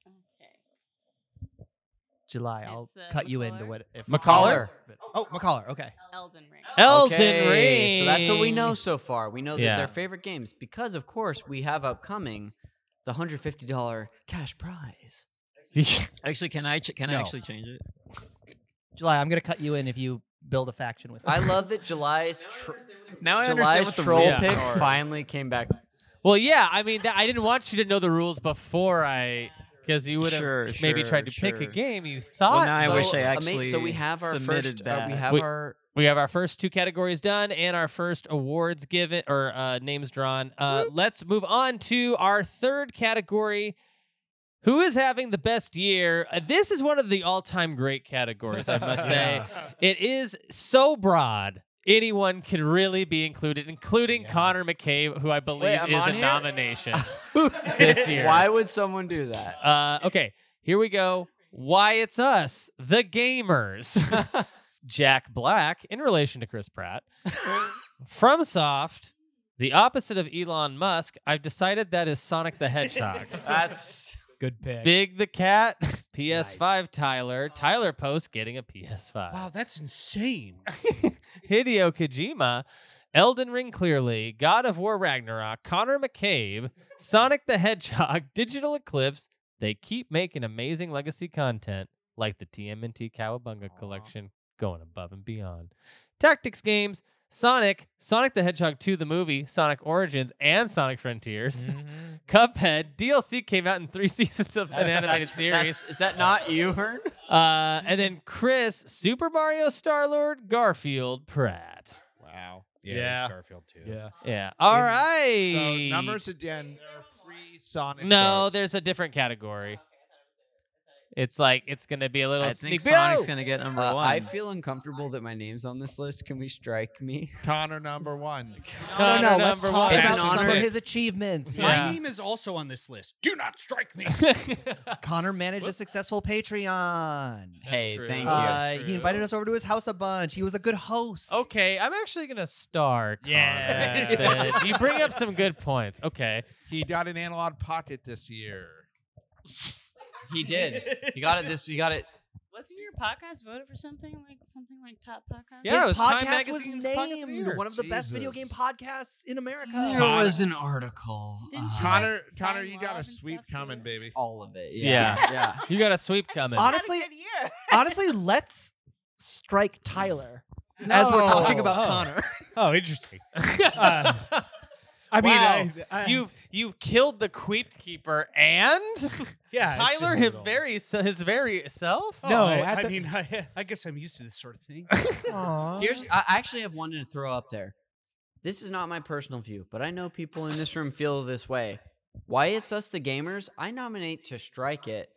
Speaker 3: Okay.
Speaker 4: July. I'll
Speaker 3: It's, uh,
Speaker 4: cut you into
Speaker 3: McCollar?
Speaker 4: what if
Speaker 5: McCollar.
Speaker 4: Oh, McCollar. Okay.
Speaker 3: Elden Ring.
Speaker 1: Elden
Speaker 5: Okay, So that's what we
Speaker 1: Ring.
Speaker 5: know so far. We know that
Speaker 1: Yeah.
Speaker 5: their favorite games because, of course, we have upcoming the hundred fifty dollar cash prize.
Speaker 4: <laughs>
Speaker 2: Actually, can I ch- can
Speaker 4: No.
Speaker 2: I actually change it?
Speaker 4: July. I'm gonna cut you in if you build a faction with.
Speaker 5: I
Speaker 4: me.
Speaker 5: love that July's tr-
Speaker 2: Now I understand
Speaker 5: July's
Speaker 2: what the
Speaker 5: troll
Speaker 1: rules
Speaker 5: pick
Speaker 2: are.
Speaker 5: finally came <laughs> back.
Speaker 1: Well, yeah. I mean, that, I didn't want you to know the rules before I, because you would have
Speaker 2: Sure,
Speaker 1: maybe
Speaker 2: sure,
Speaker 1: tried to pick a
Speaker 2: sure.
Speaker 1: game. You thought.
Speaker 2: now I
Speaker 1: so.
Speaker 2: wish I
Speaker 5: ama-
Speaker 2: actually
Speaker 5: so we have our
Speaker 2: submitted
Speaker 5: first. uh,
Speaker 2: that.
Speaker 5: we have
Speaker 1: We-
Speaker 5: our
Speaker 1: We have our first two categories done and our first awards given or uh, names drawn. Uh, let's move on to our third category. Who is having the best year? Uh, this is one of the all-time great categories,
Speaker 2: <laughs>
Speaker 1: I must say. It is so broad. Anyone can really be included, including Connor McCabe, who I believe
Speaker 5: I'm
Speaker 1: is
Speaker 5: on
Speaker 1: a
Speaker 5: here? <laughs>
Speaker 1: nomination this year.
Speaker 5: Why would someone do that?
Speaker 1: Uh, okay, here we go. Why it's us,
Speaker 5: <laughs>
Speaker 1: the gamers. Jack Black in relation to Chris Pratt. From Soft, the opposite of Elon Musk, I've decided that is Sonic
Speaker 5: <laughs>
Speaker 1: the Hedgehog.
Speaker 5: That's
Speaker 12: Good pick.
Speaker 1: Big the Cat, <laughs> PS5 Tyler, Tyler Post getting a PS5.
Speaker 8: Wow, that's insane.
Speaker 1: Hideo Kojima, Elden Ring clearly, God of War Ragnarok, Connor McCabe, Sonic the Hedgehog, <laughs> Digital Eclipse. They keep making amazing legacy content like the TMNT Cowabunga collection, going above and beyond. Tactics games, Sonic, Sonic the Hedgehog 2, the movie, Sonic Origins, and Sonic Frontiers. <laughs> Cuphead DLC came out in three <laughs> seasons of an animated series.
Speaker 5: Is that not you, Hearn?
Speaker 1: Uh, and then Chris, Super Mario Star Lord, Garfield, Pratt.
Speaker 8: Wow. Yeah. it was
Speaker 4: Yeah.
Speaker 8: Garfield too.
Speaker 12: Yeah.
Speaker 1: Yeah. All right.
Speaker 9: So numbers again are free Sonic.
Speaker 1: No,
Speaker 9: votes.
Speaker 1: there's a different category. It's like it's gonna be a little
Speaker 2: I
Speaker 1: sneak.
Speaker 2: think Sonic's
Speaker 1: Oh!
Speaker 2: gonna get number
Speaker 5: Uh,
Speaker 2: one.
Speaker 5: I feel uncomfortable that my name's on this list. Can we strike me?
Speaker 9: Connor number
Speaker 5: <laughs>
Speaker 9: one.
Speaker 4: No, no,
Speaker 1: Connor
Speaker 4: let's
Speaker 1: number
Speaker 4: talk
Speaker 1: one.
Speaker 5: It's
Speaker 4: about
Speaker 5: an
Speaker 4: some
Speaker 5: honor.
Speaker 4: of his achievements.
Speaker 1: Yeah.
Speaker 7: My name is also on this list. Do not
Speaker 1: <laughs>
Speaker 7: strike me.
Speaker 4: <laughs> Connor managed a successful Patreon.
Speaker 5: hey,
Speaker 1: true.
Speaker 5: thank you.
Speaker 4: Uh,
Speaker 1: That's
Speaker 4: he invited us over to his house a bunch. He was a good host.
Speaker 1: okay, I'm actually gonna star.
Speaker 9: Yeah.
Speaker 1: Connor, but you
Speaker 5: <laughs>
Speaker 1: bring up some good points. Okay.
Speaker 9: He got an analog pocket this year.
Speaker 5: he did. He got it. This. We got it.
Speaker 3: Wasn't your podcast voted for something like something like top podcast?
Speaker 1: Yeah, it
Speaker 4: his
Speaker 1: was Time
Speaker 4: podcast was
Speaker 1: Magazine's Podcast of the
Speaker 4: named
Speaker 1: Year.
Speaker 4: one of the best video game
Speaker 9: Jesus.
Speaker 4: podcasts in America.
Speaker 5: was an article.
Speaker 3: Didn't you
Speaker 9: Connor,
Speaker 3: like
Speaker 9: Connor,
Speaker 3: find
Speaker 9: you got
Speaker 3: love
Speaker 9: a
Speaker 3: and
Speaker 9: sweep
Speaker 3: stuff for
Speaker 9: coming,
Speaker 3: it?
Speaker 9: baby.
Speaker 5: all of it.
Speaker 1: Yeah.
Speaker 5: Yeah. <laughs> yeah.
Speaker 1: You got a sweep coming.
Speaker 3: Had a
Speaker 4: Honestly- <laughs>
Speaker 3: good year.
Speaker 4: Honestly, let's strike Tyler as we're talking about <laughs> Connor.
Speaker 8: Oh,
Speaker 1: <laughs>
Speaker 8: interesting.
Speaker 1: I
Speaker 8: mean,
Speaker 12: I-
Speaker 1: you've you've killed the Queeped Keeper and <laughs>
Speaker 8: Yeah.
Speaker 1: Tyler his very se- his very self.
Speaker 8: Oh,
Speaker 12: No,
Speaker 8: I,
Speaker 12: at
Speaker 8: I
Speaker 12: the-
Speaker 8: mean, I, I guess I'm used to this sort of
Speaker 12: <laughs>
Speaker 8: thing.
Speaker 5: Here's I actually have one to throw up there. This is not my personal view, but I know people in this room feel this way. Why it's us the gamers? I nominate to strike it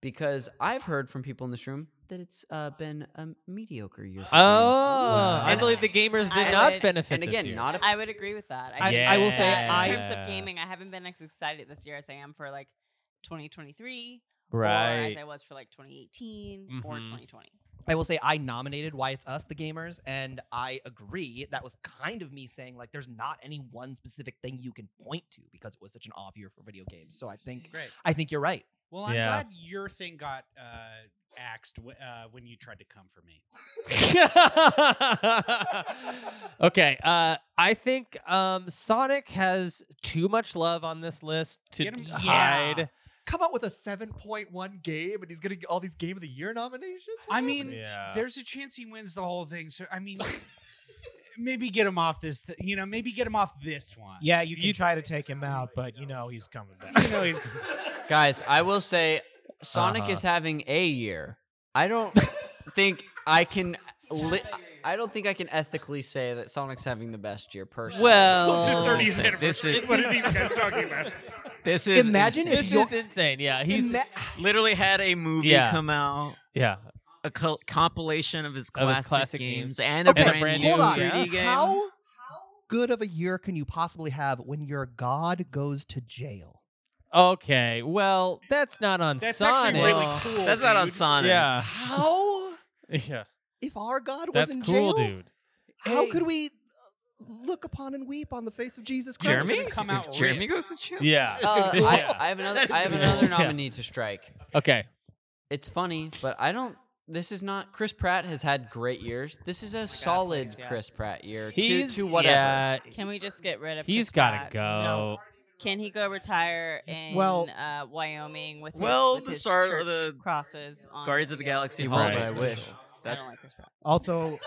Speaker 5: because I've heard from people in this room that it's uh, been a mediocre year. For
Speaker 1: Oh,
Speaker 5: games.
Speaker 1: I
Speaker 5: And-
Speaker 1: believe the gamers did
Speaker 3: I
Speaker 1: not
Speaker 3: would-
Speaker 1: benefit.
Speaker 5: And again,
Speaker 1: this year.
Speaker 5: not a
Speaker 3: I would agree with that.
Speaker 4: I-
Speaker 3: think
Speaker 1: I will say
Speaker 3: that
Speaker 1: I-
Speaker 3: in terms
Speaker 1: Yeah.
Speaker 3: of gaming, I haven't been as excited this year as I am for like 2023, or as
Speaker 1: right.
Speaker 3: I was for like 2018 or
Speaker 1: Mhm.
Speaker 3: 2020.
Speaker 4: I will say I nominated Why It's Us, the gamers, and I agree. That was kind of me saying, like, there's not any one specific thing you can point to because it was such an off year for video games. So I think
Speaker 7: Great.
Speaker 4: I think you're right.
Speaker 7: Well, I'm
Speaker 1: Yeah.
Speaker 7: glad your thing got uh, axed w- uh, when you tried to come
Speaker 1: <laughs>
Speaker 7: for
Speaker 12: <laughs>
Speaker 7: me.
Speaker 1: <laughs> okay, uh, I think um, Sonic has too much love on this list to
Speaker 7: Get him- Yeah.
Speaker 1: hide.
Speaker 4: Come out with a 7.1 game and he's getting all these Game of the Year nominations?
Speaker 7: I mean,
Speaker 1: Yeah.
Speaker 7: there's a chance he wins the whole thing. So, I
Speaker 4: <laughs>
Speaker 7: mean, maybe get him off this. Th- you know, maybe get him off this one.
Speaker 12: Yeah, you can try to take him out, but you know he's coming back.
Speaker 7: You know, he's
Speaker 5: guys. I will say, Sonic
Speaker 1: Uh-huh.
Speaker 5: is having a year. I
Speaker 2: <laughs>
Speaker 5: don't think I can. Li- I don't think I can ethically say that Sonic's having the best year personally.
Speaker 1: Well,
Speaker 7: just 30
Speaker 2: This is-
Speaker 7: anniversary.
Speaker 2: This is,
Speaker 7: What are these guys talking about?
Speaker 2: this is
Speaker 4: Imagine
Speaker 2: insane.
Speaker 4: if
Speaker 1: this
Speaker 4: you're-
Speaker 1: is insane. Yeah, he's
Speaker 4: Ima-
Speaker 2: literally had a movie
Speaker 1: Yeah.
Speaker 2: come out,
Speaker 1: yeah.
Speaker 2: a col- compilation of his
Speaker 1: Of
Speaker 2: classic,
Speaker 1: his classic
Speaker 2: games,
Speaker 1: games.
Speaker 2: and a
Speaker 1: Okay,
Speaker 2: brand,
Speaker 1: brand
Speaker 2: new
Speaker 1: new,
Speaker 2: 3D
Speaker 1: yeah.
Speaker 2: game.
Speaker 4: How good of a year can you possibly have when your god goes to jail?
Speaker 1: Okay, well, that's not on
Speaker 7: That's
Speaker 1: Sonic.
Speaker 7: actually really
Speaker 2: Well,
Speaker 7: cool.
Speaker 2: That's not on
Speaker 7: dude.
Speaker 2: Sonic.
Speaker 1: yeah, <laughs>
Speaker 4: How?
Speaker 1: yeah.
Speaker 4: <laughs> If our god was
Speaker 1: That's
Speaker 4: in
Speaker 1: cool,
Speaker 4: jail,
Speaker 1: dude.
Speaker 4: how
Speaker 8: Hey.
Speaker 4: could we uh, look upon and weep on the face of Jesus Christ?
Speaker 7: Jeremy?
Speaker 2: Jeremy?
Speaker 7: come out
Speaker 2: If Jeremy
Speaker 7: ripped.
Speaker 2: goes to jail.
Speaker 1: Yeah.
Speaker 5: Uh, <laughs>
Speaker 1: cool.
Speaker 5: I, I have another. I have
Speaker 1: gonna be
Speaker 5: another
Speaker 1: cool.
Speaker 5: nominee to strike.
Speaker 1: Okay.
Speaker 5: It's funny, but I don't. This is not. Chris Pratt has had great years. This is a solid
Speaker 3: please,
Speaker 5: Chris
Speaker 3: yes.
Speaker 5: Pratt year.
Speaker 1: He's-
Speaker 5: to to whatever.
Speaker 1: yeah.
Speaker 3: Can we just get rid of?
Speaker 1: He's gotta
Speaker 3: got
Speaker 1: go.
Speaker 3: Can he go retire in
Speaker 2: Well-
Speaker 3: uh, Wyoming with
Speaker 2: Well,
Speaker 3: his, with
Speaker 2: the
Speaker 3: his
Speaker 2: star-
Speaker 3: church
Speaker 2: the
Speaker 3: crosses on
Speaker 2: Guardians
Speaker 3: it
Speaker 2: of the
Speaker 3: again?
Speaker 2: Galaxy
Speaker 5: He
Speaker 2: Holiday
Speaker 5: won't,
Speaker 2: Special.
Speaker 5: but I wish.
Speaker 2: That's
Speaker 12: Also,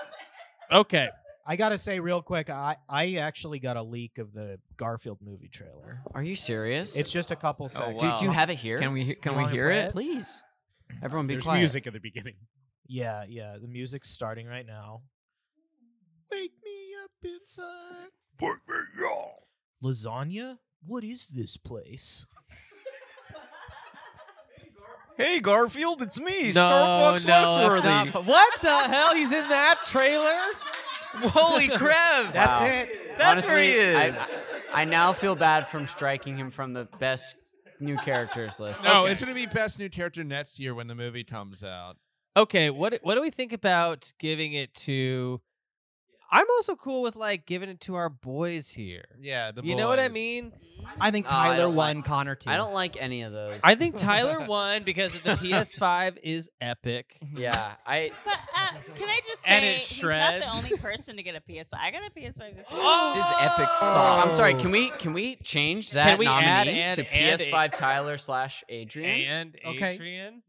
Speaker 1: Okay.
Speaker 12: I gotta say real quick, I I actually got a leak of the Garfield movie trailer.
Speaker 5: Are you serious?
Speaker 12: It's just a couple seconds.
Speaker 5: Did you have it here?
Speaker 2: Oh, Can we he- can
Speaker 12: You
Speaker 2: we
Speaker 12: want
Speaker 2: hear
Speaker 12: read?
Speaker 2: it?
Speaker 5: Please. Everyone be
Speaker 7: There's
Speaker 5: quiet.
Speaker 7: music at the beginning.
Speaker 12: Yeah, yeah. The music's starting right now. Wake me up inside. Lasagna? What is this place?
Speaker 2: Hey Garfield, it's me,
Speaker 1: No,
Speaker 2: Star Fox
Speaker 1: no, it's not
Speaker 2: Foxworthy.
Speaker 1: fu- what the <laughs> hell? He's in that trailer? <laughs>
Speaker 2: Holy crap!
Speaker 5: That's
Speaker 2: Wow.
Speaker 5: it.
Speaker 2: That's
Speaker 5: Honestly,
Speaker 2: where he
Speaker 5: I-
Speaker 2: is.
Speaker 5: I, now feel bad from striking him from the best new characters list.
Speaker 9: No, it's going to be best new character next year when the movie comes out.
Speaker 1: Okay, what what do we think about giving it to? I'm also cool with like giving it to our boys here.
Speaker 9: Yeah, the
Speaker 1: you know what I
Speaker 9: boys.
Speaker 1: mean.
Speaker 12: I think
Speaker 5: Oh, I
Speaker 12: Tyler
Speaker 5: don't
Speaker 12: won,
Speaker 5: like-
Speaker 12: Connor two.
Speaker 5: I don't like any of those.
Speaker 1: I
Speaker 5: <laughs>
Speaker 1: think Tyler won because of the PS5 is epic.
Speaker 5: Yeah,
Speaker 1: <laughs>
Speaker 5: I.
Speaker 3: But uh, can I just
Speaker 1: And
Speaker 3: say
Speaker 1: it
Speaker 3: he's not the
Speaker 1: shreds.
Speaker 3: only person to get a PS5. I got a PS5
Speaker 2: <gasps>
Speaker 3: this week.
Speaker 5: This epic
Speaker 2: Oh.
Speaker 5: song. I'm sorry. Can we can we change that
Speaker 1: Can we
Speaker 5: nominee
Speaker 1: add and-
Speaker 5: to
Speaker 1: and a-
Speaker 5: PS5 Tyler slash Adrian?
Speaker 1: And
Speaker 7: Okay.
Speaker 1: Adrian,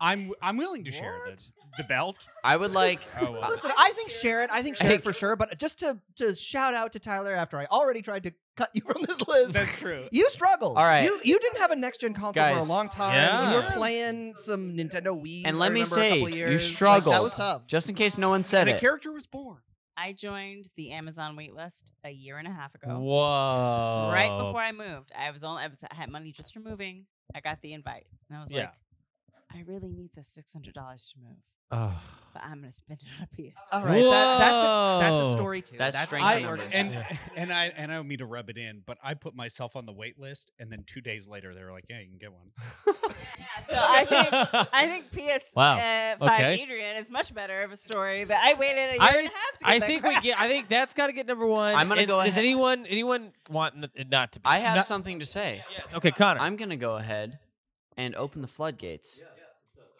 Speaker 7: I'm I'm willing to share this. The belt.
Speaker 5: I would
Speaker 1: <laughs>
Speaker 5: like.
Speaker 7: Oh, well.
Speaker 4: Listen, I think share it. I think share it for sure. But uh, just to to shout out to Tyler after I already tried to cut you <laughs> from this list.
Speaker 7: That's true.
Speaker 4: You struggled.
Speaker 5: All right.
Speaker 4: You you didn't have a next gen console for a
Speaker 5: Guys.
Speaker 4: long time.
Speaker 1: Yeah.
Speaker 4: You were playing some Nintendo Wii.
Speaker 5: and let me say, you
Speaker 4: struggle.
Speaker 5: struggled.
Speaker 4: that was tough.
Speaker 5: Just in case no one said
Speaker 7: And a
Speaker 5: it.
Speaker 7: character was born.
Speaker 3: I joined the Amazon waitlist a year and a half ago.
Speaker 1: whoa,
Speaker 3: Right before I moved, I was only I was I had money just for moving. I got the invite, and I was
Speaker 1: Yeah.
Speaker 3: like, I really need the six hundred dollars to move,
Speaker 1: Ugh.
Speaker 3: but I'm gonna spend it on a PS.
Speaker 4: All right. That, that's a, that's
Speaker 1: Whoa.
Speaker 4: a story too.
Speaker 5: That's strength
Speaker 7: I,
Speaker 5: in numbers.
Speaker 7: and <laughs> and I and I don't mean to rub it in, but I put myself on the wait list, and then two days later they were like, "Yeah, you can get one."
Speaker 3: So I think
Speaker 1: <laughs>
Speaker 3: I think PS
Speaker 1: Wow.
Speaker 3: uh, five
Speaker 1: Okay.
Speaker 3: Adrian is much better of a story that I waited a year
Speaker 1: I-
Speaker 3: and a half to get
Speaker 1: I
Speaker 3: that
Speaker 1: think
Speaker 3: crap.
Speaker 1: we get. I think that's got to get number one.
Speaker 5: I'm gonna
Speaker 1: And
Speaker 5: go
Speaker 1: Does
Speaker 5: ahead.
Speaker 1: anyone anyone want n- it not to be?
Speaker 5: I have
Speaker 1: No-
Speaker 5: something to say.
Speaker 1: Yes. Okay, Connor.
Speaker 5: I'm gonna go ahead and open the floodgates,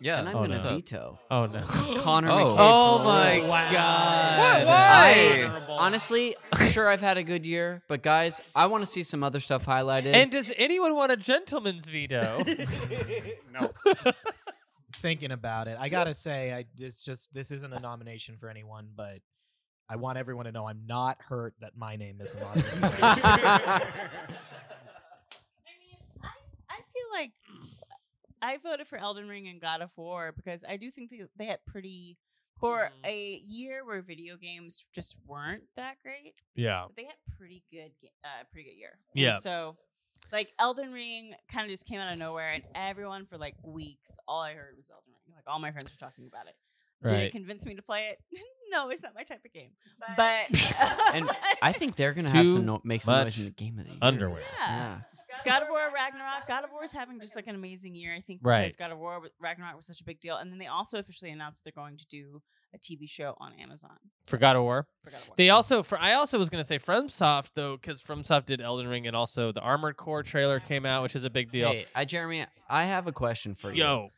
Speaker 2: Yeah.
Speaker 5: and I'm
Speaker 1: Oh,
Speaker 5: gonna
Speaker 1: no.
Speaker 5: veto
Speaker 1: oh no.
Speaker 5: <gasps> Connor
Speaker 2: Oh.
Speaker 5: McCabe.
Speaker 1: Oh
Speaker 5: for
Speaker 1: my
Speaker 5: Wolves.
Speaker 1: god.
Speaker 2: What?
Speaker 5: I-
Speaker 2: Why?
Speaker 5: honestly, sure, I've had a good year, but guys, I want to see some other stuff highlighted.
Speaker 1: And does anyone want a gentleman's
Speaker 5: <laughs>
Speaker 1: veto?
Speaker 2: <laughs>
Speaker 1: <laughs>
Speaker 7: no.
Speaker 12: thinking about it. I gotta say, I it's just this isn't a nomination for anyone, but I want everyone to know I'm not hurt that my name
Speaker 2: <laughs>
Speaker 12: isn't on this list.
Speaker 3: I mean, I, I feel like I voted for Elden Ring and God of War because I do think they, they had pretty for
Speaker 1: Mm-hmm.
Speaker 3: a year where video games just weren't that great.
Speaker 1: yeah.
Speaker 3: They had pretty good, ga- uh, pretty good year.
Speaker 1: Yeah.
Speaker 3: And so, like Elden Ring, kind of just came out of nowhere, and everyone for like weeks, all I heard was Elden Ring. Like all my friends were talking about it. Did
Speaker 1: Right.
Speaker 3: it convince me to play it? <laughs> no, it's not my type of game. But <laughs>
Speaker 2: <laughs>
Speaker 5: And I think they're gonna have
Speaker 1: Too
Speaker 5: some no- make some noise
Speaker 1: much
Speaker 5: in the game of the year.
Speaker 1: Underwear.
Speaker 3: yeah.
Speaker 5: Yeah.
Speaker 3: God of War Ragnarok. God of War is having just like an amazing year, I think,
Speaker 1: Right.
Speaker 3: because God of War Ragnarok was such a big deal. And then they also officially announced that they're going to do a TV show on Amazon. So,
Speaker 1: For God of War.
Speaker 3: for God of War.
Speaker 1: They also for I also was gonna say FromSoft though, because FromSoft did Elden Ring and also the Armored Core trailer came out, which is a big deal.
Speaker 5: Hey, I, Jeremy, I have a question for you.
Speaker 1: Yo,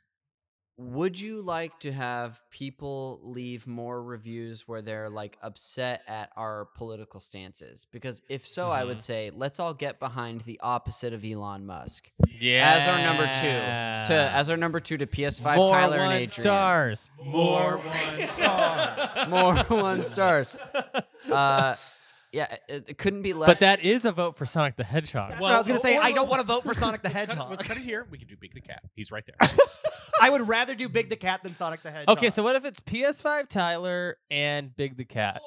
Speaker 5: Would you like to have people leave more reviews where they're like upset at our political stances? Because if so, I
Speaker 1: Mm-hmm.
Speaker 5: would say let's all get behind the opposite of Elon Musk
Speaker 1: yeah.
Speaker 5: as our number two to as our number two to PS5
Speaker 1: more
Speaker 5: Tyler
Speaker 1: one
Speaker 5: and Adrian.
Speaker 1: stars. <laughs>
Speaker 7: More one star.
Speaker 5: More one stars. Uh, yeah, it, it couldn't be less.
Speaker 1: But that is a vote for Sonic the Hedgehog.
Speaker 4: That's what I was gonna say. I don't want
Speaker 5: <laughs>
Speaker 4: to vote for Sonic the
Speaker 7: Let's cut, it,
Speaker 4: Hedgehog.
Speaker 7: let's cut it here. We can do Big the Cat. He's right there.
Speaker 4: <laughs> I would rather do Big the Cat than Sonic the Hedgehog.
Speaker 1: Okay, so what if it's PS5 Tyler and Big the Cat?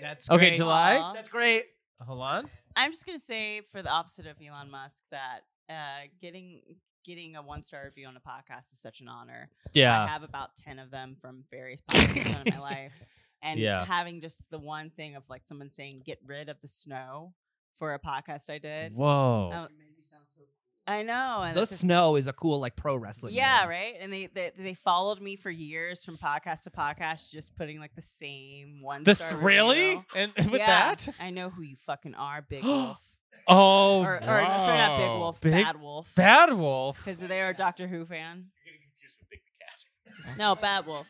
Speaker 7: That's
Speaker 1: Okay,
Speaker 7: great.
Speaker 1: July.
Speaker 3: Aw.
Speaker 4: that's great.
Speaker 1: Hold on.
Speaker 3: I'm just gonna say for the opposite of Elon Musk that uh, getting getting a one star review on a podcast is such an honor. I
Speaker 1: Yeah.
Speaker 3: have about ten of them from various podcasts in
Speaker 1: <laughs>
Speaker 3: my life, and
Speaker 1: Yeah.
Speaker 3: having just the one thing of like someone saying "get rid of the snow" for a podcast I did.
Speaker 1: Whoa.
Speaker 3: Um, I know. And
Speaker 4: The
Speaker 3: it's just-
Speaker 4: snow is a cool like pro wrestling.
Speaker 3: Yeah,
Speaker 4: name.
Speaker 3: right. And they, they they followed me for years from podcast to podcast, just putting like the same one.
Speaker 1: this
Speaker 3: star
Speaker 1: really?
Speaker 3: review.
Speaker 1: And with
Speaker 3: Yeah,
Speaker 1: that?
Speaker 3: I know who you fucking are,
Speaker 1: <gasps>
Speaker 3: Big Wolf.
Speaker 1: Oh,
Speaker 3: or, or sorry, not Big
Speaker 1: wow.
Speaker 3: Wolf,
Speaker 1: Big
Speaker 3: Bad Wolf.
Speaker 1: Bad Wolf.
Speaker 3: Because they are a Doctor Who fan. <laughs> No, Bad Wolf.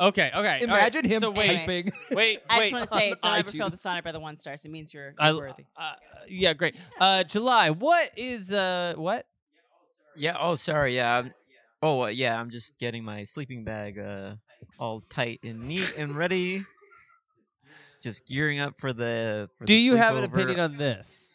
Speaker 1: Okay, okay. all right.
Speaker 12: Imagine him
Speaker 1: so wait,
Speaker 12: typing.
Speaker 1: Wait,
Speaker 3: I
Speaker 1: wait.
Speaker 3: just
Speaker 1: <laughs>
Speaker 3: want to say,
Speaker 1: on
Speaker 3: don't ever feel
Speaker 1: iTunes.
Speaker 3: dishonored by the one stars. It means you're
Speaker 1: I-
Speaker 3: worthy.
Speaker 1: uh, yeah, great. Uh, July. What is uh what?
Speaker 2: Yeah. Oh, sorry. Yeah. I'm, oh, uh, yeah. I'm just getting my sleeping bag uh, all tight and neat and ready. Just gearing up for the. For
Speaker 1: Do
Speaker 2: the
Speaker 1: you have an
Speaker 2: sleepover.
Speaker 1: opinion on this?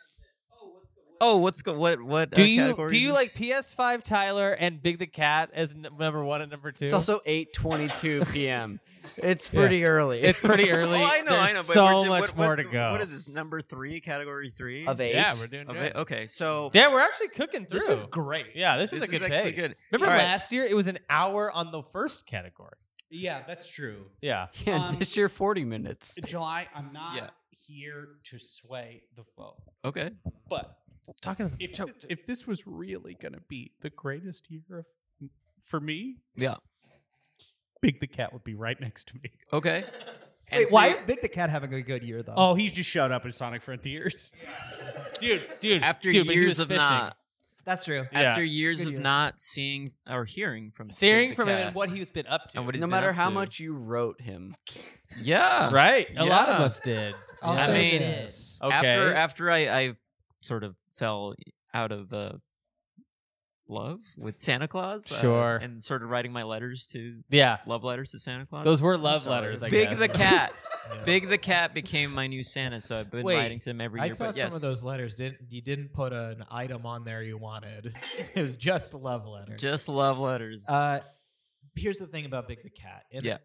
Speaker 2: Oh, what's go? What? What?
Speaker 1: Do
Speaker 2: uh,
Speaker 1: you
Speaker 2: category
Speaker 1: do
Speaker 2: is
Speaker 1: you
Speaker 2: this?
Speaker 1: like PS5 Tyler and Big the Cat as n- number one and number two?
Speaker 5: It's also
Speaker 1: <laughs>
Speaker 5: 8:22 p.m. It's
Speaker 1: Yeah.
Speaker 5: pretty early.
Speaker 1: It's
Speaker 5: <laughs>
Speaker 1: pretty early.
Speaker 2: Oh, I know. I
Speaker 1: There's
Speaker 2: know. But
Speaker 1: so
Speaker 2: we're ju-
Speaker 1: much
Speaker 2: what,
Speaker 1: more
Speaker 2: what,
Speaker 1: to go.
Speaker 2: What is this? Number three, category three
Speaker 5: Of eight?
Speaker 1: Yeah, we're doing
Speaker 2: Of
Speaker 1: good.
Speaker 2: eight? Okay, so
Speaker 1: Yeah, we're actually cooking through.
Speaker 2: This is
Speaker 4: great.
Speaker 1: Yeah, this,
Speaker 2: This
Speaker 1: is a
Speaker 2: is
Speaker 1: good
Speaker 2: actually
Speaker 1: pace.
Speaker 2: good.
Speaker 1: Remember
Speaker 2: All right.
Speaker 1: last year it was an hour on the first category.
Speaker 7: Yeah, that's true.
Speaker 1: Yeah.
Speaker 5: Yeah,
Speaker 7: Um,
Speaker 5: <laughs> this year 40 minutes.
Speaker 7: July, I'm not
Speaker 2: Yeah.
Speaker 7: here to sway the vote.
Speaker 2: Okay.
Speaker 7: But
Speaker 1: talking
Speaker 7: if, if this was really going to be the greatest year of, for me,
Speaker 2: Yeah.
Speaker 7: Big the Cat would be <laughs> right next to me.
Speaker 2: Okay.
Speaker 4: Wait, why is Big the Cat having a good year though?
Speaker 7: Oh, he's just showed up in Sonic <laughs> Frontiers.
Speaker 1: dude, dude.
Speaker 2: After
Speaker 1: dude, but he
Speaker 2: years
Speaker 1: was
Speaker 2: of
Speaker 1: fishing.
Speaker 2: not
Speaker 4: that's true.
Speaker 1: Yeah.
Speaker 2: after years
Speaker 4: Good
Speaker 2: of
Speaker 4: year.
Speaker 2: not seeing or hearing from Big
Speaker 1: Searing
Speaker 2: the
Speaker 1: from him
Speaker 2: Cat
Speaker 1: and what he's been up to.
Speaker 2: and what he's
Speaker 5: No
Speaker 2: been
Speaker 5: matter
Speaker 2: up
Speaker 5: how
Speaker 2: to.
Speaker 5: much you wrote him.
Speaker 2: Yeah.
Speaker 1: Right? A lot of
Speaker 2: Yeah.
Speaker 1: us did.
Speaker 12: Also
Speaker 2: I mean,
Speaker 12: this.
Speaker 1: Okay.
Speaker 2: After after I, I sort of fell out of uh, love with Santa Claus. uh,
Speaker 1: Sure.
Speaker 2: and sort of writing my letters to
Speaker 1: yeah.
Speaker 2: love letters to Santa Claus.
Speaker 1: Those were love
Speaker 5: sorry.
Speaker 1: letters, I
Speaker 2: Big
Speaker 1: guess.
Speaker 2: the
Speaker 1: <laughs>
Speaker 2: cat.
Speaker 12: Yeah.
Speaker 2: Big the cat became my new Santa, so I've been
Speaker 1: Wait,
Speaker 2: writing to him every
Speaker 12: I
Speaker 2: year.
Speaker 12: saw
Speaker 2: but
Speaker 12: some
Speaker 2: yes.
Speaker 12: of those letters. Didn't you didn't put an item on there you wanted? <laughs> it was just a love letter.
Speaker 2: Just love letters.
Speaker 12: Uh, here's the thing about Big the Cat. In,
Speaker 2: Yeah.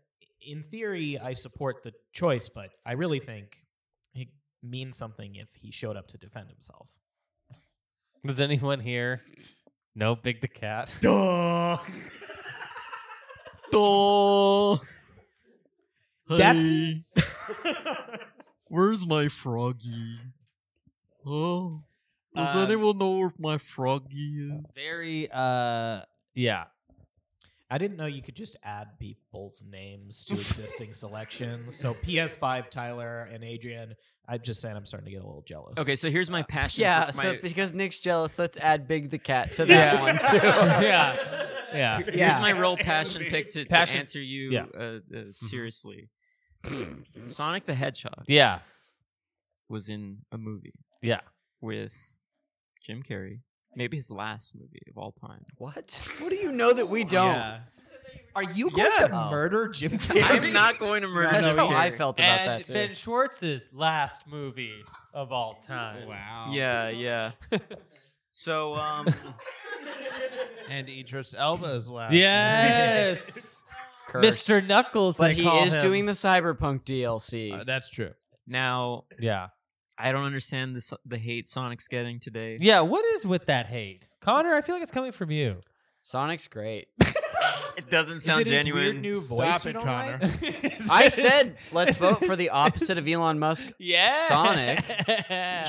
Speaker 12: In theory, I support the choice, but I really think it means something if he showed up to defend
Speaker 2: <laughs>
Speaker 12: himself.
Speaker 1: Does anyone here? No, Big the Cat.
Speaker 12: <laughs>
Speaker 2: Duh.
Speaker 12: That's-
Speaker 2: Hey, where's my froggy? Oh, does
Speaker 12: Uh,
Speaker 2: anyone know where my froggy is?
Speaker 1: Very uh yeah.
Speaker 12: I didn't know you could just add people's names
Speaker 2: <laughs>
Speaker 12: to existing selections. So PS5 Tyler and Adrian, I'm just saying I'm starting to get a little jealous. Uh,
Speaker 2: Okay, so here's my passion.
Speaker 5: Yeah,
Speaker 2: for my,
Speaker 5: so because Nick's jealous, let's add Big the Cat to that
Speaker 2: <laughs>
Speaker 1: Yeah.
Speaker 5: one.
Speaker 1: <laughs> yeah.
Speaker 12: <laughs>
Speaker 1: Yeah.
Speaker 2: Here's
Speaker 12: Yeah.
Speaker 2: my real <laughs> passion pick to, to
Speaker 1: Passion-
Speaker 2: answer you
Speaker 1: yeah. Mm-hmm.
Speaker 2: uh, uh, seriously. Sonic the <laughs> Hedgehog
Speaker 1: Yeah.
Speaker 2: was in a movie
Speaker 1: Yeah.
Speaker 2: with Jim Carrey, maybe his last movie of all time.
Speaker 5: What? What do you know that we don't?
Speaker 4: Are you going
Speaker 2: Yeah.
Speaker 4: to
Speaker 5: Oh.
Speaker 4: murder Jim Carrey?
Speaker 2: I'm not going to murder.
Speaker 5: That's
Speaker 2: Jim
Speaker 5: how I
Speaker 2: Carrey.
Speaker 5: felt about
Speaker 1: And
Speaker 5: that too.
Speaker 1: Ben Schwartz's last movie of all time.
Speaker 7: Wow.
Speaker 2: Yeah,
Speaker 1: <laughs>
Speaker 2: yeah. So, um,
Speaker 9: And Idris Elba's
Speaker 1: <laughs>
Speaker 9: last.
Speaker 1: Yes.
Speaker 5: Cursed.
Speaker 1: Mr. Knuckles,
Speaker 5: But
Speaker 1: they
Speaker 5: he
Speaker 1: call
Speaker 5: is
Speaker 1: him.
Speaker 5: doing the Cyberpunk DLC.
Speaker 9: movie. Uh, that's true.
Speaker 2: now
Speaker 1: Yeah.
Speaker 2: I don't understand the so- the hate Sonic's getting today.
Speaker 1: <laughs> Yeah, what is with that hate? Connor, I feel like it's coming from you.
Speaker 5: Sonic's great.
Speaker 2: It doesn't
Speaker 12: Is it
Speaker 2: sound
Speaker 12: his weird
Speaker 2: genuine.
Speaker 12: new voice
Speaker 9: Stop
Speaker 12: you
Speaker 9: it,
Speaker 12: don't
Speaker 9: Connor.
Speaker 2: <laughs>
Speaker 12: like?
Speaker 5: I said let's vote for the opposite of Elon Musk.
Speaker 2: <laughs>
Speaker 1: yeah.
Speaker 5: Sonic.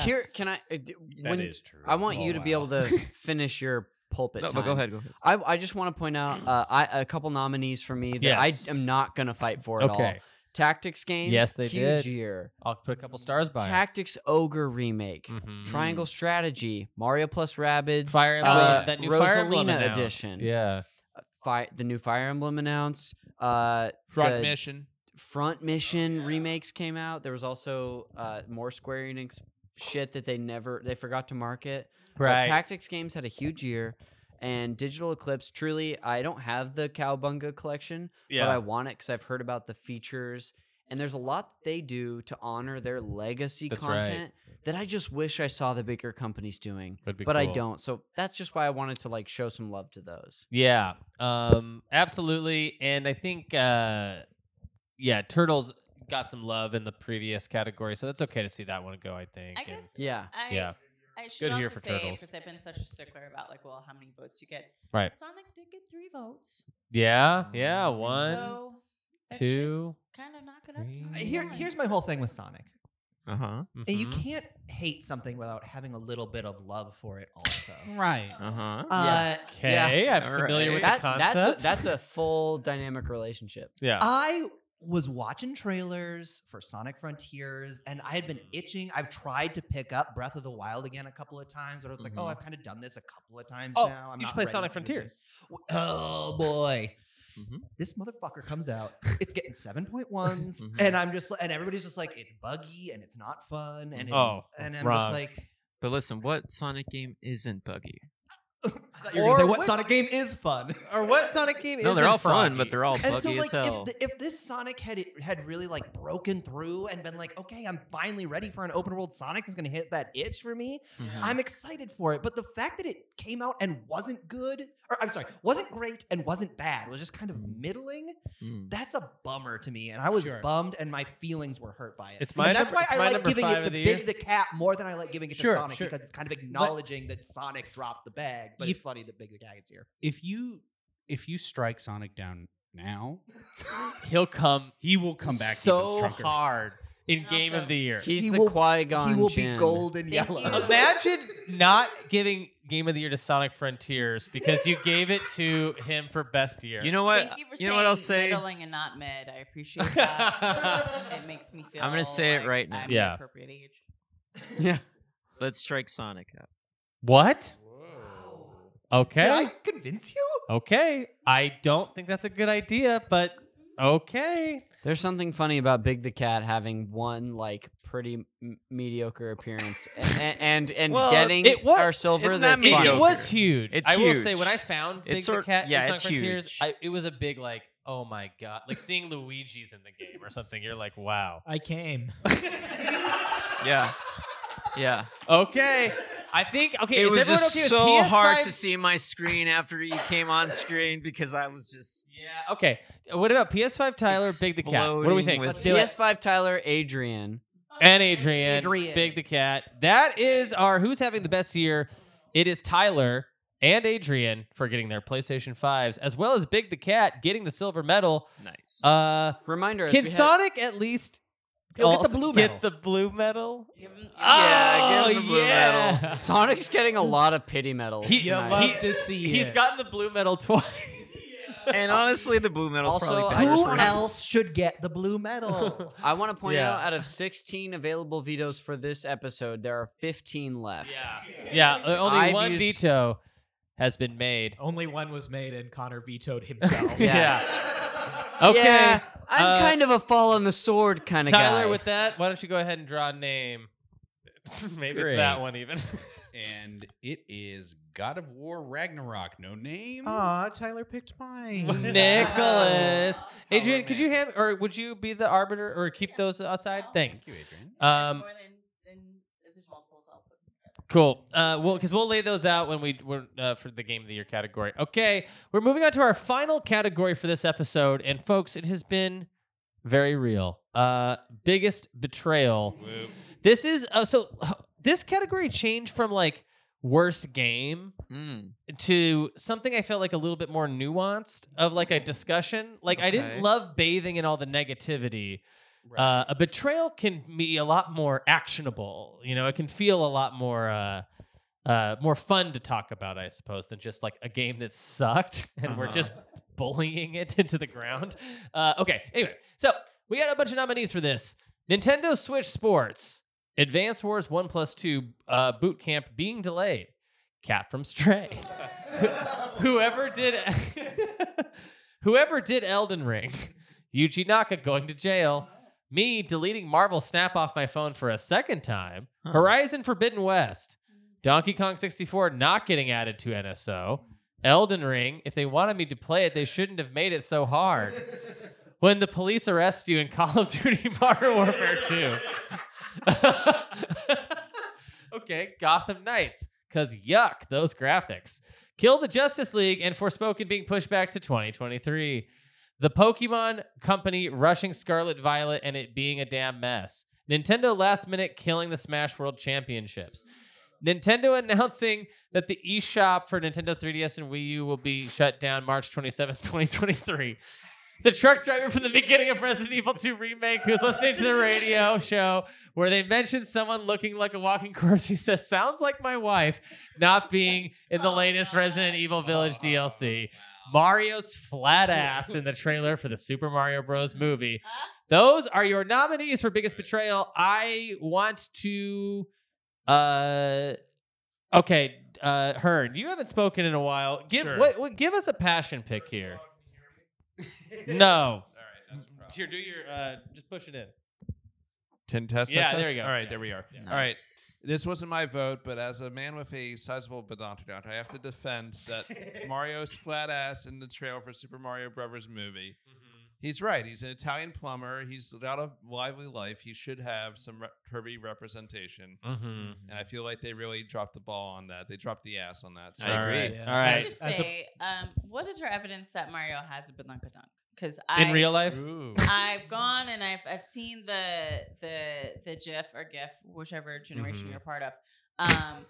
Speaker 1: <laughs>
Speaker 5: Here, can I? uh, d-
Speaker 7: That
Speaker 5: when-
Speaker 7: is true.
Speaker 5: I want
Speaker 7: Oh,
Speaker 5: you to be
Speaker 7: wow.
Speaker 5: able to finish your pulpit.
Speaker 2: No, but go
Speaker 5: time.
Speaker 2: ahead, go ahead.
Speaker 5: I, I just want to point out uh, I, a couple nominees for me that
Speaker 1: Yes.
Speaker 5: I am not going to fight for at all.
Speaker 1: Okay.
Speaker 5: Tactics games.
Speaker 1: Yes, they
Speaker 5: huge
Speaker 1: did.
Speaker 5: year.
Speaker 1: I'll put a couple stars by it.
Speaker 5: Tactics Ogre remake.
Speaker 1: Mhm.
Speaker 5: Triangle Strategy. Mario plus Rabbids.
Speaker 1: Fire Emblem,
Speaker 5: uh,
Speaker 1: that new Fire Emblem
Speaker 5: Rosalina
Speaker 1: announced.
Speaker 5: edition.
Speaker 1: Yeah.
Speaker 5: Fi- the new Fire Emblem announced. Uh,
Speaker 9: Front
Speaker 5: the
Speaker 9: mission.
Speaker 5: Front
Speaker 1: Oh,
Speaker 5: Mission remakes came out. There was also uh, more Square Enix shit that they never they forgot to market. But Tactics games had a huge year, and Digital Eclipse. Truly, I don't have the Cowbunga collection,
Speaker 1: yeah.
Speaker 5: but I want it because I've heard about the features. And there's a lot they do to honor their legacy
Speaker 1: That's right.
Speaker 5: content that I just wish I saw the bigger companies doing,
Speaker 1: Would be
Speaker 5: but I
Speaker 1: cool.
Speaker 5: don't. So that's just why I wanted to like show some love to those.
Speaker 1: Yeah, um, absolutely, and I think uh, yeah, turtles got some love in the previous category, so that's okay to see that one go. I think.
Speaker 3: I
Speaker 1: and-
Speaker 3: guess
Speaker 5: Yeah.
Speaker 3: I,
Speaker 1: Yeah.
Speaker 3: I should
Speaker 1: Good
Speaker 3: also
Speaker 1: here for
Speaker 3: say,
Speaker 1: turtles.
Speaker 3: because I've been such a stickler about, like, well, how many votes you get.
Speaker 1: Right.
Speaker 3: Sonic did get three votes.
Speaker 1: Yeah. Yeah.
Speaker 5: And
Speaker 1: One,
Speaker 3: so that should
Speaker 1: two.
Speaker 3: Kind of knock it up. to
Speaker 1: three.
Speaker 3: number
Speaker 4: Here,
Speaker 3: one.
Speaker 4: here's my whole thing with Sonic.
Speaker 2: Uh huh.
Speaker 4: And you
Speaker 1: mhm.
Speaker 4: can't hate something without having a little bit of love for it also.
Speaker 7: Right.
Speaker 2: Uh huh.
Speaker 4: Uh,
Speaker 1: Okay,
Speaker 2: Yeah.
Speaker 1: I'm familiar
Speaker 2: Alright.
Speaker 1: with
Speaker 5: That,
Speaker 1: the concept.
Speaker 5: Uh-huh. that's a, that's a full dynamic relationship.
Speaker 1: yeah.
Speaker 4: I was watching trailers for Sonic Frontiers and I had been
Speaker 1: Mm.
Speaker 4: itching. I've tried to pick up Breath of the Wild again a couple of times, but I was like, oh,
Speaker 2: Mhm.
Speaker 4: I've kind of done this a couple of times
Speaker 1: Mm-hmm. Oh,
Speaker 4: now. I'm
Speaker 1: you should
Speaker 4: not
Speaker 1: play
Speaker 4: ready
Speaker 1: Sonic
Speaker 4: to do this."
Speaker 1: Frontiers.
Speaker 4: Oh boy.
Speaker 2: Mm-hmm.
Speaker 4: This motherfucker comes out. It's getting seven
Speaker 2: <laughs>
Speaker 1: <laughs>
Speaker 4: point ones,
Speaker 2: Mm-hmm.
Speaker 1: Mm-hmm.
Speaker 4: and I'm just and everybody's just like it's buggy and it's not fun
Speaker 1: Mm.
Speaker 4: and it's
Speaker 2: oh,
Speaker 4: and I'm just like
Speaker 2: But listen, what Sonic game isn't buggy?
Speaker 4: thought you were gonna say
Speaker 2: Or
Speaker 4: what
Speaker 2: what-
Speaker 4: Sonic game is fun
Speaker 1: or what Sonic game
Speaker 2: No, they're all fun, but they're all
Speaker 4: and so,
Speaker 2: buggy
Speaker 4: like,
Speaker 2: as hell.
Speaker 4: If, the, if this Sonic had had really like broken through and been like, okay, I'm finally ready for an open world Sonic that's gonna hit that itch for me,
Speaker 8: Mhm.
Speaker 4: I'm excited for it. But the fact that it came out and wasn't good, or I'm sorry, wasn't great and wasn't bad, was just kind of middling. That's a bummer to me, and I was
Speaker 1: Sure.
Speaker 4: bummed, and my feelings were hurt by it.
Speaker 1: It's
Speaker 4: And
Speaker 1: my
Speaker 4: that's
Speaker 1: number- it's
Speaker 4: why I
Speaker 1: my
Speaker 4: like
Speaker 1: number
Speaker 4: giving
Speaker 1: five
Speaker 4: it
Speaker 1: of
Speaker 4: to
Speaker 1: the
Speaker 4: Big
Speaker 1: year.
Speaker 4: the Cat more than I like giving it to
Speaker 7: Sure,
Speaker 4: Sonic
Speaker 7: sure.
Speaker 4: because it's kind of acknowledging that Sonic dropped the bag, but
Speaker 7: You-
Speaker 4: it's funny that Big the Cat is here.
Speaker 7: If you if you strike Sonic down
Speaker 1: <laughs>
Speaker 7: now,
Speaker 1: he'll come.
Speaker 7: He will come back
Speaker 1: so
Speaker 7: even stronger.
Speaker 1: hard in game of the year.
Speaker 5: He's He the will- Qui-Gon
Speaker 4: he will be Jinn. gold and Thank yellow. you.
Speaker 1: Imagine not giving game of the year to Sonic Frontiers because you gave it to him for best year.
Speaker 2: You know what?
Speaker 3: Thank you for saying middling and not mid. I appreciate
Speaker 2: <laughs>
Speaker 3: that. it makes me feel.
Speaker 2: I'm gonna say
Speaker 3: like
Speaker 2: it right now.
Speaker 3: I'm the Appropriate age.
Speaker 5: Yeah.
Speaker 2: Let's strike Sonic out.
Speaker 1: What? Okay.
Speaker 4: Did I convince you?
Speaker 1: Okay. I don't think that's a good idea, but okay.
Speaker 5: There's something funny about Big the Cat having one like pretty m- mediocre appearance and and, and
Speaker 1: Well,
Speaker 5: getting
Speaker 1: it was-
Speaker 5: our silver.
Speaker 1: it's not
Speaker 5: that's
Speaker 1: mediocre.
Speaker 5: funny.
Speaker 1: It was huge.
Speaker 5: It's
Speaker 1: I will
Speaker 5: huge.
Speaker 1: say when I found Big
Speaker 5: It's
Speaker 1: the
Speaker 5: sort-
Speaker 1: Cat
Speaker 5: yeah,
Speaker 1: in Sonic
Speaker 5: it's
Speaker 1: Frontiers, I, it was a big like, oh my god, like seeing Luigi's in the game or something. You're like, wow.
Speaker 2: <laughs>
Speaker 12: I came.
Speaker 2: Yeah. Yeah.
Speaker 1: Okay. I think okay.
Speaker 2: it
Speaker 1: is
Speaker 2: was
Speaker 1: everyone
Speaker 2: just
Speaker 1: okay with
Speaker 2: so
Speaker 1: PS5?
Speaker 2: hard to see my screen after you came on screen because I was just
Speaker 1: yeah. Okay. What about PS5 Tyler, Big the Cat? What do we think? Let's do it.
Speaker 5: PS5 Tyler Adrian
Speaker 1: and Adrian,
Speaker 5: Adrian.
Speaker 1: Big the Cat. That is our who's having the best year. It is Tyler and Adrian for getting their PlayStation 5s, as well as Big the Cat getting the silver medal.
Speaker 2: Nice.
Speaker 1: Uh,
Speaker 5: Reminder:
Speaker 1: Can
Speaker 5: we had-
Speaker 1: Sonic at least
Speaker 5: He'll get the
Speaker 1: also
Speaker 5: blue
Speaker 1: Get the blue medal.
Speaker 5: Yeah,
Speaker 1: give him the blue Oh, yeah. medal.
Speaker 5: Sonic's getting a lot of pity medals.
Speaker 1: He- You
Speaker 5: tonight.
Speaker 1: love to see He's it. gotten the blue medal twice.
Speaker 2: And honestly, the blue medal's
Speaker 5: Also,
Speaker 2: probably
Speaker 5: I
Speaker 2: better
Speaker 5: just
Speaker 2: for
Speaker 5: wanna-
Speaker 2: him.
Speaker 4: else should get the blue
Speaker 1: <laughs>
Speaker 4: medal.
Speaker 5: I want to point
Speaker 1: Yeah.
Speaker 5: out out of 16 available vetoes for this episode, there are 15 left.
Speaker 1: Yeah, yeah. uh, Only
Speaker 5: I've
Speaker 1: one
Speaker 5: used-
Speaker 1: veto has been made.
Speaker 5: Oh,
Speaker 12: Only one was made, and Connor
Speaker 2: <laughs>
Speaker 12: vetoed himself.
Speaker 1: Yeah. Okay.
Speaker 5: Yeah, I'm
Speaker 1: uh,
Speaker 5: kind of a fall on the sword kind of
Speaker 1: Tyler,
Speaker 5: guy.
Speaker 1: <laughs> with that, why don't you go ahead and draw a name? <laughs> Maybe it's
Speaker 7: Great.
Speaker 1: that one even. <laughs>
Speaker 7: and it is God of War Ragnarok.
Speaker 2: <laughs>
Speaker 7: No name.
Speaker 1: Ah.
Speaker 12: Aw, Tyler picked mine.
Speaker 1: Nicholas. Adrian, could you have or would you be the arbiter or keep those aside? Thanks.
Speaker 7: Thank you, Adrian.
Speaker 1: Um, cool. Uh, well, because we'll lay those out when we when, uh, for the game of the year category. Okay, we're moving on to our final category for this episode, and folks, it has been very real. Uh, biggest betrayal. This is uh, so. <sighs> This category changed from like worst game to something I felt like a little bit more nuanced of like a discussion. Like I
Speaker 2: Okay.
Speaker 1: didn't love bathing in all the negativity. Uh, a betrayal can be a lot more actionable. You know, it can feel a lot more. Uh, uh, more fun to talk about, I suppose, than just like a game that sucked <laughs> and we're
Speaker 2: Uh-huh.
Speaker 1: just bullying it into the ground. Uh, okay, anyway, so we got a bunch of nominees for this Nintendo Switch Sports, Advance Wars 1 Plus 2 uh, Boot Camp being delayed, Cat from Stray. <laughs> whoever did <laughs> whoever did Elden Ring, <laughs> Yuji Naka going to jail, me deleting Marvel Snap off my phone for a second time, Horizon Forbidden West, Donkey Kong 64 not getting added to NSO, Elden Ring, if they wanted me to play it, they shouldn't have made it so hard. When the police arrest you in Call of Duty <laughs> Modern Warfare 2. okay, Gotham Knights. Cause yuck, those graphics. Kill the Justice League and Forspoken being pushed back to 2023. The Pokemon Company rushing Scarlet Violet and it being a damn mess. Nintendo last minute killing the Smash World Championships. Nintendo <laughs> announcing that the eShop for Nintendo 3DS and Wii U will be shut down March 27th, 2023. The truck driver from the beginning of Resident Evil 2 Remake who's listening to the
Speaker 7: <laughs>
Speaker 1: radio show where they mentioned someone looking like a walking corpse. <laughs> He says, Sounds like my wife not being in the latest Resident Evil Village DLC. Mario's flat ass in the trailer for the Super Mario Bros. movie. Those are your nominees for Biggest Betrayal. I want to. Uh, okay, uh, Hearn, you haven't spoken in a while. Give
Speaker 8: Sure.
Speaker 1: what, what? Give us a passion pick here. No. All right, that's Here, do your. Uh, just push it in.
Speaker 9: Ten tests.
Speaker 1: Yeah,
Speaker 9: tests,
Speaker 1: there
Speaker 9: tests?
Speaker 1: you go.
Speaker 9: All right,
Speaker 1: Yeah,
Speaker 9: there we are.
Speaker 1: yeah.
Speaker 9: All right, this wasn't my vote, but as a man with a sizable badontodont, I have to defend that Mario's flat ass in the trailer for Super Mario Brothers movie.
Speaker 1: Mm-hmm.
Speaker 9: He's right. He's an Italian plumber. He's got a lively life. He should have some re- Kirby representation.
Speaker 1: Mhm.
Speaker 9: And I feel like they really dropped the ball on that. They dropped the ass on that.
Speaker 1: I agree.
Speaker 9: All right.
Speaker 1: All right.
Speaker 3: Just say, um, what is your evidence that Mario has a badonkadonk? Because I
Speaker 1: In real life?
Speaker 9: Ooh.
Speaker 3: I've gone and I've I've seen the the the GIF or GIF, whichever generation
Speaker 1: Mhm.
Speaker 9: Mm-hmm.
Speaker 3: you're part of, um,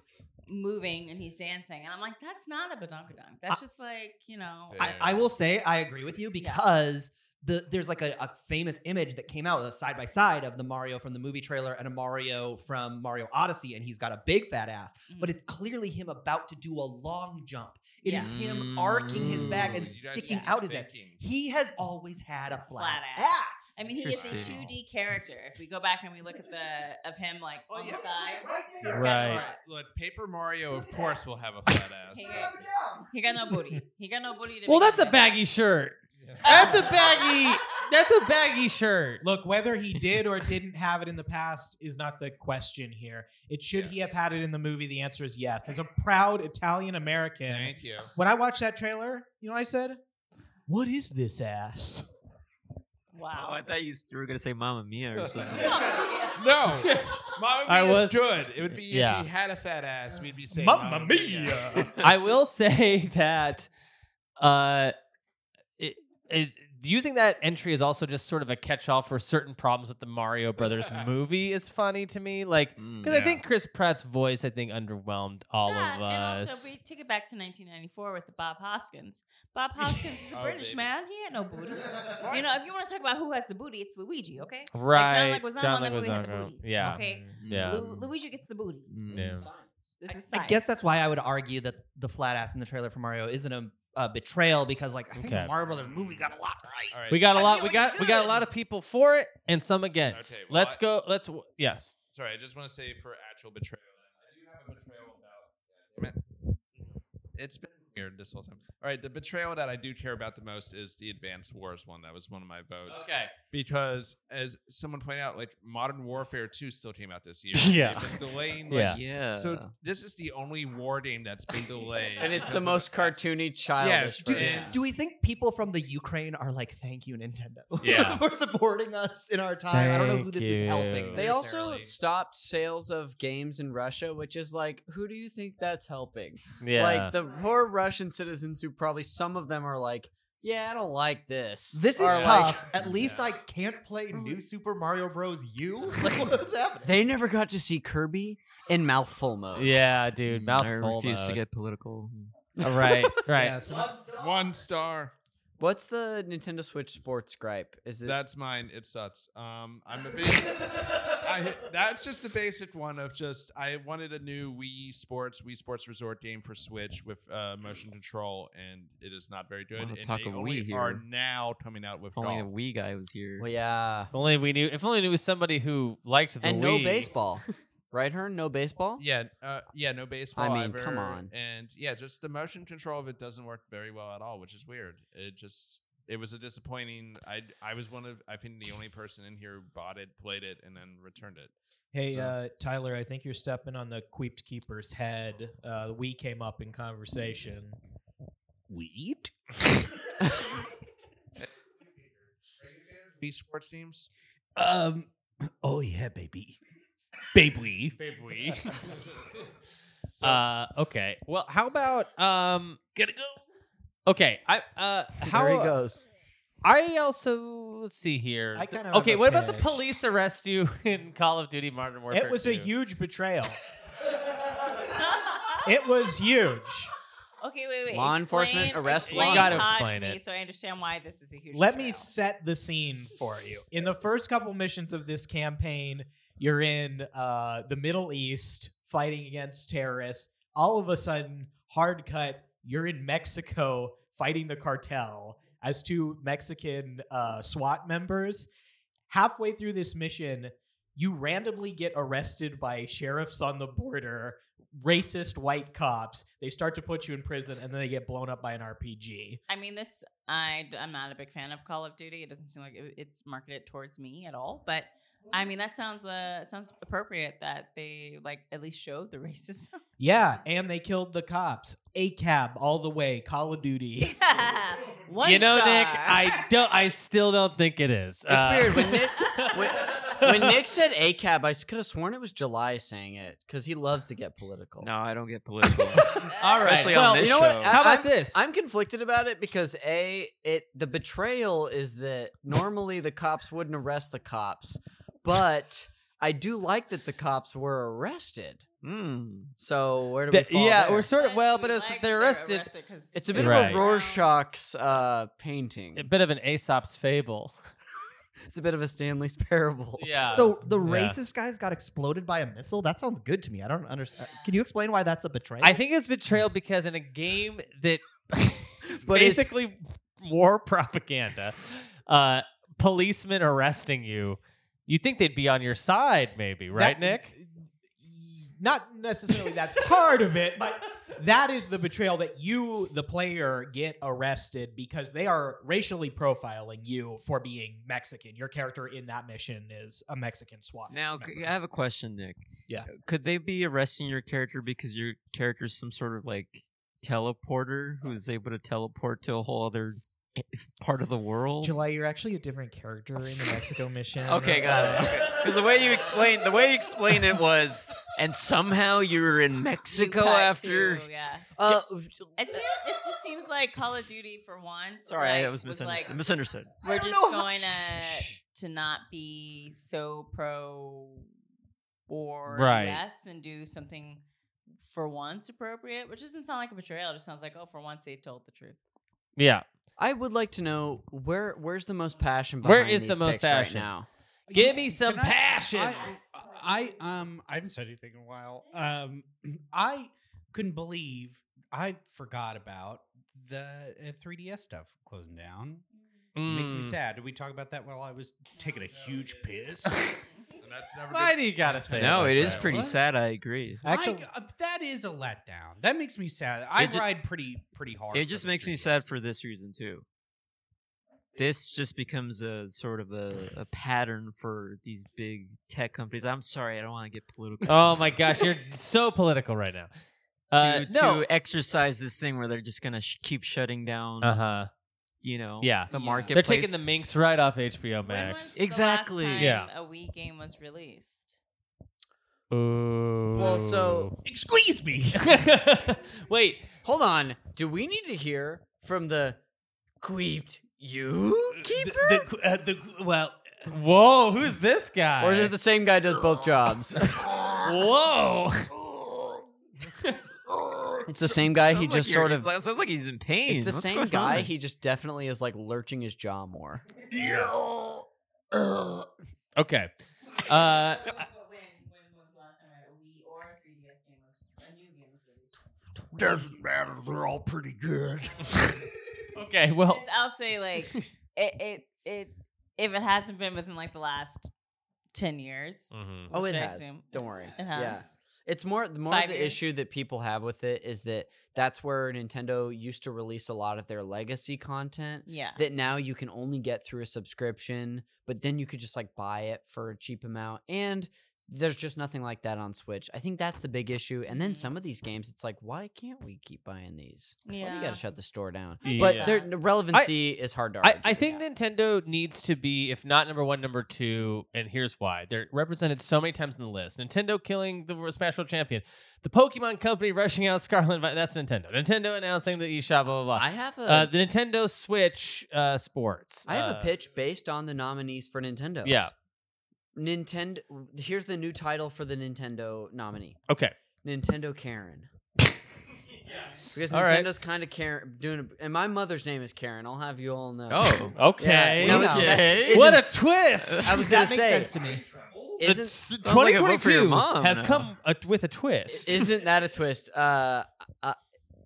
Speaker 3: moving and he's dancing, and I'm like, that's not a badonkadonk. That's just like you know.
Speaker 4: I, I will say I agree with you because the there's like a, a famous image that came out a side by side of the Mario from the movie trailer and a Mario from Mario Odyssey, and he's got a big fat ass,
Speaker 1: Mm.
Speaker 4: but it's clearly him about to do a long jump. It is
Speaker 13: Yeah.
Speaker 4: him arcking his back and
Speaker 13: Ooh, you guys
Speaker 4: sticking
Speaker 13: are
Speaker 4: out his ass.
Speaker 13: thinking.
Speaker 4: He has always had a flat,
Speaker 3: flat
Speaker 4: ass.
Speaker 3: ass. I mean, he is a
Speaker 4: Interesting.
Speaker 3: 2D character. If we go back and we look at the of him like on the side,
Speaker 9: All
Speaker 3: he's
Speaker 9: Oh, right.
Speaker 3: got no-
Speaker 9: Look, Paper Mario, of course, will have a flat ass.
Speaker 3: He got, he got no booty. He got no booty. To
Speaker 1: Well,
Speaker 3: begin
Speaker 1: that's a
Speaker 3: with.
Speaker 1: baggy shirt. That's a baggy. That's a baggy shirt.
Speaker 12: Look, whether he did or didn't have it in the past is not the question here. It should he have had it in the movie? The answer is yes. As a proud Italian American,
Speaker 9: Thank you.
Speaker 12: When I watched that trailer, you know, what I said, "What is this ass?"
Speaker 3: Wow.
Speaker 2: Oh, I thought you, s- you were gonna say Mamma
Speaker 4: <laughs>
Speaker 9: <laughs>
Speaker 2: Mia or something.
Speaker 9: No, <laughs> Mamma
Speaker 1: I
Speaker 9: Mia
Speaker 1: was-
Speaker 9: is good. It would be
Speaker 1: Yeah.
Speaker 9: if he had a fat ass, we'd be saying
Speaker 1: Mamma
Speaker 9: Mamma Mia.
Speaker 1: I will say <laughs> that uh, it, it- using that entry is also just sort of a catch-all for certain problems with the Mario
Speaker 9: <laughs>
Speaker 1: Brothers movie is funny to me. Like,
Speaker 9: Mm,
Speaker 1: because I
Speaker 3: yeah.
Speaker 1: think Chris Pratt's voice, I think, underwhelmed all
Speaker 3: That,
Speaker 1: of
Speaker 3: and
Speaker 1: us.
Speaker 3: also we take it back to 1994 with the Bob Hoskins. Bob Hoskins is
Speaker 1: <laughs>
Speaker 3: a
Speaker 1: Oh,
Speaker 3: British
Speaker 1: baby.
Speaker 3: man. He had no booty. you know, if you want to talk about who has the booty, it's Luigi. Okay,
Speaker 1: Right,
Speaker 3: Like John Leguizamo
Speaker 1: John
Speaker 3: in that movie had the
Speaker 1: Leguizamo,
Speaker 3: booty.
Speaker 1: yeah. Mm-hmm.
Speaker 3: Okay.
Speaker 1: Yeah.
Speaker 3: Lu- Luigi gets the booty.
Speaker 1: Yeah.
Speaker 3: This is
Speaker 4: I
Speaker 3: science.
Speaker 4: guess that's why I would argue that the flat ass in the trailer for Mario isn't a, a betrayal because, like, I think
Speaker 1: Okay.
Speaker 4: the Mario Brothers movie got a lot right.
Speaker 9: All right.
Speaker 1: We got a
Speaker 4: I
Speaker 1: lot.
Speaker 4: feel
Speaker 1: We
Speaker 4: like
Speaker 1: got
Speaker 4: it's
Speaker 1: we got a
Speaker 4: good.
Speaker 1: lot of people for it and some against.
Speaker 9: Okay, well,
Speaker 1: let's
Speaker 9: I-
Speaker 1: go. Let's w- yes.
Speaker 9: <laughs> Sorry, I just want to say for actual betrayal, I do have a betrayal about. It's been weird this whole time. All right, the betrayal that I do care about the most is the Advanced Wars one. That was one of my votes.
Speaker 1: Okay.
Speaker 9: Because as someone pointed out, like Modern Warfare 2 still came out
Speaker 1: <laughs>
Speaker 9: this year.
Speaker 1: Yeah.
Speaker 9: They've been delaying.
Speaker 1: Yeah.
Speaker 9: Like,
Speaker 2: Yeah.
Speaker 9: So this is the only war game that's been delayed.
Speaker 5: And it's the
Speaker 9: because of
Speaker 5: most cartoony, childish
Speaker 9: do-
Speaker 5: version.
Speaker 4: Do we think people from the Ukraine are like, thank you, Nintendo? <laughs>
Speaker 9: Yeah.
Speaker 4: for supporting us in our time. I don't know who
Speaker 1: Thank
Speaker 4: this is helping.
Speaker 1: you.
Speaker 5: They also
Speaker 4: necessarily.
Speaker 5: stopped sales of games in Russia, which is like, who do you think that's helping?
Speaker 1: Yeah.
Speaker 5: Like the poor Russian citizens who probably some of them are like, yeah, I don't like this.
Speaker 4: This is
Speaker 5: Or like,
Speaker 4: tough.
Speaker 5: <laughs>
Speaker 4: At least I can't play
Speaker 5: Mm.
Speaker 4: New Super Mario Bros. U. <laughs>
Speaker 5: <laughs>
Speaker 4: Like, what's happening?
Speaker 5: they never got to see Kirby in mouthful mode.
Speaker 1: Yeah, dude.
Speaker 2: I
Speaker 1: Mouthful.
Speaker 2: refuse to
Speaker 1: mode.
Speaker 2: get political.
Speaker 1: Uh, <laughs>
Speaker 2: <laughs>
Speaker 1: All right. Right.
Speaker 5: Yeah, so-
Speaker 9: One star.
Speaker 5: What's the Nintendo Switch Sports gripe? Is it
Speaker 9: That's mine. It sucks. Um, I'm a big. <laughs> I, that's just the basic one of just I wanted a new Wii Sports Wii Sports Resort game for Swch with uh, motion control, and it is not very good.
Speaker 2: Wanna
Speaker 9: And
Speaker 2: talk
Speaker 9: they
Speaker 2: a
Speaker 9: only
Speaker 2: Wii
Speaker 9: are
Speaker 2: here.
Speaker 9: now coming out with
Speaker 2: If only a
Speaker 9: golf.
Speaker 2: Wii guy was here.
Speaker 5: Well, yeah.
Speaker 1: If only we knew. If only it was somebody who liked the
Speaker 5: and no
Speaker 1: Wii. <laughs>
Speaker 5: baseball, right? Her no baseball.
Speaker 9: Yeah, uh, yeah, no baseball.
Speaker 5: I mean, come
Speaker 9: ever,
Speaker 5: on.
Speaker 9: And yeah, just the motion control of it doesn't work very well at all, which is weird. It just it was a disappointing. I I was one of I think the only person in here who bought it, played it, and then returned it.
Speaker 12: Hey,
Speaker 9: So-
Speaker 12: uh, Tyler, I think you're stepping on the Queeped Keeper's head. Uh, we came up in conversation. <laughs>
Speaker 9: <laughs>
Speaker 7: Wheat?
Speaker 9: Wii Sports teams.
Speaker 7: Um. <clears throat> Oh yeah, baby. Baby.
Speaker 1: Baby. <laughs> uh, okay. Well, how about um?
Speaker 7: Gotta go.
Speaker 1: Okay. I uh. How
Speaker 5: There he goes.
Speaker 1: I also let's see here.
Speaker 12: I kinda have
Speaker 1: okay.
Speaker 12: a
Speaker 1: What about the
Speaker 12: pitch.
Speaker 1: police arrest you <laughs> in Call of Duty Modern Warfare?
Speaker 12: it was a
Speaker 1: 2?
Speaker 12: huge betrayal. <laughs> it was huge.
Speaker 3: Okay, wait, wait.
Speaker 5: Law enforcement
Speaker 3: explain-
Speaker 5: arrests
Speaker 3: explain
Speaker 5: law
Speaker 1: Gotta
Speaker 3: COD
Speaker 1: explain
Speaker 3: to me
Speaker 1: it.
Speaker 3: so I understand why this is a huge.
Speaker 12: Let me
Speaker 3: betrayal.
Speaker 12: set the scene for you. In the first couple missions of this campaign, you're in uh, the Middle East fighting against terrorists. All of a sudden, hard cut, you're in Mexico fighting the cartel as two Mexican uh, SWAT members. Halfway through this mission,
Speaker 14: you randomly get arrested by sheriffs on the border, racist white cops. They start to put you in prison, and then they get blown up by an RPG.
Speaker 3: I mean, this I am not a big fan of Call of Duty. It doesn't seem like it- it's marketed towards me at all. But I mean, that sounds uh sounds appropriate that they like at least showed the <laughs> racism.
Speaker 14: Yeah, and they killed the cops. A cab all the way. Call of
Speaker 2: <laughs>
Speaker 14: Duty.
Speaker 3: One
Speaker 1: you know,
Speaker 3: star.
Speaker 1: Nick, I don't. I still don't think it is. Uh,
Speaker 5: It's weird when Nick when,
Speaker 1: <laughs>
Speaker 5: when Nick said ACAB, I could have sworn it was July saying it because he loves to get political.
Speaker 2: No, I don't get political.
Speaker 5: <laughs> All
Speaker 2: right. Especially on Well, this
Speaker 5: you know what?
Speaker 2: show.
Speaker 5: I-
Speaker 2: How about
Speaker 5: I'm-
Speaker 1: this?
Speaker 5: I'm conflicted about it because a it the betrayal is that normally the cops wouldn't arrest the cops, but I do like that the cops were arrested.
Speaker 2: Hmm.
Speaker 5: So where do we
Speaker 1: Th-
Speaker 5: fall?
Speaker 1: yeah,
Speaker 5: there?
Speaker 1: we're sort of well, but it's, they're arrested.
Speaker 5: It's a bit of
Speaker 1: Right.
Speaker 5: a Rorschach's uh, painting.
Speaker 1: A bit of an Aesop's fable.
Speaker 5: <laughs> it's a bit of a Stanley's parable.
Speaker 1: <laughs> Yeah.
Speaker 4: So the
Speaker 1: Yeah.
Speaker 4: racist guys got exploded by a missile. That sounds good to me. I don't understand. Can you explain why that's a betrayal?
Speaker 1: I think it's betrayal because in a game
Speaker 2: <laughs>
Speaker 1: that
Speaker 4: But it's-
Speaker 1: basically war <laughs> propaganda, uh, policemen arresting you, you think they'd be on your side, maybe, right,
Speaker 14: That-
Speaker 1: Nick?
Speaker 14: Not necessarily that's part of it, but that is the betrayal that you, the player, get arrested because they are racially profiling you for being Mexican. Your character in that mission is a Mexican SWAT.
Speaker 2: Now, c- I have a question, Nick. Uh,
Speaker 14: Yeah.
Speaker 2: Could they be arresting your character because your character's some sort of like teleporter who's able to teleport to a whole other e, part of the world?
Speaker 14: July, you're actually a different character in the Mexico mission.
Speaker 2: Okay, got
Speaker 5: <laughs>
Speaker 2: it. Because the way you <laughs> explained the way you explained it was, and somehow you're in Mexico
Speaker 3: You cut
Speaker 2: after.
Speaker 3: to- yeah.
Speaker 5: Uh,
Speaker 3: It seems, it just seems like Call of Duty for once.
Speaker 2: Sorry,
Speaker 3: like,
Speaker 2: I was misunderstood.
Speaker 3: like,
Speaker 2: misunderstood.
Speaker 3: We're just going uh, to to not be so pro or
Speaker 2: Right.
Speaker 3: yes and do something for once appropriate, which doesn't sound like a betrayal. It just sounds like oh, for once they told the truth.
Speaker 1: Yeah.
Speaker 5: I would like to know where where's the most passion.
Speaker 1: Where
Speaker 5: behind
Speaker 1: is
Speaker 5: these
Speaker 1: the most
Speaker 5: picks right
Speaker 1: passion?
Speaker 5: now?
Speaker 1: Give me some
Speaker 7: Can I-
Speaker 1: passion.
Speaker 7: I, I um I haven't said anything in a while. Um, <clears throat> I couldn't believe I forgot about the uh, 3ds stuff closing down. It makes me
Speaker 1: Mm.
Speaker 7: sad. Did we talk about that while I was taking a huge
Speaker 1: <laughs>
Speaker 7: <laughs> piss? That's never.
Speaker 1: Why do you gotta say?
Speaker 2: No,
Speaker 1: it
Speaker 2: it
Speaker 1: was
Speaker 2: is
Speaker 1: bad.
Speaker 2: pretty
Speaker 1: What?
Speaker 2: sad. I agree.
Speaker 7: Actually, uh, that is a letdown. That makes me sad. I
Speaker 2: It ju-
Speaker 7: ride pretty pretty hard.
Speaker 2: it just makes me sad for this reason too. This just becomes a sort of a, a pattern for these big tech companies. I'm sorry, I don't want to get political.
Speaker 1: Oh my gosh,
Speaker 2: <laughs>
Speaker 1: you're so political right now. Uh,
Speaker 2: to,
Speaker 1: no.
Speaker 2: to exercise this thing where they're just gonna sh- keep shutting down.
Speaker 1: Uh huh.
Speaker 2: You know,
Speaker 1: Yeah.
Speaker 2: the market.
Speaker 1: They're taking the minx right off HBO
Speaker 3: When's
Speaker 1: Max.
Speaker 3: the last time
Speaker 1: Yeah.
Speaker 3: a Wii game was released.
Speaker 1: Ooh.
Speaker 5: Well, so
Speaker 14: excuse
Speaker 2: <laughs>
Speaker 14: me.
Speaker 1: Wait,
Speaker 5: hold on. Do we need to hear from the queeped you keeper? The,
Speaker 7: uh, the well.
Speaker 1: Whoa, who's this guy?
Speaker 5: Or is it the same guy does both jobs?
Speaker 2: <laughs>
Speaker 5: <laughs>
Speaker 1: Whoa.
Speaker 5: it's the same guy.
Speaker 2: Sounds
Speaker 5: He
Speaker 2: like
Speaker 5: just
Speaker 2: you're-
Speaker 5: sort of
Speaker 2: sounds like he's in pain.
Speaker 5: It's the
Speaker 2: What's
Speaker 5: same
Speaker 2: going
Speaker 5: guy.
Speaker 2: on?
Speaker 5: He just definitely is like lurching his jaw more. <clears throat>
Speaker 1: Okay. Uh,
Speaker 8: <laughs> Doesn't matter. They're all pretty
Speaker 5: <laughs>
Speaker 8: good.
Speaker 1: okay, well,
Speaker 3: Because I'll say
Speaker 1: <laughs>
Speaker 3: like it, it it if it hasn't been within like the last ten years.
Speaker 1: Mm-hmm.
Speaker 5: Oh,
Speaker 3: which
Speaker 5: it
Speaker 3: I
Speaker 5: has.
Speaker 3: assume-
Speaker 5: Don't worry.
Speaker 3: It
Speaker 5: Yeah.
Speaker 3: has.
Speaker 5: It's more more
Speaker 3: Five
Speaker 5: of the
Speaker 3: years.
Speaker 5: issue that people have with it is that that's where Nintendo used to release a lot of their legacy content.
Speaker 3: Yeah.
Speaker 5: That now you can only get through a subscription, but then you could just like buy it for a cheap amount and there's just nothing like that on Switch. I think that's the big issue. And
Speaker 3: Mm-hmm.
Speaker 5: then some of these games, it's like, why can't we keep buying these? Why do you
Speaker 1: Yeah.
Speaker 5: got to shut the store down?
Speaker 1: I get
Speaker 5: But their
Speaker 1: that.
Speaker 5: the relevancy is hard to
Speaker 1: I,
Speaker 5: argue.
Speaker 1: I think Nintendo needs to be, if not number one, number two, and here's why. They're represented so many times in the list. Nintendo killing the Smash World Champion. The Pokemon Company rushing out Scarlet and Vi- That's Nintendo. Nintendo announcing the eShop, blah, blah, blah.
Speaker 5: I have a-
Speaker 1: Uh, the Nintendo Switch uh, Sports.
Speaker 5: I have
Speaker 1: Uh,
Speaker 5: a pitch based on the nominees for Nintendo.
Speaker 1: Yeah.
Speaker 5: Nintendo. Here's the new title for the Nintendo nominee.
Speaker 1: Okay.
Speaker 5: Nintendo Karen. Because
Speaker 1: All right.
Speaker 5: Nintendo's kind of Karen doing, a- and my mother's name is Karen. I'll have you all know.
Speaker 1: Oh, okay.
Speaker 5: Yeah. Now, isn't that-
Speaker 1: Okay.
Speaker 5: isn't-
Speaker 1: What a twist!
Speaker 5: I was
Speaker 1: That
Speaker 5: gonna
Speaker 1: makes
Speaker 5: say
Speaker 1: sense to
Speaker 4: me.
Speaker 5: Isn't
Speaker 1: The t- 2022 has come a, with a twist.
Speaker 5: Isn't that a twist? Uh, uh,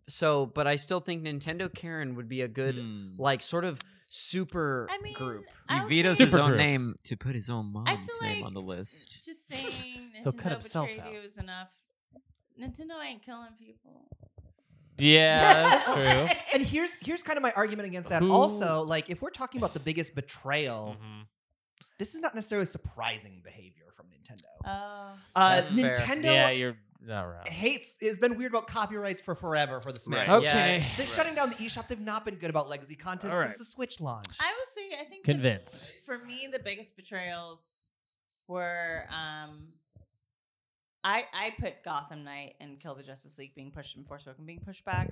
Speaker 5: so, but I still think Nintendo Karen would be a good, like, sort of super
Speaker 3: I mean,
Speaker 5: group.
Speaker 3: I
Speaker 2: He
Speaker 3: was
Speaker 2: vetoes
Speaker 3: saying-
Speaker 2: his own
Speaker 3: Supergroup.
Speaker 2: name to put his own mom's
Speaker 3: I feel
Speaker 2: name
Speaker 3: like
Speaker 2: on the list. <laughs>
Speaker 3: Just saying,
Speaker 1: <laughs> He'll
Speaker 3: Nintendo
Speaker 1: cut himself
Speaker 3: betrayed
Speaker 1: out.
Speaker 3: you is enough. Nintendo ain't killing people.
Speaker 1: Yeah, that's
Speaker 4: <laughs>
Speaker 1: true.
Speaker 4: and here's here's kind of my argument against that.
Speaker 1: Who- Mm-hmm.
Speaker 4: Also, like if we're talking about the biggest betrayal, this is not necessarily surprising behavior from Nintendo.
Speaker 3: Oh.
Speaker 4: Uh,
Speaker 1: That's fair.
Speaker 4: Nintendo
Speaker 1: Yeah, you're not wrong.
Speaker 4: hates. It's been weird about copyrights for forever for the Smash.
Speaker 1: Right. Okay.
Speaker 4: They're
Speaker 1: Right.
Speaker 4: shutting down the eShop. They've not been good about legacy content
Speaker 1: All
Speaker 4: since
Speaker 1: right.
Speaker 4: the Switch launch.
Speaker 1: <laughs>
Speaker 3: I will say, I think the-
Speaker 1: Convinced.
Speaker 3: for me, the biggest betrayals were um, I I put Gotham Knight and Kill the Justice League being pushed and Forspoken being pushed back.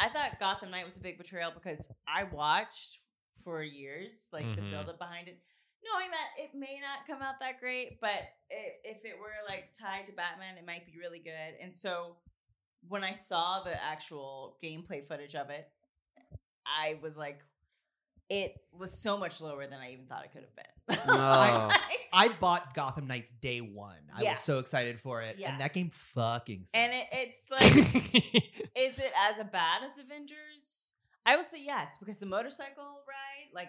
Speaker 3: I thought Gotham Knight was a big betrayal because I watched for years, like the
Speaker 9: Mhm.
Speaker 3: build up behind it, knowing that it may not come out that great, but i if it were like tied to Batman, it might be really good. And so when I saw the actual gameplay footage of it, I was like, it was so much lower than I even thought it could have been.
Speaker 4: I, I bought Gotham Knights day one. I
Speaker 3: Yeah.
Speaker 4: was so excited for it,
Speaker 3: Yeah.
Speaker 4: and that game fucking. Sucks.
Speaker 3: and it,
Speaker 1: <laughs>
Speaker 4: <laughs>
Speaker 3: it's like, is it as bad as Avengers? I will say yes because the motorcycle ride, like,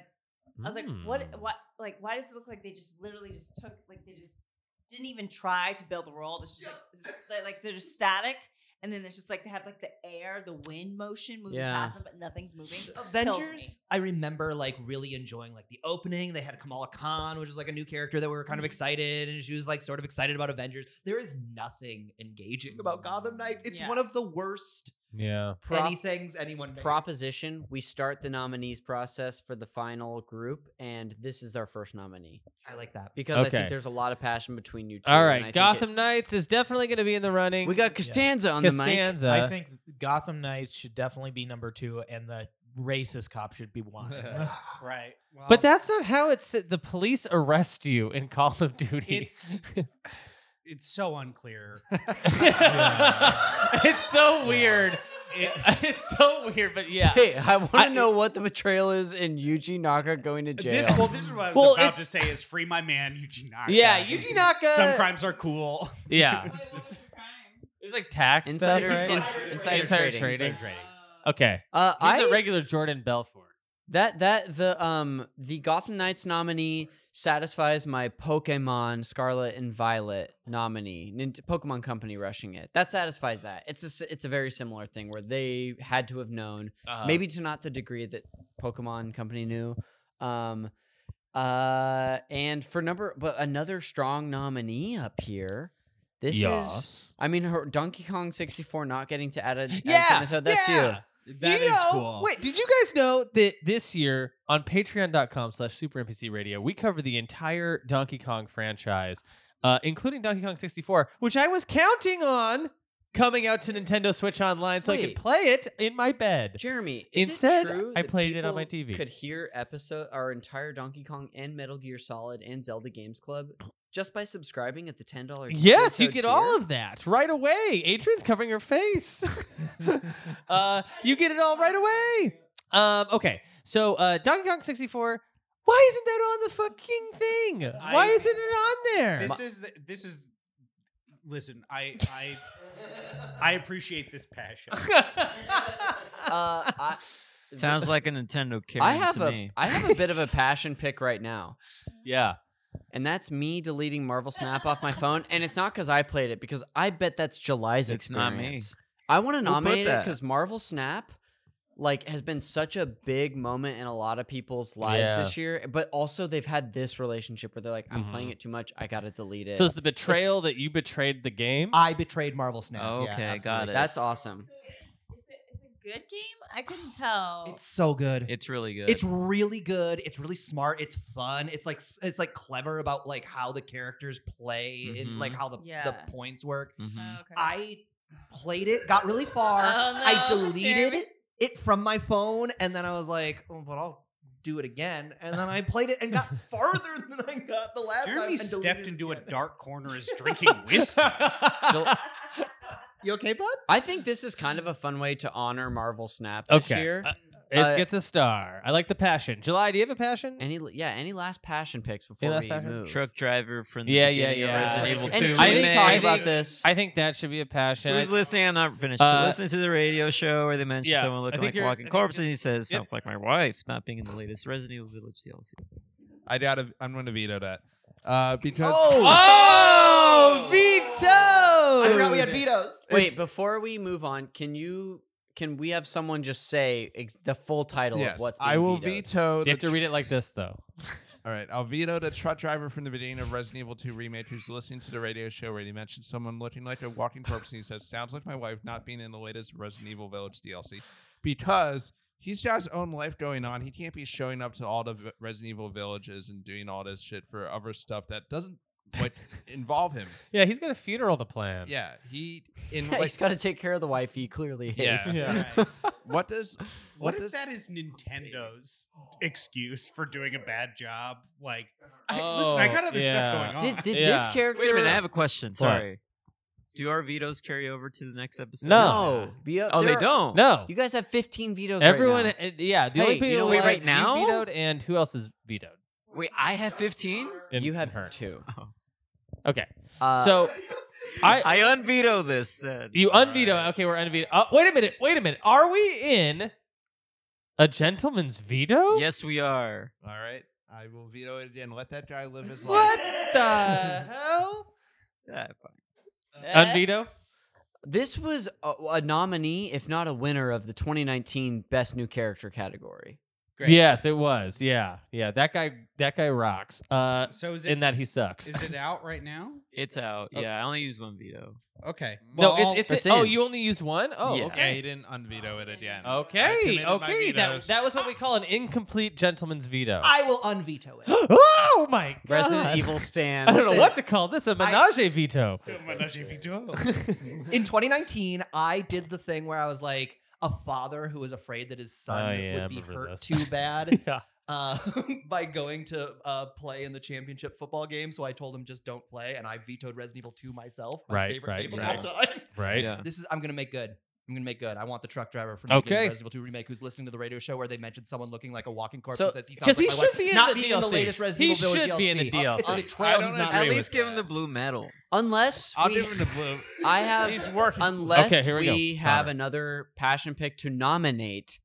Speaker 3: I was like,
Speaker 4: Hmm.
Speaker 3: what, what, like, why does it look like they just literally just took, like, they just didn't even try to build the world? It's just
Speaker 4: <laughs>
Speaker 3: like, s- they're, like they're just static. And then it's just like they have like the air, the wind motion moving
Speaker 4: Yeah.
Speaker 3: past them, but nothing's moving. Kills me.
Speaker 4: Avengers, I remember like really enjoying like the opening. They had Kamala Khan, which is like a new character that we were
Speaker 3: Mm-hmm.
Speaker 4: kind of excited, and she was like sort of excited about Avengers. There is nothing engaging about
Speaker 3: Mm-hmm.
Speaker 4: Gotham Knights. It's one of the worst
Speaker 1: Yeah.
Speaker 4: anything's anyone made.
Speaker 5: proposition. We start the nominees process for the final group, and this is our first nominee.
Speaker 4: I like that
Speaker 5: because I
Speaker 1: Okay.
Speaker 5: think there's a lot of passion between you two.
Speaker 1: All
Speaker 5: and I
Speaker 1: right,
Speaker 5: think
Speaker 1: Gotham
Speaker 5: it-
Speaker 1: Knights is definitely going
Speaker 5: <laughs>
Speaker 1: to be in the running.
Speaker 5: We got Costanza on the mic.
Speaker 1: Costanza.
Speaker 12: I think Gotham Knights should definitely be number two, and the racist cop should
Speaker 7: <laughs>
Speaker 12: be one. right.
Speaker 1: but that's not how it's the police arrest you in Call of Duty.
Speaker 7: It's
Speaker 1: <laughs>
Speaker 7: it's so
Speaker 5: <laughs>
Speaker 7: unclear.
Speaker 1: it's so weird. <laughs> it's so weird, but yeah.
Speaker 5: Hey, I want to know what the betrayal is in Yuji Naka going to jail.
Speaker 7: This, well, this is what I was
Speaker 5: Well,
Speaker 7: about
Speaker 5: it's-
Speaker 7: to say: is free my man Yuji Naka.
Speaker 5: Yeah, Yuji Naka-
Speaker 7: Some crimes are cool. <laughs>
Speaker 1: Yeah.
Speaker 5: <laughs>
Speaker 1: It's like tax
Speaker 5: Insider-
Speaker 1: stuff, right?
Speaker 5: ins- insider trading, insider trading.
Speaker 1: Okay.
Speaker 5: Uh,
Speaker 1: He's a
Speaker 5: I-
Speaker 1: regular Jordan Belfort.
Speaker 5: That that the um the Gotham Knights nominee satisfies my Pokemon Scarlet and Violet nominee. Nin- Pokemon Company rushing it. That satisfies that. It's a s- it's a very similar thing where they had to have known,
Speaker 1: Uh-huh.
Speaker 5: maybe to not the degree that Pokemon Company knew. Um, uh, and for number, but another strong nominee up here. This is,
Speaker 1: Yas.
Speaker 5: I mean, her Donkey Kong 64 not getting to add a add
Speaker 1: Yeah,
Speaker 5: something, so that's
Speaker 1: yeah.
Speaker 5: you.
Speaker 1: That is Wait, did you guys know that this year on patreon.com slash super NPC radio, we cover the entire Donkey Kong franchise, uh, including Donkey Kong 64, which I was counting on coming out to Nintendo Switch Online so I
Speaker 5: Wait.
Speaker 1: could play it in my bed.
Speaker 5: Jeremy, is
Speaker 1: Instead,
Speaker 5: it true
Speaker 1: I
Speaker 5: that
Speaker 1: played it on
Speaker 5: people
Speaker 1: my TV.
Speaker 5: Could hear episode our entire Donkey Kong and Metal Gear Solid and Zelda Games Club just by subscribing at the ten dollars.
Speaker 1: Yes, you get all of that right away. Adrian's covering her face. <laughs> uh, you get it all right away. Um, okay, so uh, Donkey Kong 64. Why isn't that on the fucking thing? Why
Speaker 7: I-
Speaker 1: isn't it on there? <laughs>
Speaker 7: This is the, this is. Listen, I I I appreciate
Speaker 1: <laughs>
Speaker 7: this passion.
Speaker 5: Uh,
Speaker 2: <laughs>
Speaker 5: I,
Speaker 2: Sounds like a Nintendo Karen
Speaker 5: I have
Speaker 2: to
Speaker 5: a
Speaker 2: me.
Speaker 5: I have a bit
Speaker 2: <laughs>
Speaker 5: of a passion pick right now.
Speaker 1: Yeah.
Speaker 5: And that's me deleting Marvel Snap off my phone, and it's not because I played it, because I bet that's July's
Speaker 2: It's not me.
Speaker 5: experience. I want to
Speaker 2: Who put
Speaker 5: nominate it
Speaker 2: that?
Speaker 5: because Marvel Snap, like, has been such a big moment in a lot of people's lives
Speaker 1: Yeah.
Speaker 5: this year. But also, they've had this relationship where they're like, "I'm
Speaker 1: Mhm.
Speaker 5: playing it too much. I gotta delete it."
Speaker 1: so it's the betrayal that you betrayed the game.
Speaker 4: I betrayed Marvel Snap.
Speaker 5: yeah, absolutely. That's awesome.
Speaker 3: Good game? I couldn't tell.
Speaker 4: It's so good.
Speaker 2: It's really good.
Speaker 4: It's really good. It's really smart. It's fun. It's like s- it's like clever about like how the characters play and like
Speaker 2: Mhm.
Speaker 4: how the, the
Speaker 3: Yeah.
Speaker 4: points work. I played it, got really far.
Speaker 3: Oh, no,
Speaker 4: I deleted
Speaker 3: Jeremy.
Speaker 4: it from my phone, and then I was like, oh, but I'll do it again. And then I played it and got farther <laughs> than I got the last time.
Speaker 7: Jeremy
Speaker 4: and deleted
Speaker 7: stepped
Speaker 4: it
Speaker 7: into a
Speaker 4: again.
Speaker 7: dark corner as drinking
Speaker 5: <laughs>
Speaker 7: whiskey.
Speaker 4: You okay, bud?
Speaker 5: I think this is kind of a fun way to honor Marvel Snap this
Speaker 1: Okay.
Speaker 5: year.
Speaker 1: Uh, It gets a star. I like the passion. July, do you have a passion?
Speaker 5: Any yeah, any last passion picks before
Speaker 1: Any last
Speaker 5: we
Speaker 1: passion?
Speaker 5: move?
Speaker 2: Truck driver from the
Speaker 1: yeah, yeah,
Speaker 2: beginning of
Speaker 1: yeah.
Speaker 2: Resident Evil 2.
Speaker 5: And can
Speaker 2: Hey,
Speaker 5: we talk
Speaker 2: man.
Speaker 5: about this?
Speaker 1: I think that should be a passion.
Speaker 2: Who's
Speaker 1: I-
Speaker 2: listening? I'm not finished.
Speaker 1: Uh,
Speaker 2: so listen to the radio show where they mention
Speaker 1: yeah,
Speaker 2: someone
Speaker 1: I
Speaker 2: looking
Speaker 1: think
Speaker 2: like
Speaker 1: you're-
Speaker 2: walking
Speaker 1: I think
Speaker 2: corpse, and he
Speaker 1: it's-
Speaker 2: says
Speaker 1: yep.
Speaker 2: sounds like my wife not being in the latest Resident Evil Village DLC.
Speaker 9: I doubt if, I'm going to veto that uh, because
Speaker 1: Oh, veto!
Speaker 4: I forgot we had vetoes.
Speaker 5: Wait, before we move on, can you can we have someone just say ex- the full title
Speaker 9: yes,
Speaker 5: of what's being
Speaker 9: I will
Speaker 5: vetoed?
Speaker 9: veto.
Speaker 1: You have to read it like this though.
Speaker 9: All right, I'll veto the truck driver from the beginning of Resident Evil 2 remake who's listening to the radio show where he mentioned someone looking like a walking corpse and he says, "Sounds like my wife not being in the latest Resident Evil Village DLC," because he's got his own life going on. He can't be showing up to all the v- Resident Evil villages and doing all this shit for other stuff that doesn't like involve him.
Speaker 1: Yeah, he's got a funeral to plan.
Speaker 9: Yeah, he in
Speaker 5: Yeah, <laughs>
Speaker 9: like
Speaker 5: he's got to take care of the wife. He clearly
Speaker 9: Yeah.
Speaker 5: hates. <laughs>
Speaker 9: Yeah.
Speaker 7: <laughs>
Speaker 9: what does
Speaker 7: What,
Speaker 9: what,
Speaker 7: if
Speaker 9: does
Speaker 7: that is Nintendo's excuse for doing a bad job? Like,
Speaker 1: Oh,
Speaker 7: I, listen, I got other
Speaker 1: yeah.
Speaker 7: stuff going on.
Speaker 5: Did- did this Yeah. character-
Speaker 2: Wait a minute, I have a question.
Speaker 1: What?
Speaker 2: Sorry. Do our vetoes carry over to the next episode?
Speaker 1: No.
Speaker 5: Be-
Speaker 2: Oh,
Speaker 5: there
Speaker 2: they
Speaker 5: are-
Speaker 2: don't.
Speaker 1: No.
Speaker 5: You guys have 15 vetoes.
Speaker 1: Everyone,
Speaker 5: right now.
Speaker 1: uh, yeah. The
Speaker 5: Hey,
Speaker 1: only people
Speaker 5: you know
Speaker 1: we
Speaker 5: what?
Speaker 1: right
Speaker 5: You
Speaker 1: now
Speaker 5: vetoed-
Speaker 1: vetoed, and who else is vetoed?
Speaker 2: Wait, I have 15.
Speaker 1: In-
Speaker 5: you
Speaker 1: in
Speaker 5: have
Speaker 1: her.
Speaker 5: two.
Speaker 1: Okay,
Speaker 5: Uh,
Speaker 1: so I
Speaker 2: I unveto this. Then.
Speaker 1: you
Speaker 2: All
Speaker 1: unveto.
Speaker 2: right.
Speaker 1: Okay, we're unveto. Oh, wait a minute. Wait a minute. Are we in a gentleman's veto?
Speaker 2: Yes, we are.
Speaker 9: All right, I will veto it again. Let that guy live his
Speaker 1: What
Speaker 9: life.
Speaker 1: the
Speaker 9: <laughs>
Speaker 1: hell?
Speaker 2: Yeah, fine.
Speaker 1: Unveto.
Speaker 5: Uh, This was a, a nominee, if not a winner, of the 2019 Best New Character category.
Speaker 7: Great.
Speaker 1: Yes, it was. Yeah, yeah. That guy. That guy rocks. Uh,
Speaker 7: So is it
Speaker 1: in that he sucks.
Speaker 7: Is it out right now?
Speaker 2: It's out. Yeah, I only use one veto.
Speaker 7: Okay.
Speaker 1: no,
Speaker 7: Well,
Speaker 1: it's it's.
Speaker 5: it's
Speaker 1: it- oh,
Speaker 5: in.
Speaker 1: you only used one. Oh,
Speaker 2: Yeah.
Speaker 9: Yeah,
Speaker 1: okay.
Speaker 9: he didn't unveto it again. I
Speaker 1: Okay,
Speaker 9: committed my
Speaker 1: okay. That,
Speaker 9: vetoes.
Speaker 1: that was what we call an incomplete gentleman's veto.
Speaker 4: I will unveto it.
Speaker 1: oh my god.
Speaker 5: Resident Evil stand.
Speaker 1: <laughs> I don't know what to call this. A menage veto.
Speaker 4: <laughs> In 2019, I did the thing where I was like a father who was afraid that his son
Speaker 1: Oh, yeah, I
Speaker 4: would be
Speaker 1: remember this.
Speaker 4: hurt too bad
Speaker 1: <laughs> yeah.
Speaker 4: uh, <laughs> by going to uh, play in the championship football game. So I told him just don't play, and I vetoed Resident Evil 2 myself, my
Speaker 1: Right,
Speaker 4: favorite
Speaker 1: right,
Speaker 4: game
Speaker 1: right.
Speaker 4: of all
Speaker 9: <laughs>
Speaker 4: time.
Speaker 1: Right.
Speaker 2: Yeah.
Speaker 4: This is I'm gonna make good. I'm gonna make good. I want the truck driver from the beginning
Speaker 1: Okay.
Speaker 4: of Resident Evil 2 remake who's listening to the radio show where they mentioned someone looking like a walking corpse
Speaker 5: So-
Speaker 4: and says he sounds
Speaker 1: Because
Speaker 4: like
Speaker 1: he
Speaker 4: my
Speaker 1: should
Speaker 4: wife.
Speaker 1: be in
Speaker 4: not
Speaker 1: the
Speaker 4: being in the
Speaker 1: DLC.
Speaker 4: latest Resident
Speaker 1: He
Speaker 4: Evil Village
Speaker 1: should be in the
Speaker 4: DLC. Uh, It's a
Speaker 1: DLC.
Speaker 4: betrayal.
Speaker 9: I
Speaker 4: He's
Speaker 9: don't
Speaker 4: not
Speaker 9: agree
Speaker 2: At
Speaker 4: in it.
Speaker 9: with
Speaker 2: least give him
Speaker 9: that.
Speaker 2: the blue medal.
Speaker 5: Unless
Speaker 9: I'll
Speaker 5: we,
Speaker 9: give him the blue.
Speaker 5: I have
Speaker 9: He's working.
Speaker 5: unless
Speaker 1: Okay, here we go.
Speaker 5: we have
Speaker 1: Connor.
Speaker 5: another passion pick to nominate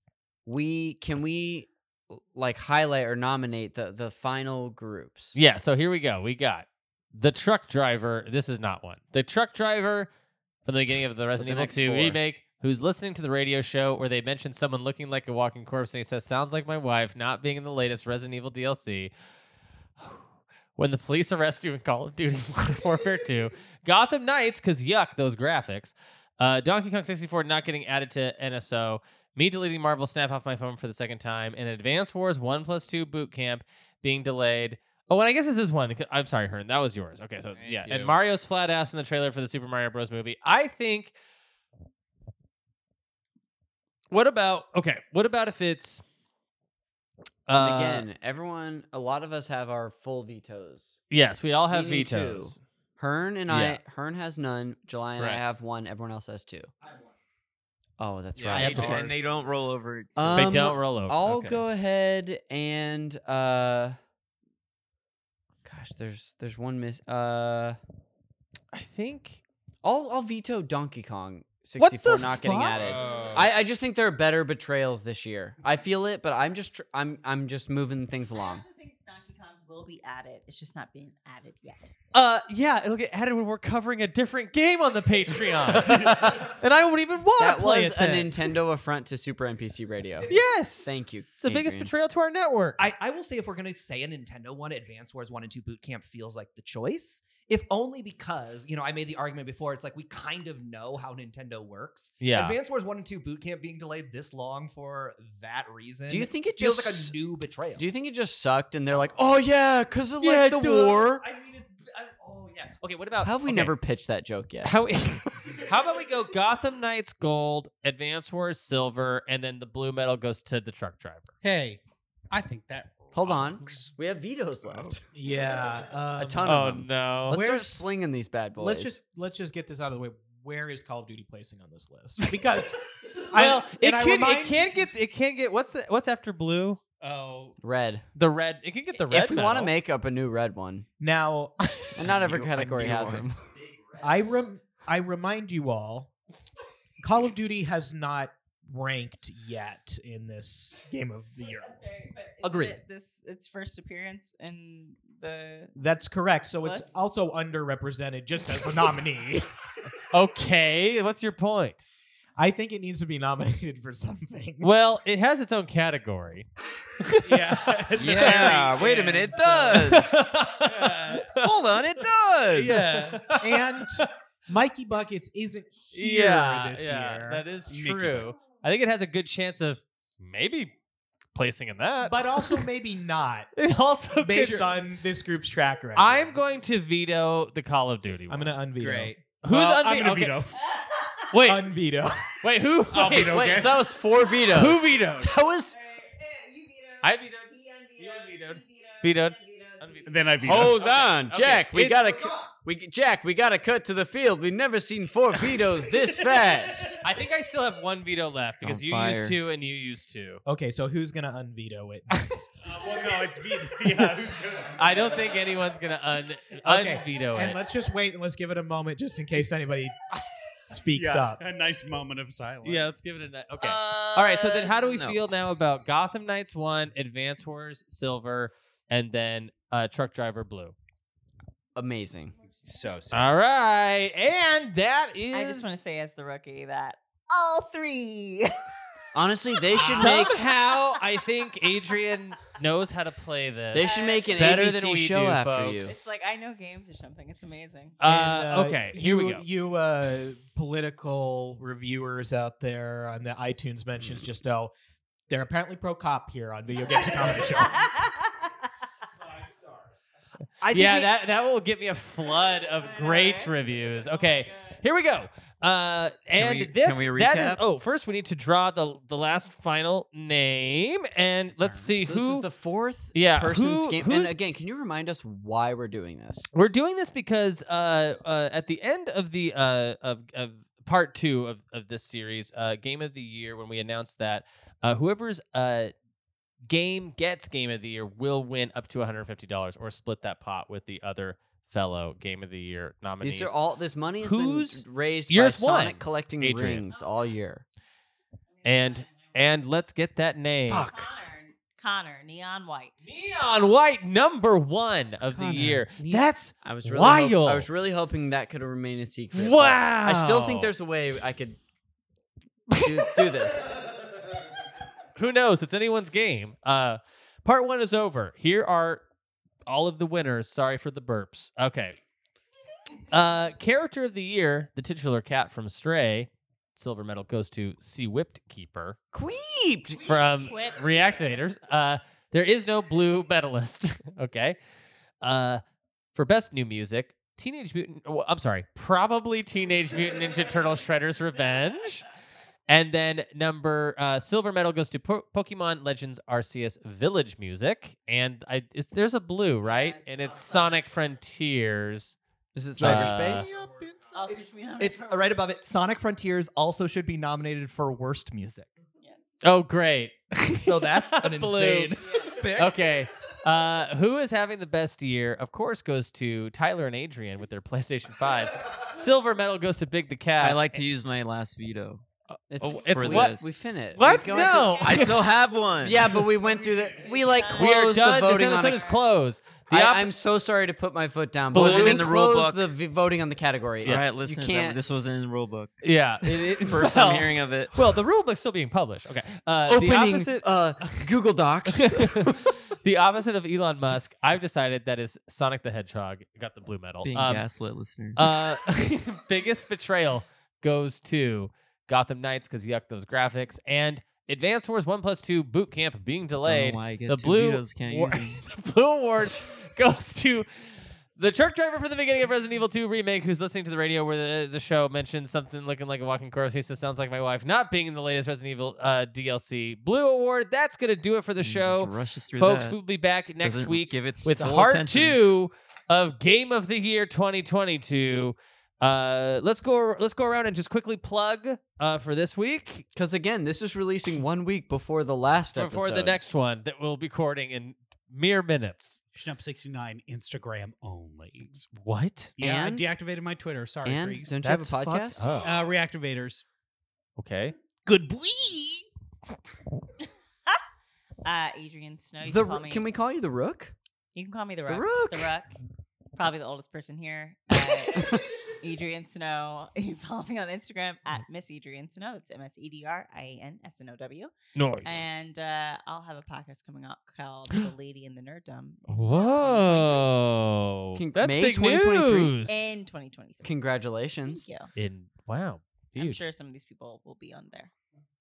Speaker 5: we can we like highlight or nominate the the final groups
Speaker 1: Yeah, so here we go. We got the truck driver. This is not one. The truck driver from the beginning of the Resident
Speaker 5: the
Speaker 1: Evil
Speaker 5: next
Speaker 1: 2
Speaker 5: four.
Speaker 1: remake who's listening to the radio show where they mention someone looking like a walking corpse and he says, Sounds like my wife, not being in the latest Resident Evil DLC. <sighs> When the police arrest you in Call of Duty <laughs> Modern Warfare 2, Gotham Knights, because yuck, those graphics. Uh, Donkey Kong 64 not getting added to NSO. Me deleting Marvel Snap off my phone for the second time. And Advance Wars 1 plus 2 boot camp being delayed. Oh, and I guess this is one. 'cause- I'm sorry, Hearn. That was yours. Okay, so
Speaker 9: Thank
Speaker 1: yeah.
Speaker 9: you.
Speaker 1: And Mario's flat ass in the trailer for the Super Mario Bros. movie. I think. What about. Okay, what about if it's.
Speaker 5: And
Speaker 1: Uh,
Speaker 5: again everyone a lot of us have our full vetoes
Speaker 1: Yes, we all have
Speaker 5: Meaning two.
Speaker 1: vetoes.
Speaker 5: Hearn and
Speaker 1: Yeah.
Speaker 5: I, Hearn has none. July and I
Speaker 1: Correct.
Speaker 5: have one. Everyone else has two. Oh, that's
Speaker 2: Yeah,
Speaker 5: right.
Speaker 2: and they don't roll over.
Speaker 5: Um,
Speaker 1: they don't roll over.
Speaker 5: I'll
Speaker 1: Okay.
Speaker 5: go ahead and uh, gosh, there's there's one miss. Uh,
Speaker 1: I think.
Speaker 5: I'll I'll veto Donkey Kong
Speaker 1: What the
Speaker 5: 64 not getting
Speaker 1: fuck?
Speaker 5: added.
Speaker 2: Oh.
Speaker 5: I, I just think there are better betrayals this year. I feel it, but I'm just tr- I'm I'm just moving things
Speaker 3: I
Speaker 5: along.
Speaker 3: also think Donkey Kong will be added. It's just not being added yet.
Speaker 5: <laughs>
Speaker 1: Uh, yeah, it'll get added when we're covering a different game on
Speaker 2: <laughs>
Speaker 5: <laughs>
Speaker 1: the Patreon, and I won't even <laughs> want
Speaker 5: That
Speaker 1: to play
Speaker 5: was
Speaker 1: it.
Speaker 5: a
Speaker 1: then.
Speaker 5: Nintendo affront to Super NPC Radio.
Speaker 1: yes,
Speaker 5: Thank you.
Speaker 1: It's the biggest
Speaker 5: Adrian.
Speaker 1: betrayal to our network.
Speaker 4: I, I will say if we're gonna say a Nintendo one, Advance Wars One and Two Boot Camp feels like the choice. If only because, you know, I made the argument before, it's like we kind of know how Nintendo works.
Speaker 1: Yeah.
Speaker 4: Advance Wars 1 and 2 Boot Camp being delayed this long for that reason.
Speaker 5: Do you think it
Speaker 4: feels
Speaker 5: just
Speaker 4: like a new betrayal?
Speaker 5: Do you think it just sucked and they're like, oh yeah, because of like the
Speaker 1: duh.
Speaker 5: war?
Speaker 1: I mean, it's. I, oh yeah. Okay. What about
Speaker 5: How have we
Speaker 1: okay,
Speaker 5: never pitched that joke yet? <laughs>
Speaker 1: <laughs> How How about we go Gotham Knights Gold, Advance Wars Silver, and then the blue medal goes to the truck driver.
Speaker 7: hey, I think that.
Speaker 5: Hold on.
Speaker 7: rocks.
Speaker 5: We have vetoes
Speaker 7: <laughs>
Speaker 5: left.
Speaker 12: Yeah,
Speaker 5: A
Speaker 12: um,
Speaker 5: ton
Speaker 1: Oh
Speaker 5: of them.
Speaker 1: no.
Speaker 5: Let's start
Speaker 12: Where's-
Speaker 5: slinging these bad boys.
Speaker 12: Let's just let's just get this out of the way. where is Call of Duty placing on this list?
Speaker 5: <laughs>
Speaker 1: <laughs>
Speaker 12: Because
Speaker 1: well,
Speaker 12: I,
Speaker 1: it
Speaker 12: and I
Speaker 1: can it
Speaker 12: remind-
Speaker 1: can't get it can't get what's the what's after blue?
Speaker 12: Oh,
Speaker 5: Red.
Speaker 1: The red. It can get the
Speaker 5: If
Speaker 1: red
Speaker 5: we want to
Speaker 1: medal.
Speaker 5: make up a new red one.
Speaker 12: Now,
Speaker 5: and not every category has them.
Speaker 12: I rem- I remind you all, Call of Duty has not ranked yet in this game of the year.
Speaker 3: Isn't
Speaker 12: Agreed.
Speaker 3: it This its first appearance in the.
Speaker 12: That's correct. So it's
Speaker 3: Plus?
Speaker 12: also underrepresented just as
Speaker 1: <laughs>
Speaker 12: a nominee.
Speaker 1: okay, what's your point?
Speaker 12: I think it needs to be nominated for something.
Speaker 1: Well, it has its own category.
Speaker 12: <laughs>
Speaker 1: <laughs>
Speaker 12: yeah.
Speaker 2: Yeah, wait a minute, it does. Hold on, it does.
Speaker 12: Yeah. and Mikey Buckets isn't here
Speaker 1: yeah,
Speaker 12: this
Speaker 1: yeah,
Speaker 12: year.
Speaker 1: that is
Speaker 12: Mickey
Speaker 1: true. I think it has a good chance of maybe placing in that,
Speaker 12: but also maybe not.
Speaker 1: <laughs> It also
Speaker 12: based
Speaker 1: could-
Speaker 12: on this group's track record.
Speaker 1: I'm going to veto the Call of Duty.
Speaker 12: I'm gonna unveto. Great.
Speaker 1: Who's
Speaker 12: well,
Speaker 1: unve-
Speaker 12: I'm gonna
Speaker 1: okay.
Speaker 12: veto.
Speaker 1: <laughs> Wait.
Speaker 12: Unveto.
Speaker 1: <laughs> Wait, who?
Speaker 12: I'll
Speaker 1: wait,
Speaker 12: veto,
Speaker 1: wait,
Speaker 12: okay?
Speaker 1: so that
Speaker 5: was four vetoes.
Speaker 1: Who <laughs> vetoed?
Speaker 5: That was.
Speaker 1: I vetoed. You unvetoed. Vetoed.
Speaker 5: Then
Speaker 1: I vetoed.
Speaker 5: Hold
Speaker 1: Okay,
Speaker 5: on,
Speaker 1: okay.
Speaker 5: Jack. We
Speaker 1: It's-
Speaker 5: gotta. cu- We Jack. We gotta cut to the field. We've never seen four vetoes <laughs> this fast.
Speaker 1: I think I still have one veto left because
Speaker 5: on
Speaker 1: you
Speaker 5: fire.
Speaker 1: used two and you used two.
Speaker 12: Okay, so who's gonna unveto it?
Speaker 7: well, no, it's veto.
Speaker 12: <laughs> Yeah, who's gonna-
Speaker 1: I don't think anyone's gonna un
Speaker 12: Okay,
Speaker 1: unveto
Speaker 12: and
Speaker 1: it.
Speaker 12: let's just wait and let's give it a moment just in case
Speaker 1: <laughs>
Speaker 12: anybody speaks
Speaker 1: Yeah.
Speaker 12: up.
Speaker 7: A nice moment of silence.
Speaker 1: Yeah, let's give it a night. Okay. All right. So then, how do we
Speaker 7: no.
Speaker 1: feel now about Gotham Knights One, Advance Wars Silver, and then uh, Truck Driver Blue?
Speaker 5: Amazing.
Speaker 7: So sad.
Speaker 1: All right, and that is.
Speaker 3: I just want to say, as the rookie, that all three.
Speaker 5: Honestly, they should make.
Speaker 1: somehow I think Adrian knows how to play this.
Speaker 5: They should make an
Speaker 1: better
Speaker 5: ABC
Speaker 1: than we
Speaker 5: show
Speaker 1: do,
Speaker 5: after
Speaker 1: folks.
Speaker 5: you.
Speaker 3: It's like I know games or something. It's amazing.
Speaker 12: oh,
Speaker 1: Uh, okay, here we
Speaker 12: you-
Speaker 1: go.
Speaker 12: You uh, political reviewers out there on the iTunes mentions just know they're apparently pro cop here on Video Games and Comedy Show.
Speaker 1: I think yeah, that that will get me a flood of great reviews. Okay, here we go. Uh, and
Speaker 2: we-
Speaker 1: this
Speaker 2: can we
Speaker 1: that
Speaker 2: recap?
Speaker 1: is. Oh, first we need to draw the the last final name, and let's see
Speaker 5: This
Speaker 1: who
Speaker 5: is the fourth
Speaker 1: Yeah,
Speaker 5: person's
Speaker 1: who-
Speaker 5: game. And
Speaker 1: who's-
Speaker 5: again, can you remind us why we're doing this?
Speaker 1: We're doing this because uh, uh, at the end of the uh, of, of part two of, of this series, uh, game of the year, when we announced that uh, whoever's uh, game gets game of the year will win up to one hundred fifty dollars, or split that pot with the other fellow game of the year nominees.
Speaker 5: These are all. This money has
Speaker 1: Who's-
Speaker 5: been raised by
Speaker 1: yours won,
Speaker 5: Sonic collecting
Speaker 1: Adrian.
Speaker 5: rings all year.
Speaker 1: and and let's get that name.
Speaker 5: Fuck.
Speaker 3: Connor, neon white.
Speaker 1: Neon White, number one of
Speaker 5: Connor,
Speaker 1: the year. That's
Speaker 5: I was really
Speaker 1: wild.
Speaker 5: hop- I was really hoping that could remain a secret. but I still think
Speaker 1: Wow.
Speaker 5: there's a way I could do, do
Speaker 1: <laughs>
Speaker 5: this.
Speaker 1: who knows? It's anyone's game. Uh, part one is over. Here are all of the winners. Sorry for the burps. Okay. Uh, character of the year, the titular cat from Stray. Silver medal goes to Sea Whipped Keeper
Speaker 5: Queeped.
Speaker 1: from
Speaker 3: Whipped.
Speaker 1: Reactivators. Uh, there is no blue medalist. <laughs> okay. Uh, for best new music, Teenage Mutant. oh, I'm sorry, probably Teenage Mutant Ninja Turtle Shredder's Revenge. And then number uh, silver medal goes to po- Pokemon Legends Arceus Village music, and I is, there's a blue right, and it's Sonic Frontiers.
Speaker 5: Is it
Speaker 1: Uh,
Speaker 5: cyberspace?
Speaker 3: Also should be nominated
Speaker 4: It's uh,
Speaker 3: for-
Speaker 4: right above it. Sonic Frontiers also should be nominated for worst music.
Speaker 1: oh, great! <laughs>
Speaker 4: So that's an
Speaker 1: Blue.
Speaker 4: insane pick.
Speaker 1: okay. Uh, who is having the best year? Of course, goes to Tyler and Adrian with their PlayStation Five. Silver medal goes to Big the Cat.
Speaker 2: I
Speaker 1: Uh,
Speaker 2: like to use my last veto.
Speaker 5: It's,
Speaker 2: Oh,
Speaker 5: it's
Speaker 2: for
Speaker 5: what
Speaker 2: this.
Speaker 5: we finished.
Speaker 1: Let's
Speaker 5: We go into-
Speaker 1: no.
Speaker 2: I
Speaker 1: <laughs>
Speaker 2: still have one.
Speaker 5: Yeah, but we went through the. We like
Speaker 1: We are
Speaker 5: closed
Speaker 1: done.
Speaker 5: the voting
Speaker 1: this
Speaker 5: on.
Speaker 1: episode
Speaker 5: A,
Speaker 1: is closed. The
Speaker 5: I,
Speaker 1: op-
Speaker 5: I'm so sorry to put my foot down, but
Speaker 1: Blue-
Speaker 5: when we
Speaker 1: in the
Speaker 2: rule
Speaker 5: closed
Speaker 2: book.
Speaker 5: the v- voting on the category.
Speaker 2: All
Speaker 5: it's-
Speaker 2: right, listeners,
Speaker 5: you
Speaker 2: that-
Speaker 5: can't.
Speaker 2: this wasn't in the rule book.
Speaker 1: yeah, it,
Speaker 2: <laughs>
Speaker 1: it,
Speaker 2: First
Speaker 1: well,
Speaker 2: I'm hearing of it.
Speaker 1: Well, the rule book's still being published. Okay. Uh, the
Speaker 5: opening
Speaker 1: opposite,
Speaker 5: uh, <laughs> Google Docs. <laughs>
Speaker 1: the opposite of Elon Musk, I've decided that is Sonic the Hedgehog got the blue medal.
Speaker 2: Being
Speaker 1: Um,
Speaker 2: gaslit, listeners.
Speaker 1: uh, <laughs> biggest betrayal goes to Gotham Knights because yuck those graphics and Advance Wars One Plus Two Boot Camp being delayed.
Speaker 2: why I get
Speaker 1: the
Speaker 2: two
Speaker 1: blue
Speaker 2: vetoes, can't
Speaker 1: war-
Speaker 2: use them.
Speaker 1: the <laughs> blue award goes to. The truck driver from the beginning of Resident Evil 2 remake, who's listening to the radio where the, the show mentions something looking like a walking chorus, he says, "Sounds like my wife." Not being in the latest Resident Evil uh, DLC Blue Award. That's gonna do it for the show,
Speaker 2: Mm, rush us through
Speaker 1: folks.
Speaker 2: that.
Speaker 1: We'll be back next
Speaker 2: Doesn't
Speaker 1: week
Speaker 2: give it
Speaker 1: with
Speaker 2: full
Speaker 1: part
Speaker 2: attention.
Speaker 1: two of Game of the Year 2022. Uh, let's go. Let's go around and just quickly plug uh, for this week.
Speaker 5: Because again, this is releasing one week before the last
Speaker 1: before the
Speaker 5: episode.
Speaker 1: next one that we'll be recording in mere minutes.
Speaker 7: Schnup sixty nine Instagram only.
Speaker 1: What?
Speaker 7: Yeah,
Speaker 1: And-
Speaker 7: I deactivated my Twitter. Sorry,
Speaker 1: and
Speaker 7: freaks.
Speaker 1: don't you have a That's fucked podcast? up.
Speaker 7: Uh, Reactivators.
Speaker 1: Okay.
Speaker 7: Good boy. <laughs>
Speaker 3: Uh, Adrian Snow. You
Speaker 5: The
Speaker 3: can, call
Speaker 5: Ro-
Speaker 3: me,
Speaker 5: can we call you the Rook?
Speaker 3: you can call me the
Speaker 5: The
Speaker 3: Rook.
Speaker 5: Rook.
Speaker 3: The <laughs> Rook. Probably the oldest person here. Uh, Adrian Snow. <laughs> You can follow me on Instagram at Miss Adrian Snow. That's M S E D R I A N S N O W.
Speaker 1: Nice.
Speaker 3: And uh, I'll have a podcast coming out called <gasps> The Lady in the Nerddom.
Speaker 1: Whoa,
Speaker 5: Can-
Speaker 1: that's
Speaker 5: May
Speaker 1: big
Speaker 5: 2023.
Speaker 1: news.
Speaker 3: In 2023.
Speaker 5: Congratulations.
Speaker 3: Thank you.
Speaker 1: In wow,
Speaker 3: I'm
Speaker 1: huge,
Speaker 3: sure some of these people will be on there.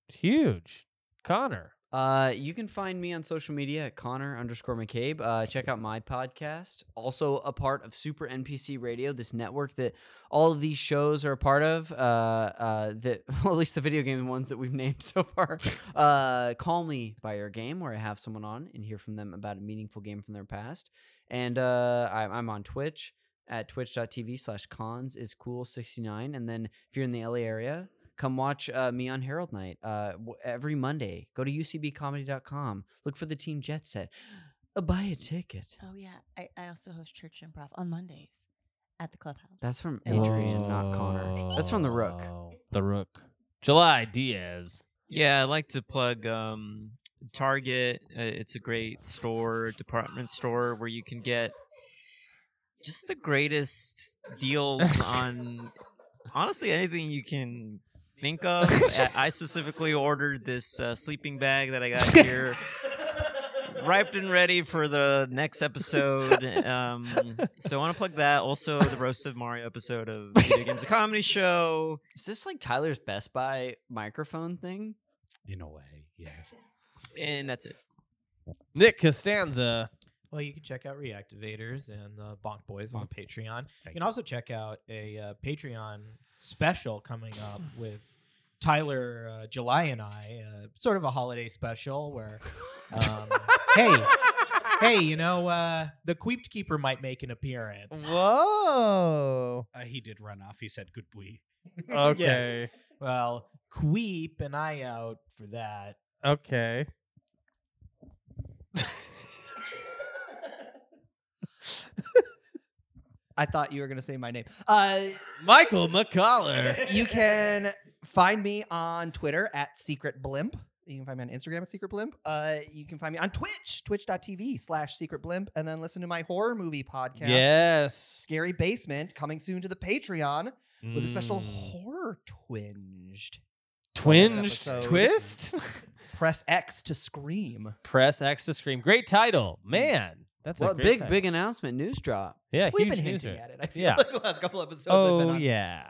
Speaker 1: huge. Connor,
Speaker 5: Uh, you can find me on social media at Connor underscore McCabe. Uh, check out my podcast, also a part of Super NPC Radio, this network that all of these shows are a part of. Uh, uh, that <laughs> well, at least the video game ones that we've named <laughs> so far. Uh, Call Me by Your Game, where I have someone on and hear from them about a meaningful game from their past. And uh, I, I'm on Twitch at twitch.tv slash cons is cool 69 and then if you're in the la area come watch uh, me on herald night uh, w- every monday go to ucbcomedy.com look for the team jet set uh, buy a ticket
Speaker 3: Oh yeah, I, I also host church improv on Mondays at the clubhouse.
Speaker 5: that's from adrian not connor that's from the rook
Speaker 1: the Rook, July Diaz.
Speaker 2: Yeah, I like to plug um, Target. Uh, it's a great store, department store where you can get just the greatest deals on honestly anything you can think of. I- I specifically ordered this uh, sleeping bag that I got here. Ripped and ready for the next episode. Um, so I want to plug that. Also, the Roast of Mario episode of Video Games, a comedy show.
Speaker 5: is this like tyler's best buy microphone thing
Speaker 7: in a way yes
Speaker 2: And that's it.
Speaker 1: Nick Costanza.
Speaker 12: Well, you can check out Reactivators and uh, Bonk Boys on Patreon. You can also check out a uh, Patreon special coming <laughs> up with Tyler uh, July and I, uh, sort of a holiday special where, <laughs> um, hey, hey, you know, uh, the Queeped Keeper might make
Speaker 7: <laughs>
Speaker 12: an appearance.
Speaker 1: Whoa.
Speaker 7: Uh, he did run off. He said good boy.
Speaker 12: <laughs> Yeah.
Speaker 1: Okay.
Speaker 12: Well, Queep and I out for that.
Speaker 1: Okay.
Speaker 4: I thought you were going to say my name. Uh,
Speaker 1: Michael McCollar.
Speaker 4: you can find me on Twitter at Secret Blimp. You can find me on Instagram at Secret Blimp. Uh, you can find me on Twitch, twitch.tv slash Secret Blimp. And then listen to my horror movie podcast,
Speaker 1: Yes.
Speaker 4: Scary Basement, coming soon to the Patreon with a special
Speaker 1: Mm.
Speaker 4: horror twinged.
Speaker 1: Twinge
Speaker 4: episode.
Speaker 1: twist.
Speaker 4: <laughs> Press X to scream. <laughs>
Speaker 1: Press X to scream. Great title, man. That's
Speaker 5: well,
Speaker 1: a great
Speaker 5: big
Speaker 1: title.
Speaker 5: big announcement news drop
Speaker 1: Yeah,
Speaker 4: We've
Speaker 1: huge
Speaker 4: been
Speaker 1: news
Speaker 4: hinting
Speaker 1: there.
Speaker 4: at it. I feel
Speaker 1: yeah.
Speaker 4: like <laughs> the last couple episodes I've been
Speaker 1: oh
Speaker 4: on.
Speaker 1: yeah.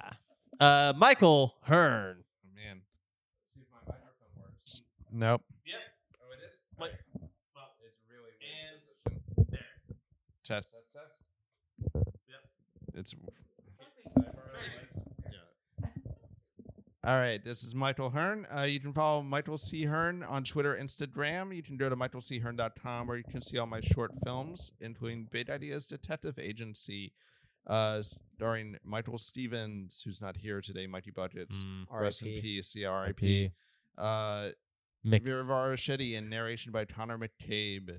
Speaker 1: Uh, Michael Hearn.
Speaker 9: Oh, Man. See if my microphone works. Nope.
Speaker 1: Yep.
Speaker 9: Oh, it is?
Speaker 1: What?
Speaker 9: Well, it's really weird.
Speaker 1: There.
Speaker 9: Test. It's. All right, this is Michael Hearn. Uh, you can follow Michael C. Hearn on Twitter, Instagram. You can go to michaelchearn.com where you can see all my short films, including Big Ideas Detective Agency, uh, starring Michael Stevens, who's not here today, Mikey Buckets,
Speaker 1: Mm.
Speaker 9: rest in
Speaker 5: RIP.
Speaker 9: peace, yeah, R.I.P. Uh,
Speaker 1: Mick-
Speaker 9: Vera Varoschetti and narration by Connor McCabe.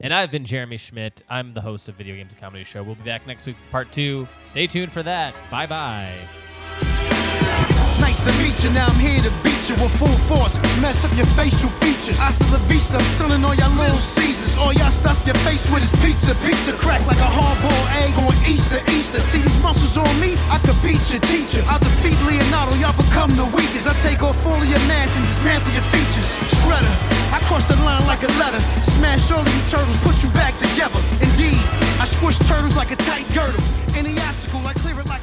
Speaker 1: And I've been Jeremy Schmidt. I'm the host of Video Games and Comedy Show. We'll be back next week for part two. Stay tuned for that. Bye bye.
Speaker 15: Nice to meet you, now I'm here to beat you with full force. Mess up your facial features. Hasta la vista, I'm selling all y'all little seasons. All y'all stuff your face with is pizza. Pizza crack like a hard-boiled egg on Easter, Easter. See these muscles on me? I could beat your teacher. I'll defeat Leonardo, y'all become the weakest. I take off all of your masks and dismantle your features. Shredder, I cross the line like a letter. Smash all of you turtles, put you back together. Indeed, I squish turtles like a tight girdle. Any obstacle, I clear it like